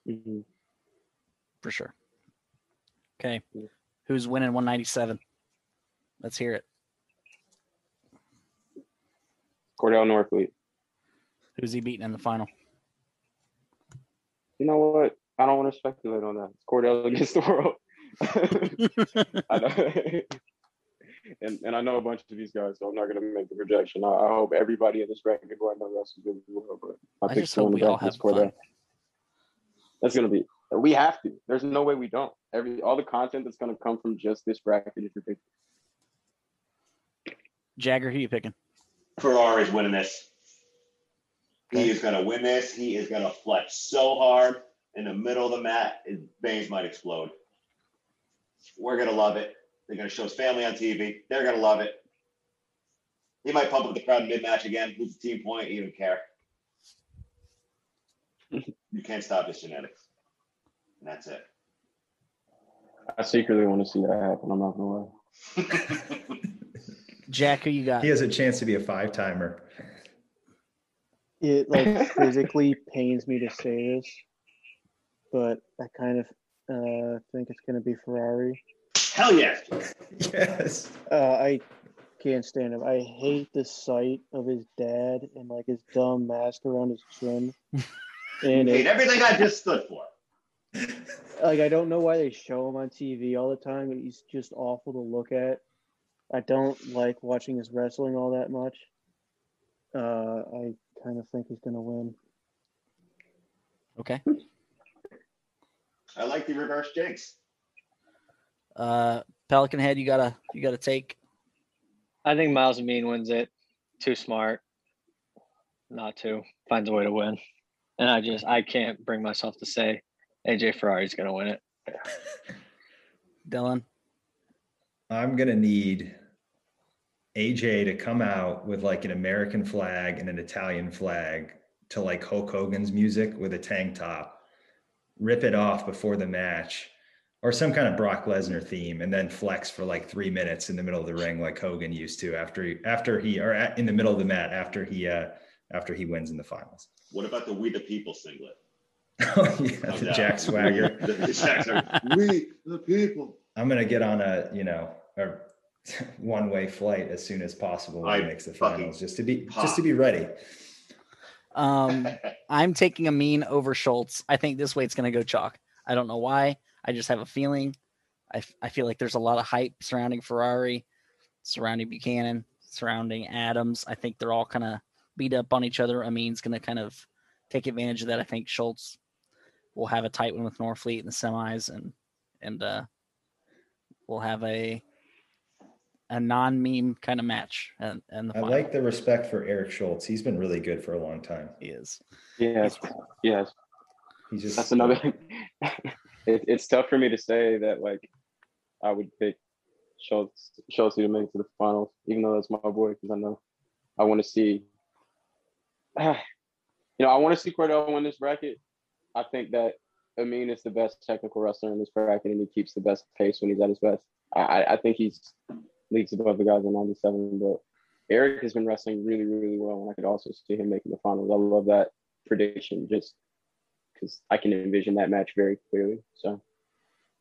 [SPEAKER 7] Mhm.
[SPEAKER 1] for sure. Okay.
[SPEAKER 7] Yeah.
[SPEAKER 1] Who's winning 197? Let's hear it.
[SPEAKER 7] Cordell Northfleet.
[SPEAKER 1] Who's he beating in the final?
[SPEAKER 7] you know what? I don't want to speculate on that. It's Cordell against the world. I know. and and I know a bunch of these guys, so I'm not gonna make the projection. I, I hope everybody in this bracket who I know wrestles with the world, but my
[SPEAKER 1] I
[SPEAKER 7] pick
[SPEAKER 1] just
[SPEAKER 7] still in
[SPEAKER 1] hope
[SPEAKER 7] the
[SPEAKER 1] we all
[SPEAKER 7] bracket is
[SPEAKER 1] have fun.
[SPEAKER 7] Cordell. That's gonna be. We have to. There's no way we don't. Every all the content that's gonna come from just this bracket is ridiculous.
[SPEAKER 1] Jagger, who you picking?
[SPEAKER 4] Ferrari is winning this.
[SPEAKER 1] Okay.
[SPEAKER 4] He is gonna win this. He is gonna flex so hard in the middle of the mat, his veins might explode. We're gonna love it. They're gonna show his family on TV. They're gonna love it. He might pump up the crowd mid match again. Lose the team point. You don't care. you can't stop his genetics, and that's it.
[SPEAKER 7] I secretly want to see that happen. I'm not gonna lie.
[SPEAKER 1] Jack, who you got?
[SPEAKER 3] He has a chance to be a five timer.
[SPEAKER 6] It like physically pains me to say this, but I kind of uh, think it's gonna be Ferrari.
[SPEAKER 4] Hell yeah!
[SPEAKER 3] Yes.
[SPEAKER 6] Uh, I can't stand him. I hate the sight of his dad and like his dumb mask around his chin. and
[SPEAKER 4] Hate
[SPEAKER 6] it,
[SPEAKER 4] everything I just stood for.
[SPEAKER 6] like I don't know why they show him on TV all the time. He's just awful to look at. I don't like watching his wrestling all that much. Uh, I kind of think he's going to win.
[SPEAKER 1] Okay.
[SPEAKER 4] I like the reverse jinx.
[SPEAKER 1] Uh, Pelican head, you gotta you gotta take.
[SPEAKER 8] I think Miles Mean wins it. Too smart. Not to. Finds a way to win. And I just I can't bring myself to say AJ Ferrari's gonna win it.
[SPEAKER 1] Dylan.
[SPEAKER 3] I'm gonna need AJ to come out with like an American flag and an Italian flag to like Hulk Hogan's music with a tank top, rip it off before the match, or some kind of Brock Lesnar theme, and then flex for like three minutes in the middle of the ring like Hogan used to after he, after he or at, in the middle of the mat after he uh after he wins in the finals.
[SPEAKER 4] What about the We the People singlet?
[SPEAKER 3] oh yeah,
[SPEAKER 4] Comes
[SPEAKER 3] the
[SPEAKER 4] out.
[SPEAKER 3] Jack Swagger.
[SPEAKER 4] The- the Jack Swagger. we the people.
[SPEAKER 3] I'm gonna get on a you know a one way flight as soon as possible when
[SPEAKER 4] I
[SPEAKER 3] it makes the
[SPEAKER 4] fucking
[SPEAKER 3] finals, just to be just
[SPEAKER 4] pop.
[SPEAKER 3] to be ready.
[SPEAKER 1] Um, I'm taking a mean over Schultz. I think this way it's gonna go chalk. I don't know why. I just have a feeling. I, f- I feel like there's a lot of hype surrounding Ferrari, surrounding Buchanan, surrounding Adams. I think they're all kind of beat up on each other. Amin's going to kind of take advantage of that. I think Schultz will have a tight one with Norfleet in the semis, and and uh, we'll have a a non meme kind of match. And and the
[SPEAKER 3] I
[SPEAKER 1] final
[SPEAKER 3] like the respect for Eric Schultz. He's been really good for a long time.
[SPEAKER 1] is
[SPEAKER 7] Yes, yes.
[SPEAKER 3] He just uh,
[SPEAKER 7] That's another. it, it's tough for me to say that like I would pick Schultz Chelsea to make it to the finals, even though that's my boy. Because I know I want to see. you know, I want to see Cordell win this bracket. I think that Amin is the best technical wrestler in this bracket, and he keeps the best pace when he's at his best. I, I- I think he's leagues above the guys in '97, but. Eric has been wrestling really, really well, and I could also see him making the finals. I love that prediction. Just because I can envision that match very clearly. So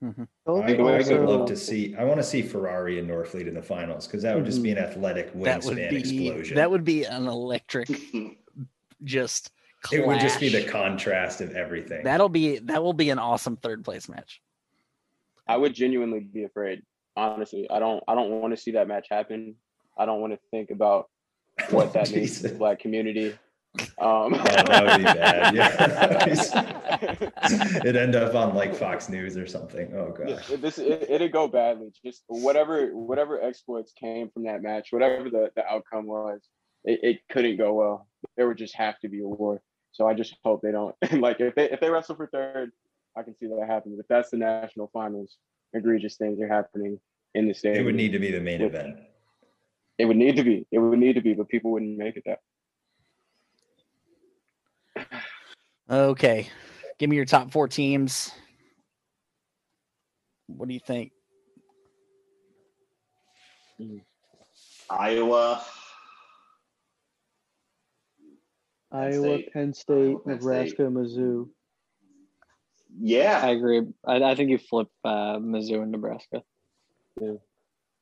[SPEAKER 3] I,
[SPEAKER 6] Schultz
[SPEAKER 3] I would
[SPEAKER 6] also-
[SPEAKER 3] love to see. I want to see Ferrari and Norfleet in the finals because that would just be an athletic
[SPEAKER 1] Mm-hmm. that would
[SPEAKER 3] wingspan
[SPEAKER 1] be
[SPEAKER 3] explosion.
[SPEAKER 1] that would be an electric just clash.
[SPEAKER 3] it would just be the contrast of everything.
[SPEAKER 1] That'll be that will be an awesome third place match.
[SPEAKER 7] I would genuinely be afraid. Honestly, I don't. I don't want to see that match happen. I don't want to think about what that means to the
[SPEAKER 3] Jesus.
[SPEAKER 7] black community. Um,
[SPEAKER 3] Oh, that would be bad. Yeah. It'd end up on like Fox News or something. Oh
[SPEAKER 7] Yeah,
[SPEAKER 3] gosh.
[SPEAKER 7] it- this it, it'd go badly. Just whatever whatever exploits came from that match, whatever the, the outcome was, it, it couldn't go well. There would just have to be a war. So I just hope they don't. And like if they if they wrestle for third, I can see that happening. If that's the national finals, egregious things are happening in the state.
[SPEAKER 3] It would need to be the main
[SPEAKER 7] Yeah.
[SPEAKER 3] event.
[SPEAKER 7] It would need to be. It would need to be, but people wouldn't make it that.
[SPEAKER 1] Okay. Give me your top four teams. What do you think?
[SPEAKER 4] Iowa.
[SPEAKER 6] Iowa,
[SPEAKER 4] State.
[SPEAKER 6] Penn State,
[SPEAKER 4] Iowa, Penn State.
[SPEAKER 6] Nebraska, Mizzou.
[SPEAKER 8] I
[SPEAKER 4] Yeah.
[SPEAKER 8] agree. I, I think you flip uh, Mizzou and Nebraska.
[SPEAKER 4] You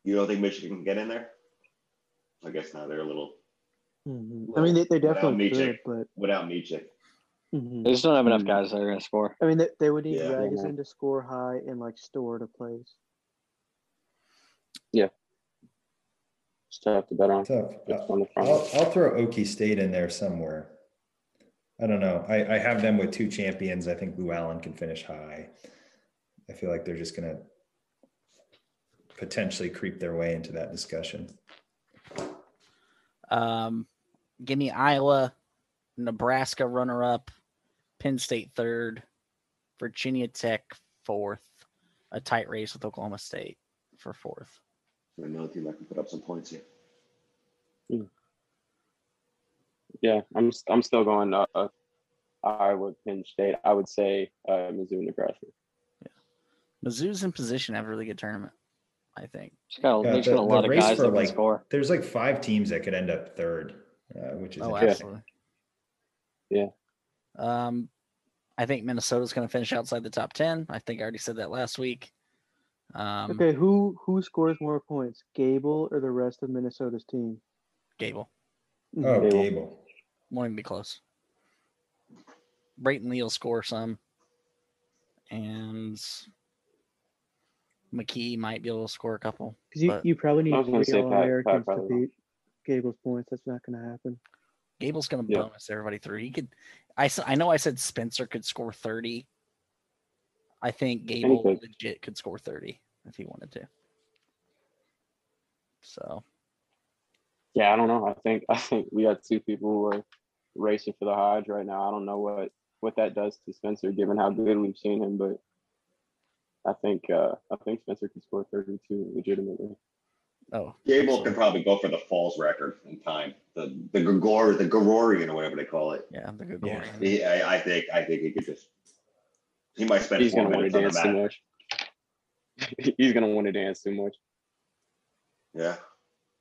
[SPEAKER 4] don't think Michigan can get in there? I guess now they're a little
[SPEAKER 6] I mean, they, they
[SPEAKER 4] Without
[SPEAKER 6] definitely
[SPEAKER 4] Michik.
[SPEAKER 6] could, but
[SPEAKER 4] without Michik.
[SPEAKER 6] mhm.
[SPEAKER 8] They just don't have enough
[SPEAKER 7] Mm.
[SPEAKER 8] guys that are gonna score.
[SPEAKER 6] I mean, they, they would need
[SPEAKER 4] Yeah.
[SPEAKER 6] Dragazin to score high and like Store to place.
[SPEAKER 7] Just have to bet on.
[SPEAKER 3] Tough.
[SPEAKER 7] It's
[SPEAKER 3] Uh,
[SPEAKER 7] on the front.
[SPEAKER 3] I'll, I'll throw Okie State in there somewhere. I don't know. I, I have them with two champions. I think Lou Allen can finish high. I feel like they're just gonna potentially creep their way into that discussion.
[SPEAKER 1] Um, give me Iowa, Nebraska runner up, Penn State third, Virginia Tech fourth, a tight race with Oklahoma State for fourth.
[SPEAKER 4] I know a team that can put up some points here.
[SPEAKER 7] Yeah, I'm s- I'm still going uh, uh, Iowa, Penn State. I would say uh, Mizzou, Nebraska.
[SPEAKER 1] Mizzou's in position to have a really good tournament, I think.
[SPEAKER 8] Just got,
[SPEAKER 3] Yeah,
[SPEAKER 8] they just
[SPEAKER 3] the-
[SPEAKER 8] got a
[SPEAKER 3] the
[SPEAKER 8] lot of
[SPEAKER 3] race
[SPEAKER 8] guys
[SPEAKER 3] for,
[SPEAKER 8] that
[SPEAKER 3] like,
[SPEAKER 8] can score.
[SPEAKER 3] There's like five teams that could end up third, uh, which is
[SPEAKER 1] Oh,
[SPEAKER 3] interesting.
[SPEAKER 1] absolutely.
[SPEAKER 7] Yeah.
[SPEAKER 1] Um, I think Minnesota's going to finish outside the top ten. I think I already said that last week. Um,
[SPEAKER 6] Okay, who who scores more points, Gable or the rest of Minnesota's team?
[SPEAKER 1] Gable.
[SPEAKER 3] Oh,
[SPEAKER 7] Gable.
[SPEAKER 3] Gable.
[SPEAKER 1] won't even be close. Brayton Lee will score some, and McKee might be able to score a couple.
[SPEAKER 6] Because you,
[SPEAKER 1] but-
[SPEAKER 6] you probably
[SPEAKER 7] I was
[SPEAKER 6] need
[SPEAKER 7] gonna
[SPEAKER 6] three
[SPEAKER 7] say Pat-
[SPEAKER 6] All Americans
[SPEAKER 7] Pat
[SPEAKER 6] to
[SPEAKER 7] probably.
[SPEAKER 6] beat Gable's points. That's not going to happen.
[SPEAKER 1] Gable's going to
[SPEAKER 7] Yeah.
[SPEAKER 1] bonus everybody through. He could. I s- I know I said Spencer could score thirty. I think Gable
[SPEAKER 7] could.
[SPEAKER 1] legit could score thirty if he wanted to. So
[SPEAKER 7] Yeah, I don't know. I think I think we got two people who are racing for the Hodge right now. I don't know what what that does to Spencer, given how good we've seen him, but I think uh, I think Spencer can score 32 legitimately.
[SPEAKER 1] oh
[SPEAKER 4] Gable
[SPEAKER 1] Absolutely.
[SPEAKER 4] could probably go for the falls record in time. The the Gregor the Gregorian or whatever they call it.
[SPEAKER 1] yeah, the good
[SPEAKER 3] Yeah.
[SPEAKER 1] Gregorian.
[SPEAKER 4] He, I, I think I think he could just he might spend
[SPEAKER 7] He's
[SPEAKER 4] four
[SPEAKER 7] gonna want to
[SPEAKER 4] minutes on the
[SPEAKER 7] dance too
[SPEAKER 4] mat.
[SPEAKER 7] much. He's gonna want to dance too much.
[SPEAKER 4] Yeah.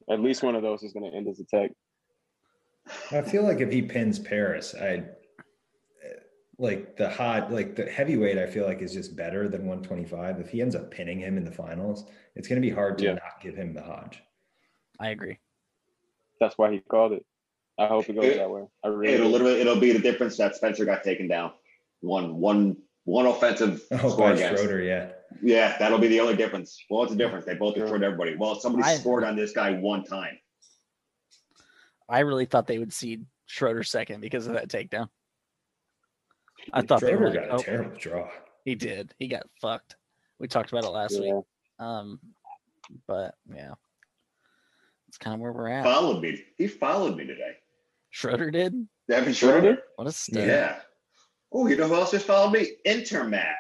[SPEAKER 7] At least one of those is gonna end as a tech.
[SPEAKER 3] I feel like if he pins Paris, I like the hot, like the heavyweight. I feel like is just better than 125. If he ends up pinning him in the finals, it's going to be hard to
[SPEAKER 7] Yeah.
[SPEAKER 3] not give him the Hodge.
[SPEAKER 1] I agree.
[SPEAKER 7] That's why he called it. I hope it goes
[SPEAKER 4] It-
[SPEAKER 7] that way. I really
[SPEAKER 4] It'll
[SPEAKER 7] do.
[SPEAKER 4] literally it'll be the difference that Spencer got taken down. One one one offensive
[SPEAKER 3] Oh,
[SPEAKER 4] score
[SPEAKER 3] by
[SPEAKER 4] against.
[SPEAKER 3] Schroeder, yeah.
[SPEAKER 4] Yeah, that'll be the only difference. Well, it's a difference. They both destroyed everybody. Well, somebody
[SPEAKER 1] I-
[SPEAKER 4] scored on this guy one time.
[SPEAKER 1] I really thought they would see Schroeder second because of that takedown. I thought they were
[SPEAKER 3] Schroeder
[SPEAKER 1] like,
[SPEAKER 3] got a
[SPEAKER 1] oh,
[SPEAKER 3] terrible draw.
[SPEAKER 1] he did. He got fucked. We talked about it last
[SPEAKER 7] Yeah.
[SPEAKER 1] week. Um, but yeah, it's kind of where we're at.
[SPEAKER 4] Followed me. He followed me today.
[SPEAKER 1] Schroeder did.
[SPEAKER 4] Devin
[SPEAKER 7] Schroeder
[SPEAKER 4] Schroeder?
[SPEAKER 1] What a stud.
[SPEAKER 4] Yeah. Oh, you know who else just followed me? Intermat.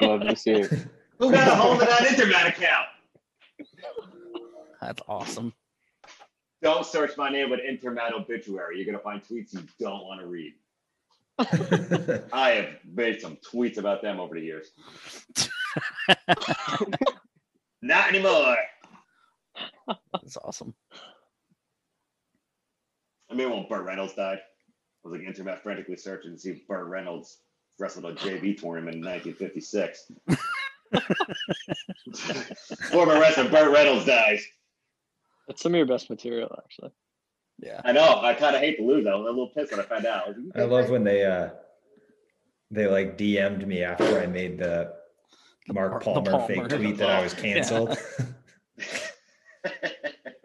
[SPEAKER 7] Love to see it.
[SPEAKER 4] Who got a hold of that Intermat account?
[SPEAKER 1] That's awesome.
[SPEAKER 4] Don't search my name with Intermat obituary. You're gonna find tweets you don't want to read. I have made some tweets about them over the years. Not anymore.
[SPEAKER 1] That's awesome.
[SPEAKER 4] I mean, when Burt Reynolds died, I was like internet frantically searching to see if Burt Reynolds wrestled a JV tournament in 1956. Former wrestler Burt Reynolds dies.
[SPEAKER 8] That's some of your best material, actually.
[SPEAKER 1] Yeah.
[SPEAKER 4] I know. I kind of hate to lose. I was a little pissed when I found out. I was like,
[SPEAKER 3] I love when they uh they like DM'd me after I made the Mark
[SPEAKER 1] Par-
[SPEAKER 3] Palmer,
[SPEAKER 1] the Palmer.
[SPEAKER 3] fake tweet that I was canceled.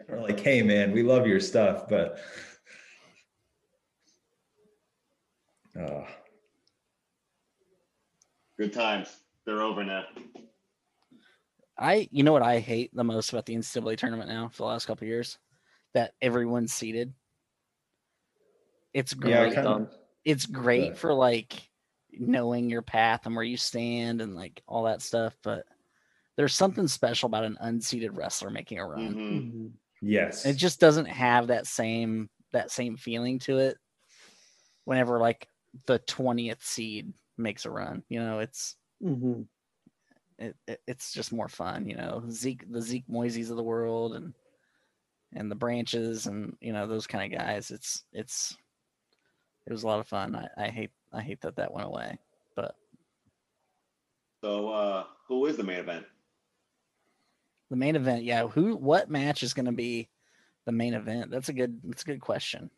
[SPEAKER 3] We're like, hey man, we love your stuff, but oh,
[SPEAKER 4] Good times. They're over now.
[SPEAKER 1] I you know what I hate the most about the NCAA tournament now for the last couple of years? That everyone's seated. It's
[SPEAKER 3] yeah, I
[SPEAKER 1] great. um,
[SPEAKER 3] kind
[SPEAKER 8] done.
[SPEAKER 3] of
[SPEAKER 1] it's great
[SPEAKER 3] uh,
[SPEAKER 1] for like knowing your path and where you stand and like all that stuff, but there's something special about an unseated wrestler making a run.
[SPEAKER 3] Mm-hmm. Hmm.
[SPEAKER 4] Mhm.
[SPEAKER 6] Mm-hmm.
[SPEAKER 3] yes.
[SPEAKER 1] it just doesn't have that same that same feeling to it whenever like the 20th seed makes a run you know it's
[SPEAKER 6] Mm-hmm.
[SPEAKER 1] it, it, it's just more fun you know zeke the zeke moiseys of the world and and the branches and you know those kind of guys it's it's it was a lot of fun i, I hate i hate that that went away
[SPEAKER 4] So, uh, who is the main event?
[SPEAKER 1] the main event yeah who what match is going to be the main event that's a good that's a good question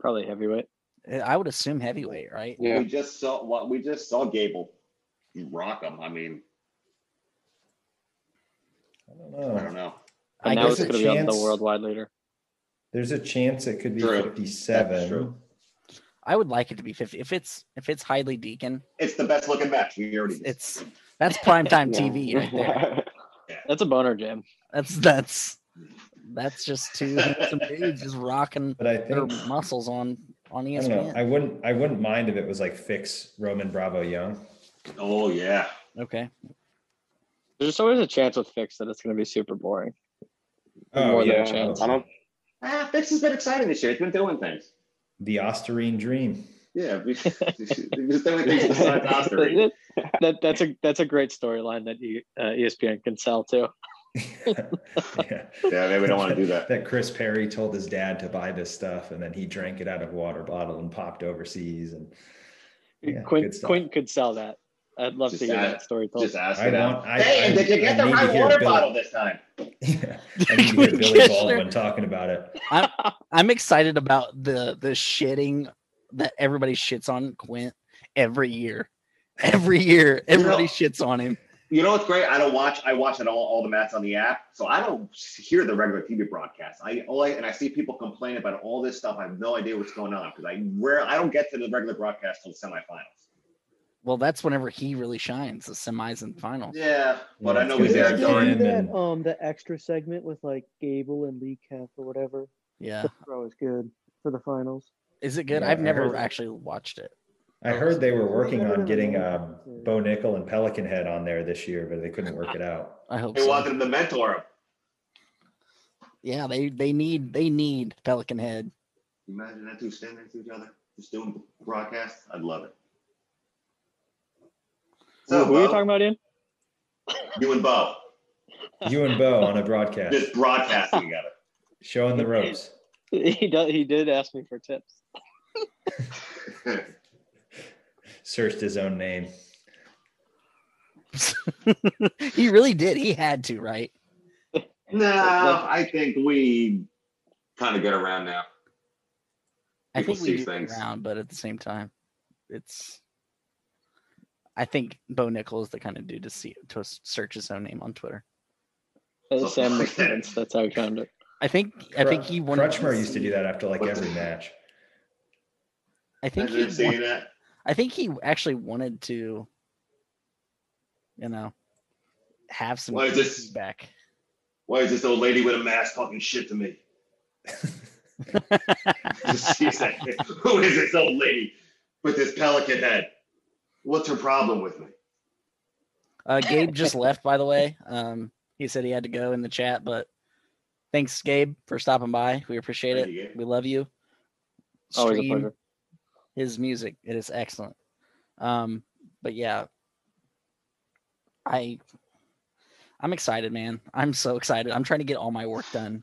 [SPEAKER 8] Probably heavyweight.
[SPEAKER 1] Eh, i would assume heavyweight right
[SPEAKER 7] Yeah.
[SPEAKER 4] We just saw what we just saw Gable rock him. I mean,
[SPEAKER 3] I don't
[SPEAKER 4] I don't
[SPEAKER 3] know.
[SPEAKER 4] know.
[SPEAKER 8] But
[SPEAKER 1] I
[SPEAKER 8] now
[SPEAKER 1] guess
[SPEAKER 8] it's
[SPEAKER 3] a
[SPEAKER 8] going to be on the
[SPEAKER 3] chance-
[SPEAKER 8] worldwide leader.
[SPEAKER 3] There's a chance it could be
[SPEAKER 4] True.
[SPEAKER 3] 57.
[SPEAKER 4] true.
[SPEAKER 1] I would like it to be 50. If it's if it's Highly Deacon,
[SPEAKER 4] It's the best looking match. We already
[SPEAKER 1] it's that's prime time
[SPEAKER 7] Yeah.
[SPEAKER 1] TV right there.
[SPEAKER 8] That's a boner jam.
[SPEAKER 1] That's that's that's just two handsome dudes just rocking
[SPEAKER 3] But I
[SPEAKER 1] their
[SPEAKER 3] think
[SPEAKER 1] muscles on on E
[SPEAKER 3] I don't know.
[SPEAKER 1] ESPN.
[SPEAKER 3] I wouldn't I wouldn't mind if it was like fix Roman Bravo Young.
[SPEAKER 4] Oh yeah.
[SPEAKER 1] Okay.
[SPEAKER 8] There's always a chance with Fix that it's going to be super boring.
[SPEAKER 3] Oh,
[SPEAKER 8] More than
[SPEAKER 3] yeah.
[SPEAKER 8] a chance.
[SPEAKER 7] I don't
[SPEAKER 4] Ah, Fix has been exciting this year. He's been doing things.
[SPEAKER 3] The Osterine Dream.
[SPEAKER 4] Yeah, we- there's so many things besides Osterine.
[SPEAKER 8] that, that- that's a that's a great storyline that E- uh, ESPN can sell too.
[SPEAKER 3] yeah.
[SPEAKER 4] Yeah, maybe we don't want to do that.
[SPEAKER 3] that Chris Perry told his dad to buy this stuff, and then he drank it out of a water bottle and popped overseas. And Yeah,
[SPEAKER 8] Quint,
[SPEAKER 3] good stuff.
[SPEAKER 8] Quint could sell that. I'd love
[SPEAKER 4] Just
[SPEAKER 8] to hear
[SPEAKER 4] add-
[SPEAKER 8] that story told.
[SPEAKER 4] Just ask
[SPEAKER 3] I
[SPEAKER 4] it out.
[SPEAKER 3] want- I-
[SPEAKER 4] hey,
[SPEAKER 3] I-
[SPEAKER 4] did you get
[SPEAKER 3] I
[SPEAKER 4] the
[SPEAKER 3] need to
[SPEAKER 4] right
[SPEAKER 3] hear
[SPEAKER 4] water
[SPEAKER 3] Bill-
[SPEAKER 4] bottle this time?
[SPEAKER 3] yeah, I need to hear Billy
[SPEAKER 1] Kishner.
[SPEAKER 3] Baldwin talking about it.
[SPEAKER 1] I'm excited about the the shitting that everybody shits on Quint every year. Every year, everybody
[SPEAKER 4] No.
[SPEAKER 1] shits on him.
[SPEAKER 4] you know what's great? I don't watch. I watch it all all the mats on the app, so I don't hear the regular TV broadcast. I all I, and I see people complain about all this stuff. I have no idea what's going on because I rare I don't get to the regular broadcast till the semifinals.
[SPEAKER 1] Well, that's whenever he really shines, the semis and finals.
[SPEAKER 4] Yeah, but
[SPEAKER 3] Yeah,
[SPEAKER 4] I know
[SPEAKER 3] it's
[SPEAKER 4] we
[SPEAKER 3] gonna be
[SPEAKER 4] there
[SPEAKER 3] like
[SPEAKER 6] Did they
[SPEAKER 3] Darn.
[SPEAKER 4] during.
[SPEAKER 6] do that um the extra segment with like Gable and Lee Kef or whatever?
[SPEAKER 1] Yeah.
[SPEAKER 6] That was good for the finals.
[SPEAKER 1] Is it good?
[SPEAKER 3] Yeah,
[SPEAKER 1] I've
[SPEAKER 3] I
[SPEAKER 1] never
[SPEAKER 3] heard-
[SPEAKER 1] actually watched it.
[SPEAKER 3] I heard they were working on getting
[SPEAKER 6] Yeah.
[SPEAKER 3] um, Bo Nickel and Pelican Head on there this year, but they couldn't work it out.
[SPEAKER 1] I hope
[SPEAKER 4] They
[SPEAKER 1] so.
[SPEAKER 4] wanted him to mentor him.
[SPEAKER 1] Yeah, they they need they need Pelican Head.
[SPEAKER 4] Imagine that two standing next to each other, just doing broadcasts. I'd love it. So,
[SPEAKER 8] Who are you
[SPEAKER 4] Bo,
[SPEAKER 8] talking about, Ian?
[SPEAKER 4] you and Bo
[SPEAKER 3] You and Bo on a broadcast,
[SPEAKER 4] just broadcasting together.
[SPEAKER 3] showing the ropes.
[SPEAKER 8] He does, he did ask me for tips.
[SPEAKER 3] Searched his own name.
[SPEAKER 1] he really did. He had to, right?
[SPEAKER 4] no, I think we kind of get around now.
[SPEAKER 1] I
[SPEAKER 4] People
[SPEAKER 1] think we
[SPEAKER 4] see
[SPEAKER 1] do
[SPEAKER 4] things.
[SPEAKER 1] around, but at the same time, it's. I think Bo Nickel is the kind of dude to see to s- search his own name on Twitter.
[SPEAKER 4] So-
[SPEAKER 8] Sam McMahon's, that's how he found it.
[SPEAKER 1] I think I think he wanted.
[SPEAKER 3] Crutchmer used to do that after like every match.
[SPEAKER 1] I think
[SPEAKER 4] Imagine
[SPEAKER 1] he.
[SPEAKER 4] seeing
[SPEAKER 1] wa-
[SPEAKER 4] that.
[SPEAKER 1] I think he actually wanted to. You know, have some
[SPEAKER 4] Why is this-
[SPEAKER 1] feedback.
[SPEAKER 4] Why is this old lady with a mask talking shit to me? Just sees that. Who is this old lady with this pelican head? What's her problem with me?
[SPEAKER 1] Uh, Gabe just left, by the way. Um, he said he had to go in the chat, but thanks, Gabe, for stopping by. We appreciate
[SPEAKER 4] Thank
[SPEAKER 1] it.
[SPEAKER 4] you, Gabe.
[SPEAKER 1] We love you.
[SPEAKER 8] Always a
[SPEAKER 1] Stream
[SPEAKER 8] pleasure.
[SPEAKER 1] his music; it is excellent. Um, but yeah, I I'm excited, man. I'm so excited. I'm trying to get all my work done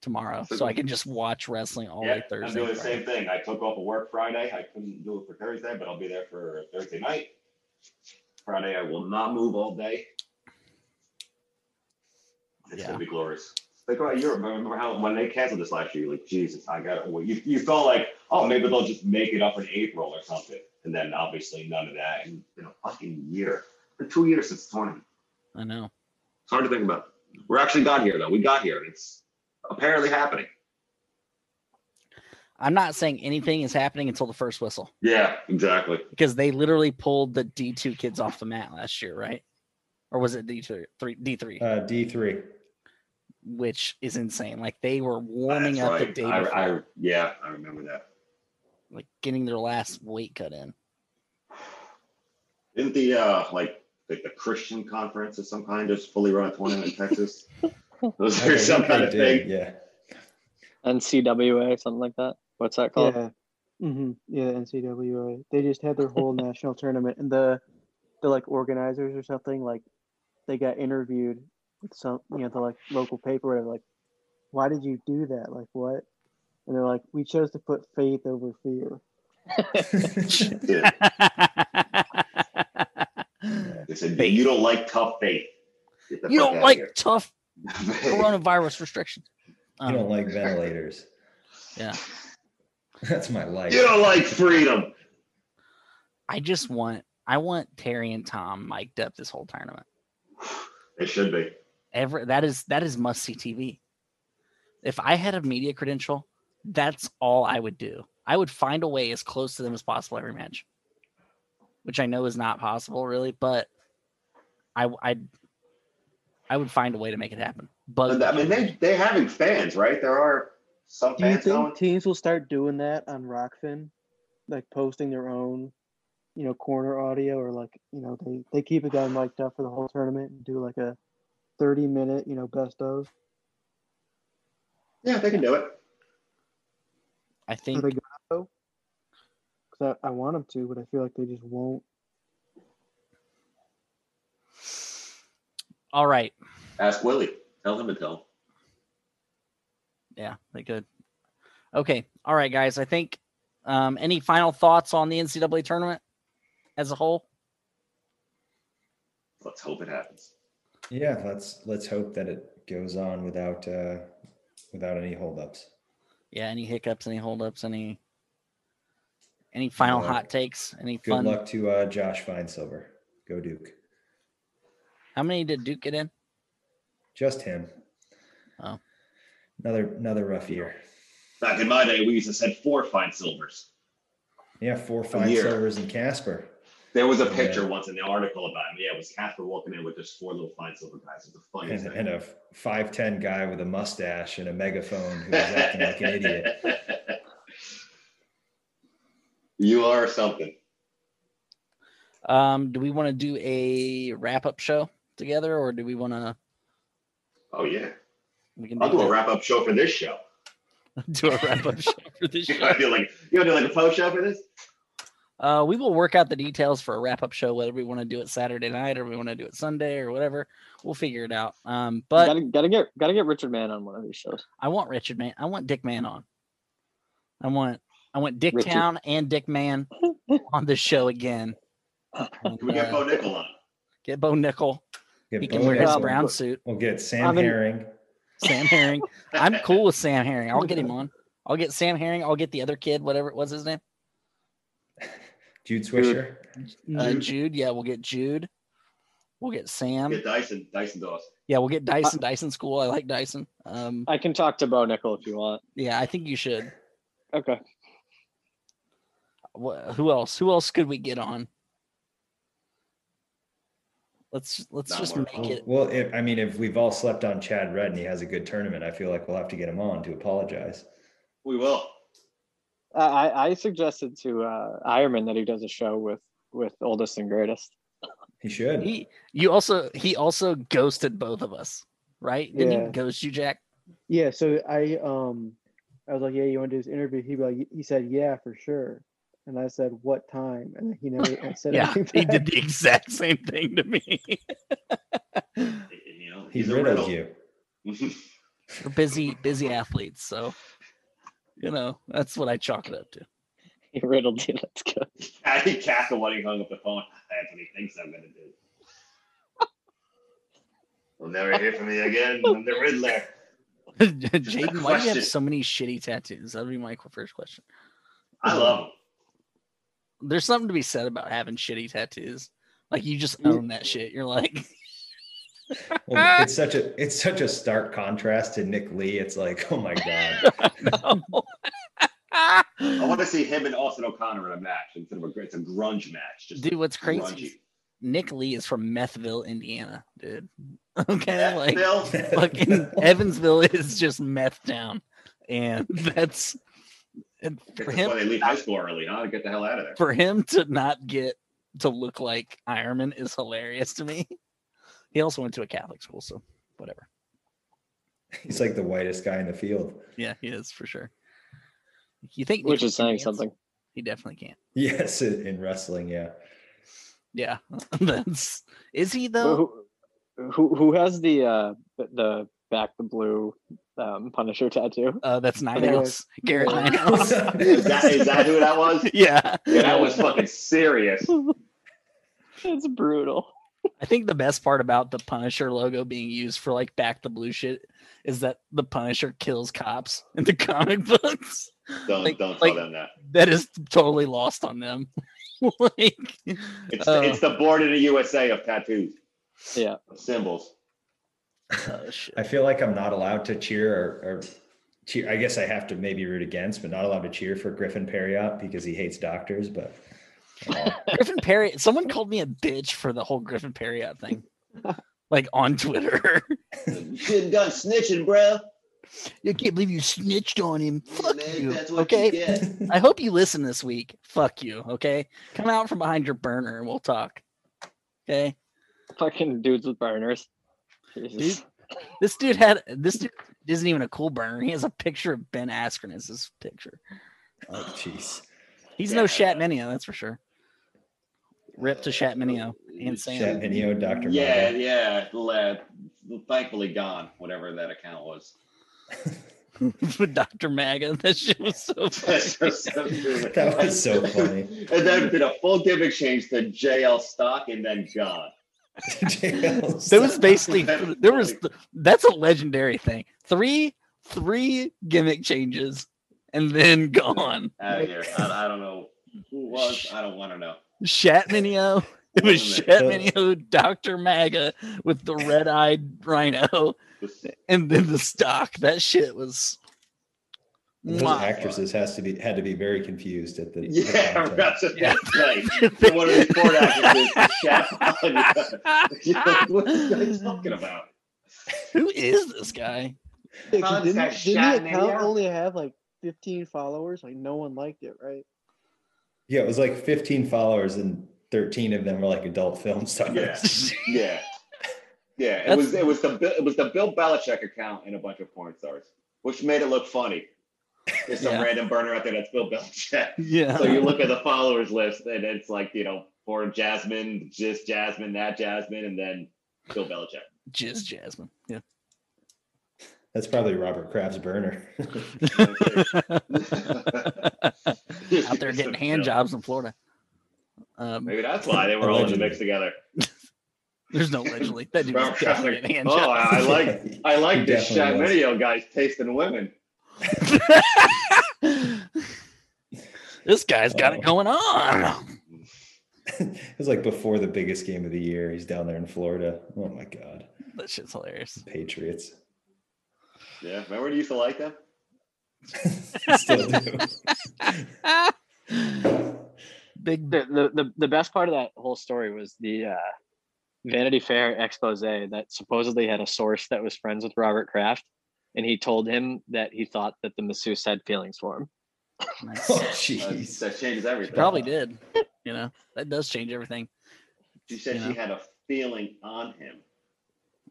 [SPEAKER 1] tomorrow, so I can just watch wrestling all day
[SPEAKER 4] Yeah,
[SPEAKER 1] Thursday.
[SPEAKER 4] I'm doing the
[SPEAKER 1] Friday.
[SPEAKER 4] same thing. I took off of work Friday. I couldn't do it for Thursday, but I'll be there for Thursday night. Friday, I will not move all day. It's
[SPEAKER 1] Yeah.
[SPEAKER 4] gonna be glorious. Like right, you remember how when they canceled this last year, you're like Jesus, I got it. Well, you you felt like oh maybe they'll just make it up in April or something, and then obviously none of that. And it's been a fucking year, For two years since the tournament.
[SPEAKER 1] I know.
[SPEAKER 4] It's hard to think about. We're actually got here though. We got here. It's apparently happening.
[SPEAKER 1] I'm not saying anything is happening until the first whistle
[SPEAKER 4] Yeah, exactly.
[SPEAKER 1] because they literally pulled the D2 kids off the mat last year, right? Or was it D2 three D3?
[SPEAKER 3] Uh, D three.
[SPEAKER 1] which is insane. Like they were warming
[SPEAKER 4] That's
[SPEAKER 1] up
[SPEAKER 4] right.
[SPEAKER 1] the day
[SPEAKER 4] I-
[SPEAKER 1] before,
[SPEAKER 4] I, yeah, I remember that.
[SPEAKER 1] like getting their last weight cut in.
[SPEAKER 4] Isn't the uh like like the Christian conference of some kind just fully run a tournament in Texas? Those are some kind of thing.
[SPEAKER 3] Yeah.
[SPEAKER 8] NCWA, something like that. What's that called?
[SPEAKER 6] Yeah. hmm Yeah, NCWA. They just had their whole national tournament and the the like organizers or something, like they got interviewed with some you know, the like local paper and like, why did you do that? Like what? And they're like, We chose to put faith over fear.
[SPEAKER 4] Yeah. They said you don't like tough faith. Get the
[SPEAKER 1] you
[SPEAKER 4] fuck
[SPEAKER 1] don't
[SPEAKER 4] outta
[SPEAKER 1] like
[SPEAKER 4] here."
[SPEAKER 1] tough coronavirus restrictions.
[SPEAKER 3] you don't
[SPEAKER 1] Um,
[SPEAKER 3] like ventilators.
[SPEAKER 1] Yeah.
[SPEAKER 3] That's my life.
[SPEAKER 4] you don't like freedom.
[SPEAKER 1] I just want I want Terry and Tom mic'd up this whole tournament.
[SPEAKER 4] It should be.
[SPEAKER 1] Ever that is that is must see TV. If I had a media credential, that's all I would do. I would find a way as close to them as possible every match, which I know is not possible really, but I I I would find a way to make it happen. But
[SPEAKER 4] I mean, they they having fans, right? There are some
[SPEAKER 6] Do you
[SPEAKER 4] fans going.
[SPEAKER 6] think teams will start doing that on Rockfin? Like posting their own, you know, corner audio or like, you know, they, they keep a guy mic'd up for the whole tournament and do like a thirty minute, you know, best of.
[SPEAKER 4] Yeah, they can do it.
[SPEAKER 1] I
[SPEAKER 6] Are
[SPEAKER 1] think
[SPEAKER 6] they gonna though? Because I, I want them to, but I feel like they just won't.
[SPEAKER 1] all right.
[SPEAKER 4] Ask Willie. Tell him to tell.
[SPEAKER 1] Yeah, they could. Okay. All right, guys. I think um any final thoughts on the NCAA tournament as a whole?
[SPEAKER 4] Let's hope it happens.
[SPEAKER 3] Yeah, let's let's hope that it goes on without uh without any holdups.
[SPEAKER 1] Yeah, any hiccups, any holdups, any any final
[SPEAKER 3] luck.
[SPEAKER 1] hot takes, any
[SPEAKER 3] Good
[SPEAKER 1] fun
[SPEAKER 3] luck to uh Josh Feinsilver. Go Duke.
[SPEAKER 1] How many did Duke get in?
[SPEAKER 3] Just him.
[SPEAKER 1] Oh.
[SPEAKER 3] Another another rough year.
[SPEAKER 4] Back in my day, we used to send four fine silvers.
[SPEAKER 3] Yeah, four fine
[SPEAKER 4] year.
[SPEAKER 3] silvers and Casper.
[SPEAKER 4] There was a picture
[SPEAKER 3] Yeah.
[SPEAKER 4] once in the article about him. Yeah, it was Casper walking in with just four little fine silver guys. It was the funniest
[SPEAKER 3] And,
[SPEAKER 4] thing.
[SPEAKER 3] and a five ten guy with a mustache and a megaphone who was acting like an idiot.
[SPEAKER 4] You are something.
[SPEAKER 1] Um, do we want to do a wrap up show together, or do we want to?
[SPEAKER 4] Oh yeah,
[SPEAKER 1] We can
[SPEAKER 4] I'll do a
[SPEAKER 1] that-
[SPEAKER 4] wrap up show for this show.
[SPEAKER 1] do a wrap up show for this
[SPEAKER 4] You
[SPEAKER 1] show.
[SPEAKER 4] gotta do like you gotta do like a post show for this.
[SPEAKER 1] Uh, we will work out the details for a wrap up show, whether we want to do it Saturday night or we want to do it Sunday or whatever. We'll figure it out. Um, but
[SPEAKER 8] gotta gotta get gotta get Richard Mann on one of these shows.
[SPEAKER 1] I want Richard Man. I want Dick Man on. I want I want Dick
[SPEAKER 7] Richard.
[SPEAKER 1] Town and Dick Man on the show again. And,
[SPEAKER 4] Can we get
[SPEAKER 1] uh,
[SPEAKER 4] Bo Nickel on?
[SPEAKER 1] get Bo Nickel.
[SPEAKER 3] Get
[SPEAKER 1] He can
[SPEAKER 3] Bo
[SPEAKER 1] wear his
[SPEAKER 3] Nickel.
[SPEAKER 1] brown suit.
[SPEAKER 3] We'll get Sam
[SPEAKER 6] I've been-
[SPEAKER 3] Herring.
[SPEAKER 1] Sam Herring. I'm cool with Sam Herring. I'll get him on. I'll get Sam Herring. I'll get the other kid, whatever it was his name.
[SPEAKER 3] Jude Swisher.
[SPEAKER 1] Uh,
[SPEAKER 4] Jude.
[SPEAKER 1] Jude. Yeah, we'll get Jude. We'll get Sam.
[SPEAKER 4] Get Dyson, Dyson Dawson.
[SPEAKER 1] Yeah, we'll get Dyson. Dyson school. I like Dyson. Um,
[SPEAKER 6] uh,
[SPEAKER 8] I can talk to Bo Nickel if you want.
[SPEAKER 1] yeah, I think you should.
[SPEAKER 8] Okay.
[SPEAKER 1] Wha- Who else? Who else could we get on? Let's let's
[SPEAKER 4] Not
[SPEAKER 1] just
[SPEAKER 4] more.
[SPEAKER 1] make
[SPEAKER 3] Well,
[SPEAKER 1] it.
[SPEAKER 3] well, if, I mean, if we've all slept on Chad Rudd and he has a good tournament, I feel like we'll have to get him on to apologize.
[SPEAKER 4] We will.
[SPEAKER 8] I I, I suggested to uh, Ironman that he does a show with with oldest and greatest.
[SPEAKER 3] He should.
[SPEAKER 1] He you also he also ghosted both of us, right? Didn't
[SPEAKER 6] Yeah.
[SPEAKER 1] he ghost you, Jack?
[SPEAKER 6] Yeah, so I um I was like, Yeah, you want to do this interview? He'd be like he said, Yeah, for sure. And I said, What time? And he never said
[SPEAKER 1] Yeah,
[SPEAKER 6] anything.
[SPEAKER 1] he
[SPEAKER 6] back.
[SPEAKER 1] did the exact same thing to me.
[SPEAKER 4] You know,
[SPEAKER 3] He
[SPEAKER 4] he's a
[SPEAKER 3] riddled
[SPEAKER 4] riddle.
[SPEAKER 3] you.
[SPEAKER 1] We're busy, busy athletes, so you know that's what I chalk it up to.
[SPEAKER 8] He riddled you. That's good.
[SPEAKER 4] I think Castle when he hung up the phone. That's what he thinks I'm gonna do. We'll never hear from me again. I'm the Riddler.
[SPEAKER 1] Jaden, why do you
[SPEAKER 4] Question.
[SPEAKER 1] have so many shitty tattoos? That'd be my qu- first question.
[SPEAKER 4] I love him.
[SPEAKER 1] There's something to be said about having shitty tattoos. Like you just
[SPEAKER 6] Yeah.
[SPEAKER 1] own that shit. You're like,
[SPEAKER 3] Well, it's such a it's such a stark contrast to Nick Lee. It's like, oh my god,
[SPEAKER 1] no.
[SPEAKER 4] I want to see him and Austin O'Connor in a match instead of a it's a grunge match. Just
[SPEAKER 1] dude, what's crazy?
[SPEAKER 4] grungy.
[SPEAKER 1] is Nick Lee is from Methville, Indiana, dude. Okay, like
[SPEAKER 4] Phil,
[SPEAKER 1] fucking Evansville is just meth town, and that's and for
[SPEAKER 4] that's
[SPEAKER 1] him
[SPEAKER 4] why they leave high school early, huh? To get the hell out of there.
[SPEAKER 1] for him to not get to look like Ironman is hilarious to me. He also went to a Catholic school, so whatever.
[SPEAKER 3] he's like the whitest guy in the field.
[SPEAKER 1] Yeah, he is for sure. You think
[SPEAKER 8] Which
[SPEAKER 1] Nick
[SPEAKER 8] is
[SPEAKER 1] can
[SPEAKER 8] saying
[SPEAKER 1] dance?
[SPEAKER 8] something.
[SPEAKER 1] He definitely can.
[SPEAKER 3] Yes, in in wrestling, yeah.
[SPEAKER 1] Yeah, that's is he though?
[SPEAKER 8] Who, who who has the uh the- the back the blue um Punisher tattoo?
[SPEAKER 1] Uh, that's nine
[SPEAKER 6] Yeah.
[SPEAKER 1] house. Garrett nine house.
[SPEAKER 4] Is Oh, that, is that who that was?
[SPEAKER 1] Yeah.
[SPEAKER 4] Yeah, that was fucking serious.
[SPEAKER 8] It's brutal.
[SPEAKER 1] I think the best part about the Punisher logo being used for like back the blue shit is that the Punisher kills cops in the comic books.
[SPEAKER 4] Don't
[SPEAKER 1] Like-
[SPEAKER 4] don't tell
[SPEAKER 1] like,
[SPEAKER 4] them that.
[SPEAKER 1] That is totally lost on them. like,
[SPEAKER 4] It's
[SPEAKER 1] uh,
[SPEAKER 4] the, it's the born in the USA of tattoos,
[SPEAKER 8] Yeah.
[SPEAKER 4] of symbols.
[SPEAKER 1] oh, shit.
[SPEAKER 3] I feel like I'm not allowed to cheer or, or cheer. I guess I have to maybe root against, but not allowed to cheer for Griffin Perriott because he hates doctors. But uh,
[SPEAKER 1] Griffin Perry. Someone called me a bitch for the whole Griffin Perriott thing, like on Twitter.
[SPEAKER 4] You should have done snitching, bro.
[SPEAKER 1] you can't believe you snitched on him. Fuck
[SPEAKER 4] Man,
[SPEAKER 1] you.
[SPEAKER 4] That's what you
[SPEAKER 1] Okay.
[SPEAKER 4] get.
[SPEAKER 3] Oh,
[SPEAKER 1] I hope you listen this week. Fuck you. Okay. Come out from behind your burner and we'll talk. Okay.
[SPEAKER 8] Fucking dudes with burners. Jesus.
[SPEAKER 1] This dude had this dude isn't even a cool burner. He has a picture of Ben Askren as his picture.
[SPEAKER 3] oh, jeez,
[SPEAKER 1] He's
[SPEAKER 4] Yeah.
[SPEAKER 1] no Shatminio, that's for sure. Rip to Shatminio and
[SPEAKER 3] Chat
[SPEAKER 1] Sam.
[SPEAKER 3] video, Doctor.
[SPEAKER 4] Yeah, yeah. la- Thankfully gone, whatever that account was.
[SPEAKER 1] with Dr. Maga. That shit was so funny.
[SPEAKER 4] that
[SPEAKER 3] That was so funny.
[SPEAKER 4] And then did a full gimmick change to JL Stock and then gone.
[SPEAKER 1] There was basically
[SPEAKER 4] That's
[SPEAKER 1] there was
[SPEAKER 4] funny.
[SPEAKER 1] th- that's a legendary thing. Three three gimmick changes and then gone.
[SPEAKER 4] Out of here. I, I don't know who was. I don't want to know.
[SPEAKER 1] Shatminio, It was
[SPEAKER 4] Wasn't
[SPEAKER 1] Shed Minio, Dr. Maga with the red eyed rhino,
[SPEAKER 4] Just-
[SPEAKER 1] and then the stock. That shit was.
[SPEAKER 3] Those
[SPEAKER 1] Mwah.
[SPEAKER 3] actresses has to be had to be very confused at the at the
[SPEAKER 4] Yeah,
[SPEAKER 3] content.
[SPEAKER 4] that's a
[SPEAKER 1] Yeah.
[SPEAKER 4] like you're one of these porn actresses, the chef on your- You're like, what are you talking about?
[SPEAKER 1] Who is this guy?
[SPEAKER 6] Yeah, 'cause
[SPEAKER 4] Hans got
[SPEAKER 6] didn't,
[SPEAKER 4] shot
[SPEAKER 6] didn't
[SPEAKER 4] in
[SPEAKER 6] the
[SPEAKER 4] the
[SPEAKER 6] account
[SPEAKER 4] ass.
[SPEAKER 6] only have like 15 followers? Like no one liked it, right?
[SPEAKER 3] Yeah, it was like 15 followers and 13 of them were like adult film stars.
[SPEAKER 4] Yeah. Yeah, yeah. It
[SPEAKER 1] That's-
[SPEAKER 4] was it was the Bill- it was the Bill Belichick account and a bunch of porn stars, which made it look funny. There's some
[SPEAKER 1] Yeah.
[SPEAKER 4] random burner out there that's Bill Belichick.
[SPEAKER 1] yeah.
[SPEAKER 4] So you look at the followers list, and it's like you know, porn Jasmine, just Jasmine, that Jasmine, and then Bill Belichick.
[SPEAKER 1] Jizz Jasmine. Yeah.
[SPEAKER 3] That's probably Robert Kraft's burner.
[SPEAKER 1] Out there getting hand jobs in Florida. Um,
[SPEAKER 4] Maybe that's why they were all in the mix together.
[SPEAKER 1] there's no allegedly. That dude
[SPEAKER 4] Robert
[SPEAKER 1] was
[SPEAKER 4] Kraft,
[SPEAKER 1] definitely
[SPEAKER 4] like,
[SPEAKER 1] getting hand
[SPEAKER 4] "Oh,
[SPEAKER 1] jobs.
[SPEAKER 4] I like- I like this
[SPEAKER 3] Definitely
[SPEAKER 4] shot
[SPEAKER 3] was.
[SPEAKER 4] video, guys, tasting women.
[SPEAKER 1] this guy's got
[SPEAKER 3] Oh.
[SPEAKER 1] it going on.
[SPEAKER 3] it was like before the biggest game of the year. He's down there in Florida. Oh my God.
[SPEAKER 1] That shit's hilarious.
[SPEAKER 3] Patriots.
[SPEAKER 4] Yeah, remember you used to like them?
[SPEAKER 3] Still do.
[SPEAKER 1] Ah. Big
[SPEAKER 8] The, the the the best part of that whole story was the uh, Vanity Fair expose that supposedly had a source that was friends with Robert Kraft, and he told him that he thought that the masseuse had feelings for him.
[SPEAKER 1] nice.
[SPEAKER 3] Oh,
[SPEAKER 4] Uh,
[SPEAKER 3] jeez.
[SPEAKER 4] that changes everything.
[SPEAKER 1] probably did. You know, that does change everything.
[SPEAKER 4] She said
[SPEAKER 1] you
[SPEAKER 4] she
[SPEAKER 1] know.
[SPEAKER 4] had a feeling on him.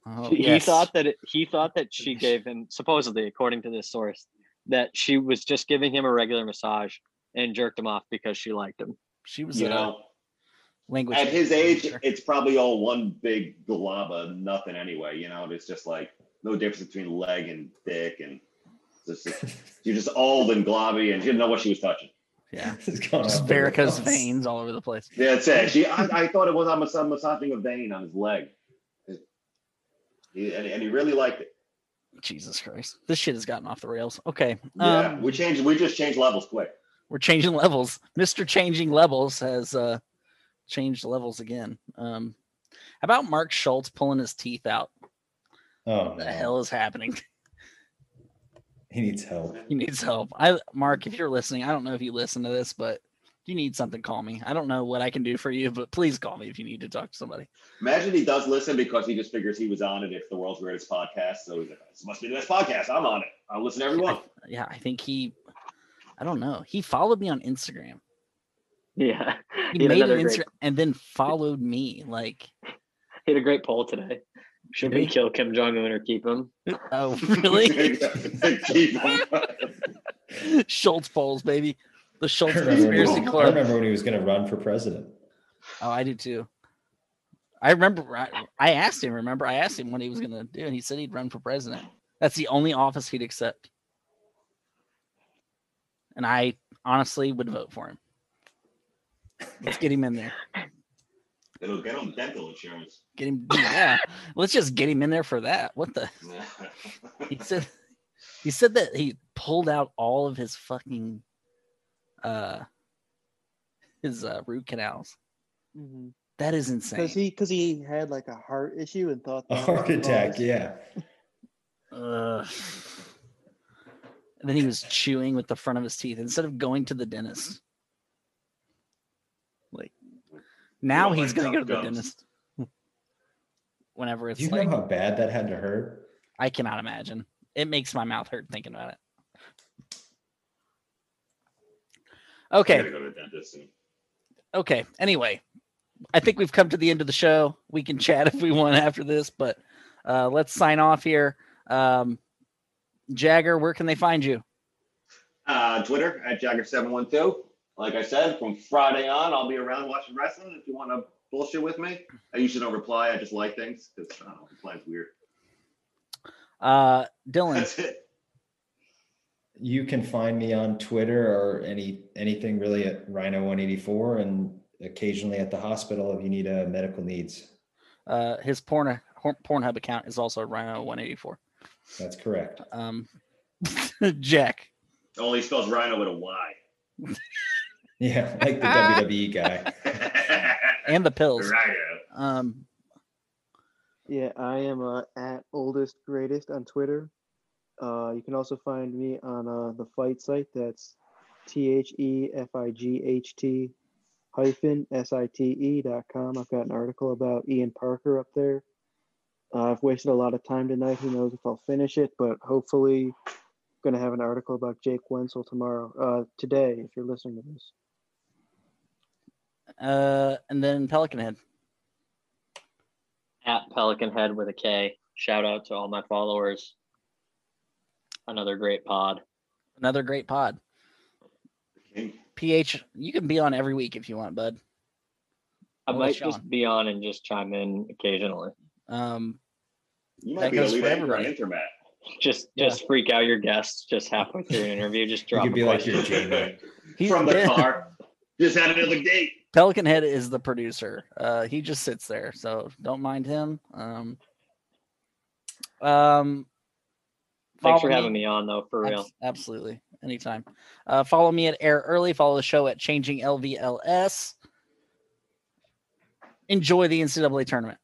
[SPEAKER 1] Oh,
[SPEAKER 8] he
[SPEAKER 1] yes.
[SPEAKER 8] thought that it, he thought that she gave him supposedly according to this source that she was just giving him a regular massage and jerked him off because she liked him
[SPEAKER 1] she was
[SPEAKER 4] You
[SPEAKER 1] a
[SPEAKER 4] know,
[SPEAKER 1] language.
[SPEAKER 4] at his age,
[SPEAKER 1] teacher.
[SPEAKER 4] it's probably all one big glob of nothing anyway. You know, and it's just like no difference between leg and dick, and it's just, you're just old and globby, and she didn't know what she was touching.
[SPEAKER 1] yeah,
[SPEAKER 3] This is going
[SPEAKER 1] just
[SPEAKER 4] Oh,
[SPEAKER 3] off the
[SPEAKER 1] varicose
[SPEAKER 3] rails.
[SPEAKER 1] veins all over the place.
[SPEAKER 4] Yeah, that's it. She, I, I thought it was I'm mas- I'm massaging a vein on his leg. He, and, and he really liked it.
[SPEAKER 1] Jesus Christ, this shit has gotten off the rails. Okay,
[SPEAKER 4] Yeah,
[SPEAKER 1] um,
[SPEAKER 4] we changed. We just changed levels quick.
[SPEAKER 1] we're changing levels. Mister Changing Levels has uh, changed levels again. Um, how about Mark Schultz pulling his teeth out?
[SPEAKER 3] Oh,
[SPEAKER 1] What the
[SPEAKER 3] no.
[SPEAKER 1] hell is happening?
[SPEAKER 3] He needs help.
[SPEAKER 1] He needs help. I, Mark, if you're listening, I don't know if you listen to this, but if you need something, call me. I don't know what I can do for you, but please call me if you need to talk to somebody.
[SPEAKER 4] Imagine he does listen because he just figures he was on it. It's the world's greatest podcast, so he's like, "This must be the best podcast. I'm on it. I'll listen to everyone."
[SPEAKER 1] Yeah, I think he. I don't know. He followed me on Instagram.
[SPEAKER 8] yeah
[SPEAKER 1] he,
[SPEAKER 8] he had
[SPEAKER 1] made an
[SPEAKER 8] another
[SPEAKER 1] Instagram
[SPEAKER 8] great
[SPEAKER 1] and then followed me. Like,
[SPEAKER 8] he had a great poll today should
[SPEAKER 1] Did
[SPEAKER 8] we
[SPEAKER 1] he?
[SPEAKER 8] kill kim jong-un or keep him
[SPEAKER 1] oh, really?
[SPEAKER 4] Keep him.
[SPEAKER 1] Schultz polls, baby. The
[SPEAKER 3] I
[SPEAKER 1] Schultz
[SPEAKER 3] remember, when
[SPEAKER 1] conspiracy
[SPEAKER 3] he, I
[SPEAKER 1] club.
[SPEAKER 3] remember when he was going to run for president.
[SPEAKER 1] Oh, I do too. I remember. I, I asked him. Remember, I asked him what he was going to do, and he said he'd run for president. That's the only office he'd accept. And I honestly would vote for him. Let's get him in there.
[SPEAKER 4] It'll get him dental insurance.
[SPEAKER 1] Get him. Yeah. Let's just get him in there for that. What the. he said he said that he pulled out all of his fucking uh his uh root canals
[SPEAKER 6] Mm-hmm.
[SPEAKER 1] that is insane
[SPEAKER 6] Because he because he had like a heart issue and thought
[SPEAKER 3] A
[SPEAKER 6] that was
[SPEAKER 3] heart
[SPEAKER 4] Oh,
[SPEAKER 6] the
[SPEAKER 3] attack.
[SPEAKER 6] cause.
[SPEAKER 3] Yeah.
[SPEAKER 1] Ugh. and then he was chewing with the front of his teeth instead of going to the dentist like now
[SPEAKER 4] don't
[SPEAKER 1] he's
[SPEAKER 4] like
[SPEAKER 1] gonna go to
[SPEAKER 4] tough
[SPEAKER 1] the
[SPEAKER 4] gums.
[SPEAKER 1] dentist whenever it's
[SPEAKER 3] Do you
[SPEAKER 1] like
[SPEAKER 3] know how bad that had to hurt?
[SPEAKER 1] i cannot imagine it makes my mouth hurt thinking about it
[SPEAKER 4] I
[SPEAKER 1] okay
[SPEAKER 4] gotta go to the dentist soon.
[SPEAKER 1] okay. Anyway, I think we've come to the end of the show. We can chat if we want after this, but uh, let's sign off here. Um, Jagger, where can they find you?
[SPEAKER 4] Uh, Twitter at Jagger712. Like I said, from Friday on, I'll be around watching wrestling. If you want to bullshit with me, I usually don't reply. I just like things because I don't know, replying's weird.
[SPEAKER 1] Uh, Dylan,
[SPEAKER 4] That's it.
[SPEAKER 3] you can find me on Twitter or any anything really at Rhino 184 and occasionally at the hospital if you need uh, medical needs.
[SPEAKER 1] uh, his porn, Pornhub account is also Rhino one eighty four.
[SPEAKER 3] That's correct.
[SPEAKER 1] Um, Jack,
[SPEAKER 4] Only spells Rhino with a Y.
[SPEAKER 3] E Yeah, like the WWE guy.
[SPEAKER 1] and the pills.
[SPEAKER 4] Rhino.
[SPEAKER 1] Um,
[SPEAKER 6] Yeah, I am uh, at oldest greatest on Twitter. Uh, you can also find me on uh, the fight site. That's T H E F I G H T hyphen S I T E dot com. I've got an article about Ian Parker up there. Uh, I've wasted a lot of time tonight. Who knows if I'll finish it, but hopefully, going to have an article about Jake Wenzel tomorrow, uh, today, if you're listening to this.
[SPEAKER 1] uh, and then Pelican Head.
[SPEAKER 8] at Pelican Head with a K. Shout out to all my followers. Another great pod.
[SPEAKER 1] Another great pod.
[SPEAKER 4] King.
[SPEAKER 1] PH, you can be on every week if you want, bud.
[SPEAKER 8] I
[SPEAKER 1] Well,
[SPEAKER 8] might
[SPEAKER 1] Sean.
[SPEAKER 8] just be on and just chime in occasionally.
[SPEAKER 1] Um,
[SPEAKER 4] You
[SPEAKER 1] That
[SPEAKER 4] might be
[SPEAKER 1] goes
[SPEAKER 4] the
[SPEAKER 1] for
[SPEAKER 4] lead anchor on
[SPEAKER 1] everybody.
[SPEAKER 4] Internet.
[SPEAKER 8] Just
[SPEAKER 1] Yeah.
[SPEAKER 8] just freak out your guests just halfway through an interview. Just
[SPEAKER 3] You
[SPEAKER 8] drop
[SPEAKER 3] could
[SPEAKER 8] a
[SPEAKER 3] be like
[SPEAKER 8] question.
[SPEAKER 3] your Jamie.
[SPEAKER 1] he's
[SPEAKER 4] From the
[SPEAKER 1] been-
[SPEAKER 4] car. Just had another date.
[SPEAKER 1] Pelican Head is the producer. Uh, he just sits there, so don't mind him. Um, um,
[SPEAKER 8] Thanks
[SPEAKER 1] follow
[SPEAKER 8] for having me on though, for real.
[SPEAKER 1] Abs- absolutely. Anytime. Uh, follow me at Air Early. Follow the show at Changing LVLS. Enjoy the NCAA tournament.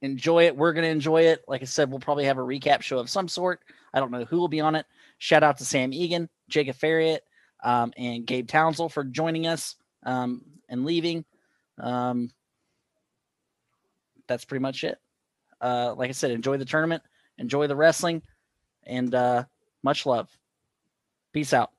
[SPEAKER 1] Enjoy it. We're going to enjoy it. Like I said, we'll probably have a recap show of some sort. I don't know who will be on it. Shout out to Sam Egan, Jacob Ferriet, um, and Gabe Townsell for joining us um, and leaving. Um, that's pretty much it. Uh, like I said, enjoy the tournament, enjoy the wrestling, and uh, much love. Peace out.